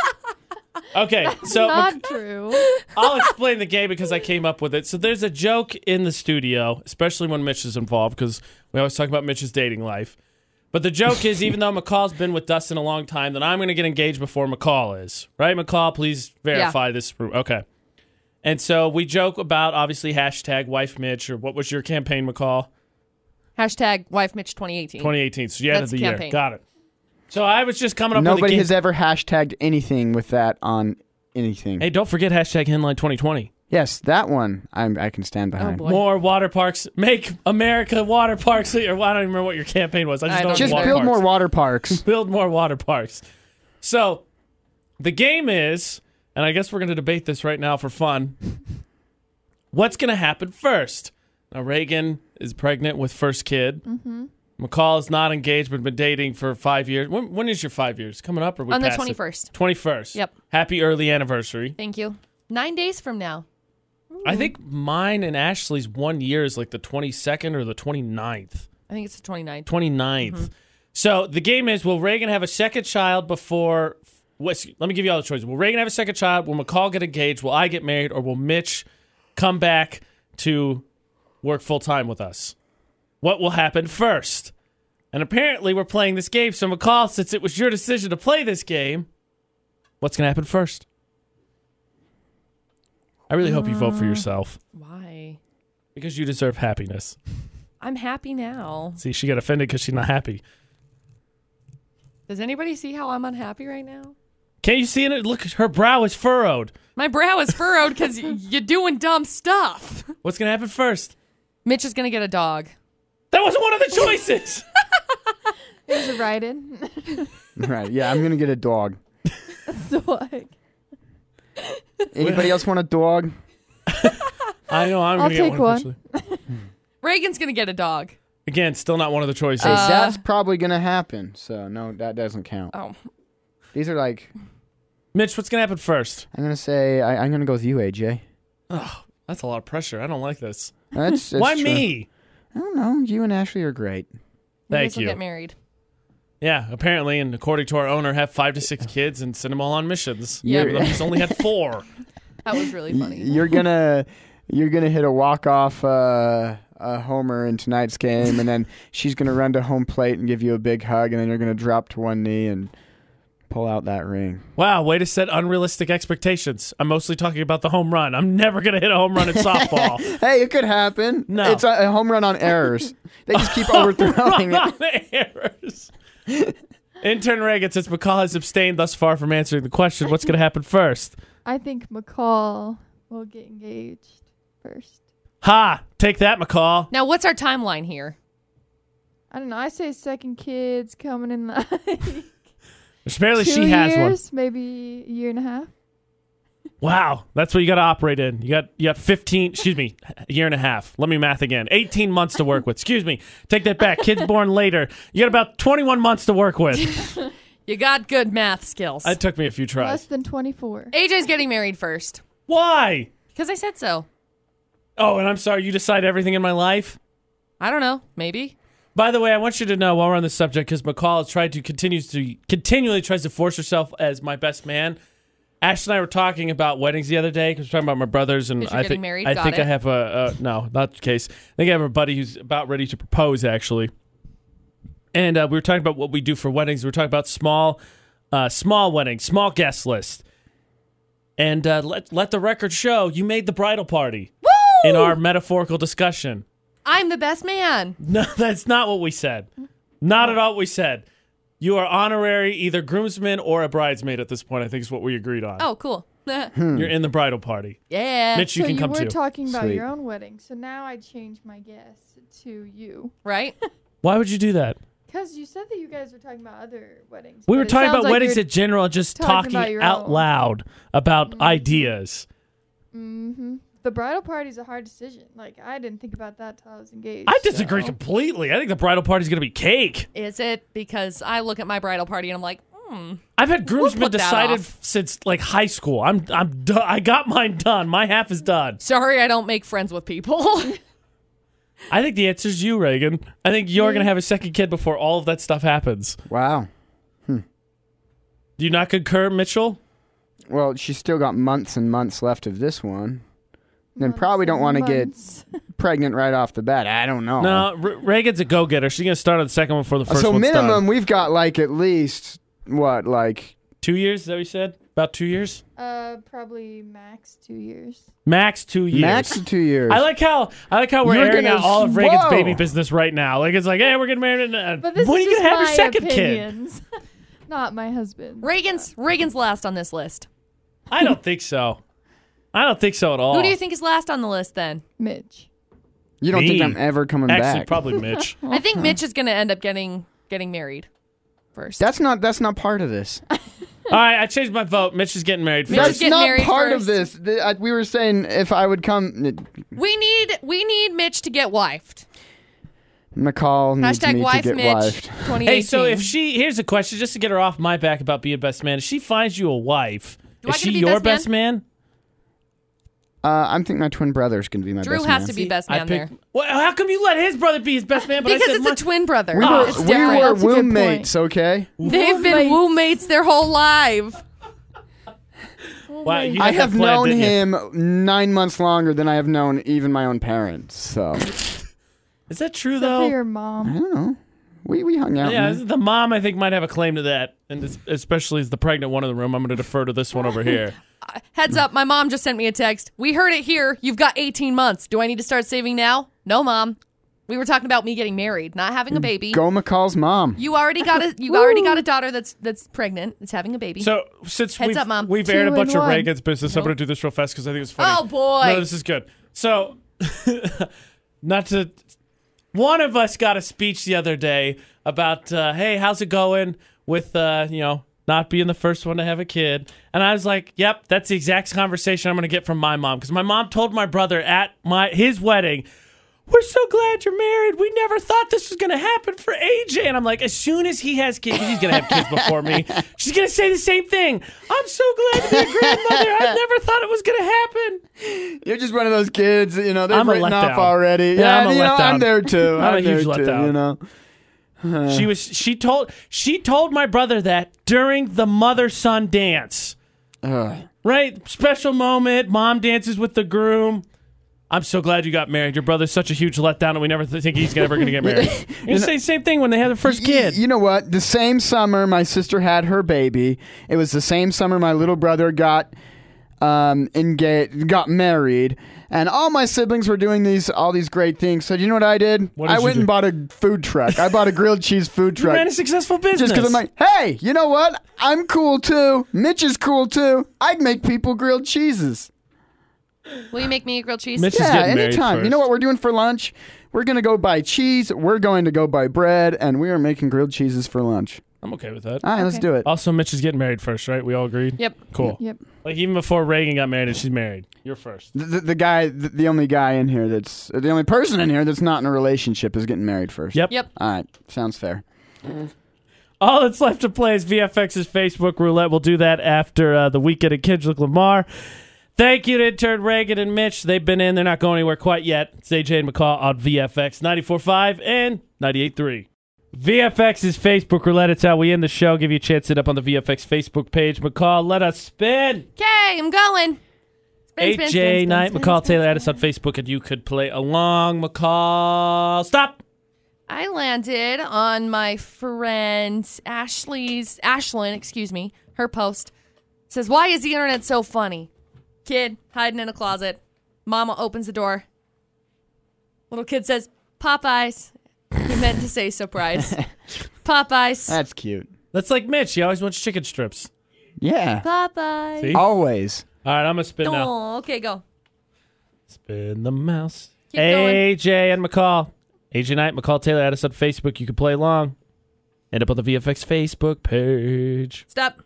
Okay, so
not
Mc-
true.
I'll explain the game because I came up with it. So there's a joke in the studio, especially when Mitch is involved, because we always talk about Mitch's dating life. But the joke is, even though McCall's been with Dustin a long time, then I'm going to get engaged before McCall is. Right, McCall? Please verify this. Okay. And so we joke about obviously hashtag wife Mitch or what was your campaign, McCall?
[LAUGHS] Hashtag wife Mitch 2018.
2018. So you added
That's
the year.
campaign.
Got it. So I was just coming up with a
Nobody
game.
has ever hashtagged anything with that on anything.
Hey, don't forget hashtag Henline 2020.
Yes, that one I'm, I can stand behind.
Oh, boy.
More water parks. Make America water parks. Or I don't even remember what your campaign was. I just
I
know
don't
it was
Just
water
build
parks.
more water
[LAUGHS]
parks.
build more water parks. So the game is, and I guess we're going to debate this right now for fun. What's going to happen first? Now Reagan is pregnant with first kid. Mm-hmm. McCall is not engaged, but been dating for five years. When, when is your five years coming up? Or we
On the
passed it?
21st.
21st.
Yep.
Happy early anniversary.
Thank you. Nine days from now.
I think mine and Ashley's one year is like the 22nd or the 29th.
I think it's the 29th.
29th. So the game is will Reagan have a second child before. What's, let me give you all the choices. Will Reagan have a second child? Will McCall get engaged? Will I get married? Or will Mitch come back to work full time with us? What will happen first? And apparently, we're playing this game. So, McCall, since it was your decision to play this game, what's going to happen first? I really hope you vote for yourself
Why?
because you deserve happiness.
I'm happy now.
See, she got offended because she's not happy.
Does anybody see how I'm unhappy right now?
Can't you see it? Look, her brow is furrowed.
My brow is furrowed because [LAUGHS] you're doing dumb stuff.
What's gonna happen first?
Mitch is going to get a dog.
That was one of the choices.
There's a ride in.
right. Yeah, I'm going to get a dog.
[LAUGHS]
[LAUGHS]
so like,
Anybody else want a dog?
[LAUGHS] I know. I'm
I'll
gonna get one.
take one.
eventually.
Reagan's going to get a dog.
Again, still not one of the choices.
Uh,
That's
Uh,
probably going to happen. So, no, that doesn't count.
Oh,
These are like,
Mitch, what's gonna happen first?
I'm going to say, I, I'm going to go with you, AJ.
That's a lot of pressure. I don't like this.
That's, that's
[LAUGHS] Why
true.
me?
I don't know. You and Ashley are great.
might
Thank
as well
you.
get married.
Yeah, apparently, and according to our owner, have five to six kids and send them all on missions.
Yeah.
Even though he's only had four.
That was really funny.
You're gonna you're gonna hit a walk off uh,
a homer in tonight's game, and then [LAUGHS] she's gonna run to home plate and give you a big hug, and then you're gonna drop to one knee and pull out that ring.
Wow, way to set unrealistic expectations. I'm mostly talking about the home run. I'm never going to hit a home run in softball.
Hey, it could happen.
No.
it's a, a home run on errors. they just keep
[LAUGHS]
overthrowing it.
errors. Intern Reagan, since McCall has abstained thus far from answering the question, what's going to happen first?
I think McCall will get engaged first.
Ha! Take that, McCall.
Now, what's our timeline here?
I don't know. I say second kid's coming
[LAUGHS]
in like
There's barely
[LAUGHS] two
she
years,
has one.
maybe a year and a half.
Wow, that's what you got to operate in. You got you got 15, excuse me, a year and a half. Let me math again. 18 months to work with. Excuse me. Take that back. Kids born later. You got about 21 months to work with.
[LAUGHS]
You got good math skills.
It took me a few
Less
tries.
than 24.
AJ's getting married first
Why?
because I said so.
Oh, and I'm sorry you decide everything in my life.
I don't know. Maybe.
By the way, I want you to know while we're on this subject, because McCall has tried to continues to continually tries to force herself as my best man. Ash and I were talking about weddings the other day because we're talking about my brothers and
'Cause you're
I
getting
think
married,
I
got
think I
it.
have a, a no, not the case. I think I have a buddy who's about ready to propose actually, and uh, we were talking about what we do for weddings. We were talking about small, uh, small weddings, small guest list, and uh, let let the record show you made the bridal party
Woo!
in our metaphorical discussion.
I'm the best man.
No, [LAUGHS] that's not what we said. Not at all what we said. You are honorary either groomsman or a bridesmaid at this point, I think is what we agreed on.
Oh, cool. [LAUGHS] yeah.
You're in the bridal party. Mitch, you
so
can
you
come
were
too.
talking about
Sweet.
your own wedding, so now I change my guess to you.
Right? [LAUGHS]
Why would you do that?
Because you said that you guys were talking about other weddings.
We
but
were
it
talking
sounds
about
like
weddings
you're-
in general, just
talking
talking,
about your
out
own. Mm-hmm.
loud about ideas.
Mhm. The bridal party's a hard decision. Like, I didn't think about that till I was engaged.
I disagree
so-
completely. I think the bridal party's going to be cake.
Is it because I look at my bridal party and I'm like, hmm,
I've had groomsmen
put that
decided
off.
since like high school. I'm I'm do- I got mine done. My half is done.
sorry, I don't make friends with people. [LAUGHS]
I think the answer is you, Reagan. I think
Mm.
you're going to have a second kid before all of that stuff happens.
Wow.
Do you not concur, Mitchell?
Well, she's still got months and months left of this one. Then probably don't want to get
Months.
pregnant right off the bat. I don't know.
No, R- Reagan's a go getter. She's gonna start on the second one before the first
so
one's
minimum,
done.
we've got like at least what, like
Two years? Is that what you said? About two years?
Uh, probably max two years.
Max two years.
max of two years.
I like how I like how we're
You're
airing
gonna
out all of
s-
Reagan's
whoa.
baby business right now. Like it's like, hey, we're getting married. In, uh,
But this
when
is
are you
just
gonna have your
my
second kid?
opinions. [LAUGHS] Not my husband.
Reagan's Reagan's last on this list.
I don't think so. I don't think so at all.
Who do you think is last on the list then?
Mitch.
you don't
Me.
think I'm ever coming
Actually,
back?
probably Mitch. [LAUGHS]
I think Mitch is going to end up getting getting married first.
That's not. That's not part of this.
all right, I changed my vote. Mitch is getting married.
Mitch
first.
is getting
That's not
married
part
first.
of this. Th- I- we were saying if I would come,
we need we need Mitch to get wifed.
McCall needs
Hashtag
me
wife
to get
Mitch.
wifed.
2018.
Hey, so if she here's a question, just to get her off my back about being best man. If she finds you a wife,
Do I
is
get
she
to be
your
best man?
man?
Uh, I'm thinking my twin brother's gonna be my
Drew
best
has
man.
to be best man
I
there
picked. Well, how come you let his brother be his best man? But I
because
said
it's
mine-
a twin brother.
We were,
Oh, it's
we
different.
were
That's a good
womb mates, okay?
They've been
Roommates.
womb mates their whole life.
Wow, you
I
had that
have
planned,
known
didn't you?
him nine months longer than I have known even my own parents. So
Is that true
Except for
though?
your mom.
I don't know. We we hung out.
Yeah,
man.
the mom I think might have a claim to that, and es- especially as the pregnant one in the room, I'm going to defer to this one over here.
Heads up, my mom just sent me a text. We heard it here. You've got 18 months. Do I need to start saving now? No, mom. We were talking about me getting married, not having a baby.
Mm, Go McCall's mom.
You already got a you already got a daughter that's that's pregnant, that's having a baby.
So since
Heads
we've,
up, Mom.
we've
Two
aired a
and
bunch of
one.
Reagan's business, I'm going to do this real fast because I think it's funny.
oh boy.
No, this is good. So, [LAUGHS] not to. One of us got a speech the other day about, uh, hey, how's it going with, uh, you know, not being the first one to have a kid. And I was like, yep, that's the exact conversation I'm going to get from my mom. Because my mom told my brother at my his wedding, we're so glad you're married. We never thought this was going to happen for AJ. And I'm like, as soon as he has kids, 'cause he's going to have kids before
[LAUGHS]
me. She's going to say the same thing. I'm so glad to be a grandmother. I
[LAUGHS]
never thought it was going to happen.
You're just one of those kids, that, you know. They've
I'm a
written
letdown.
off already.
Yeah, I'm a
you know,
letdown.
I'm there too.
[LAUGHS] I'm a huge
there too,
letdown.
You know,
She was she told she told my brother that during the mother son dance.
Ugh.
Right? Special moment, mom dances with the groom. I'm so glad you got married. Your brother's such a huge letdown, and we never th- think he's ever going to get married.
[LAUGHS]
you say the same thing when they have their first kid.
You know what? The same summer my sister had her baby. It was the same summer my little brother got um engaged, got married, and all my siblings were doing these all these great things. So do you know what I did?
What did
I
you
went
do?
and bought a food truck. I bought a grilled cheese food
You
truck.
ran a successful business.
just because I'm like, hey, you know what? I'm cool too. Mitch is cool too. I'd make people grilled cheeses.
Will you make me a grilled cheese?
Mitch is
yeah,
getting married
anytime. You know
first.
what we're doing for lunch? We're gonna go buy cheese. We're going to go buy bread, and we are making grilled cheeses for lunch.
I'm okay with that.
All right, let's
Okay.
do it.
Also, Mitch is getting married first, right? We all agreed.
Yep.
Cool.
Yep.
Like even before Reagan got married, and she's married. You're first.
The, the, the guy, the, the only guy in here that's uh, the only person in here that's not in a relationship is getting married first.
Yep.
Yep.
All right, sounds fair.
All that's left to play is VFX's Facebook roulette. We'll do that after uh, the weekend at Kendrick Lamar. Thank you to intern Reagan and Mitch. They've been in. They're not going anywhere quite yet. It's AJ and McCall on VFX 94.5 and 98.3. VFX's Facebook roulette. It's how we end the show. Give you a chance to hit up on the VFX Facebook page. McCall, let us spin.
Okay, I'm going. Spin, spin,
AJ
spin, spin,
Knight,
spin,
McCall
spin,
Taylor,
spin.
add us on Facebook, and you could play along. McCall, stop.
I landed on my friend Ashley's Ashlyn, excuse me, her post It says, "Why is the internet so funny? Kid hiding in a closet. Mama opens the door. Little kid says, "Popeyes." He meant to say [LAUGHS] surprise. Popeyes.
That's cute.
That's like Mitch. He always wants chicken strips.
Yeah,
Popeyes.
See?
always.
All right, I'm gonna spin now.
Oh, okay, go.
Spin the mouse.
Keep going.
AJ and McCall. AJ Knight, McCall Taylor, add us on Facebook. You can play along. End up on the VFX Facebook page.
Stop.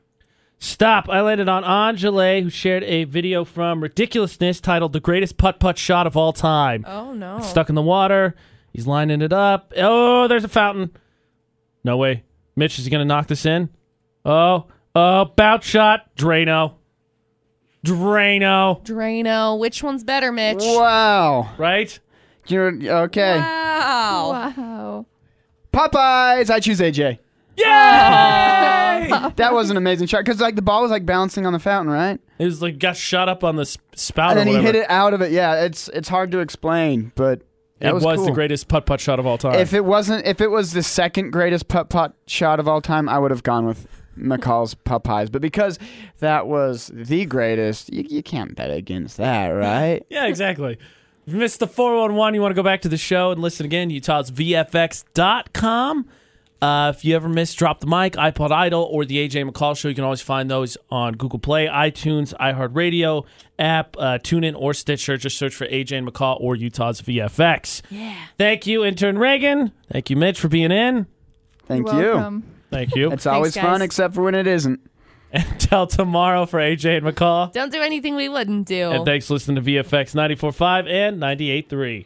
Stop. I landed on Anjale, who shared a video from Ridiculousness titled The Greatest Putt Putt Shot of All Time.
Oh no.
Stuck in the water. He's lining it up. Oh, there's a fountain. No way. Mitch is going to knock this in. Oh, oh, bout shot. Drano. Drano.
Drano. Which one's better, Mitch?
Wow.
Right?
You're okay. Oh.
Wow.
Wow.
Popeyes. I choose AJ.
Yay!
That was an amazing shot because like the ball was like bouncing on the fountain, right?
It was like got shot up on the s- spout
And then
or
he
whatever.
hit it out of it. Yeah, it's it's hard to explain, but that
It was,
was, cool.
the greatest putt putt shot of all time.
If it wasn't, if it was the second greatest putt putt shot of all time, I would have gone with McCall's Popeyes. But because that was the greatest, you, you can't bet against that, right?
yeah, exactly. If you missed the 411, you want to go back to the show and listen again, Utah's VFX.com. Uh, if you ever miss Drop the Mic, iPod Idol, or the AJ McCall Show, you can always find those on Google Play, iTunes, iHeartRadio app, uh, TuneIn, or Stitcher. Just search for AJ and McCall or Utah's VFX. Yeah. Thank you, intern Reagan. Thank you, Mitch, for being in.
Thank
You're
you.
welcome.
Thank you. [LAUGHS]
It's always
Thanks, guys.
fun, except for when it isn't.
Until tomorrow for AJ and McCall.
Don't do anything we wouldn't do.
And thanks for listening to VFX 94.5 and 98.3.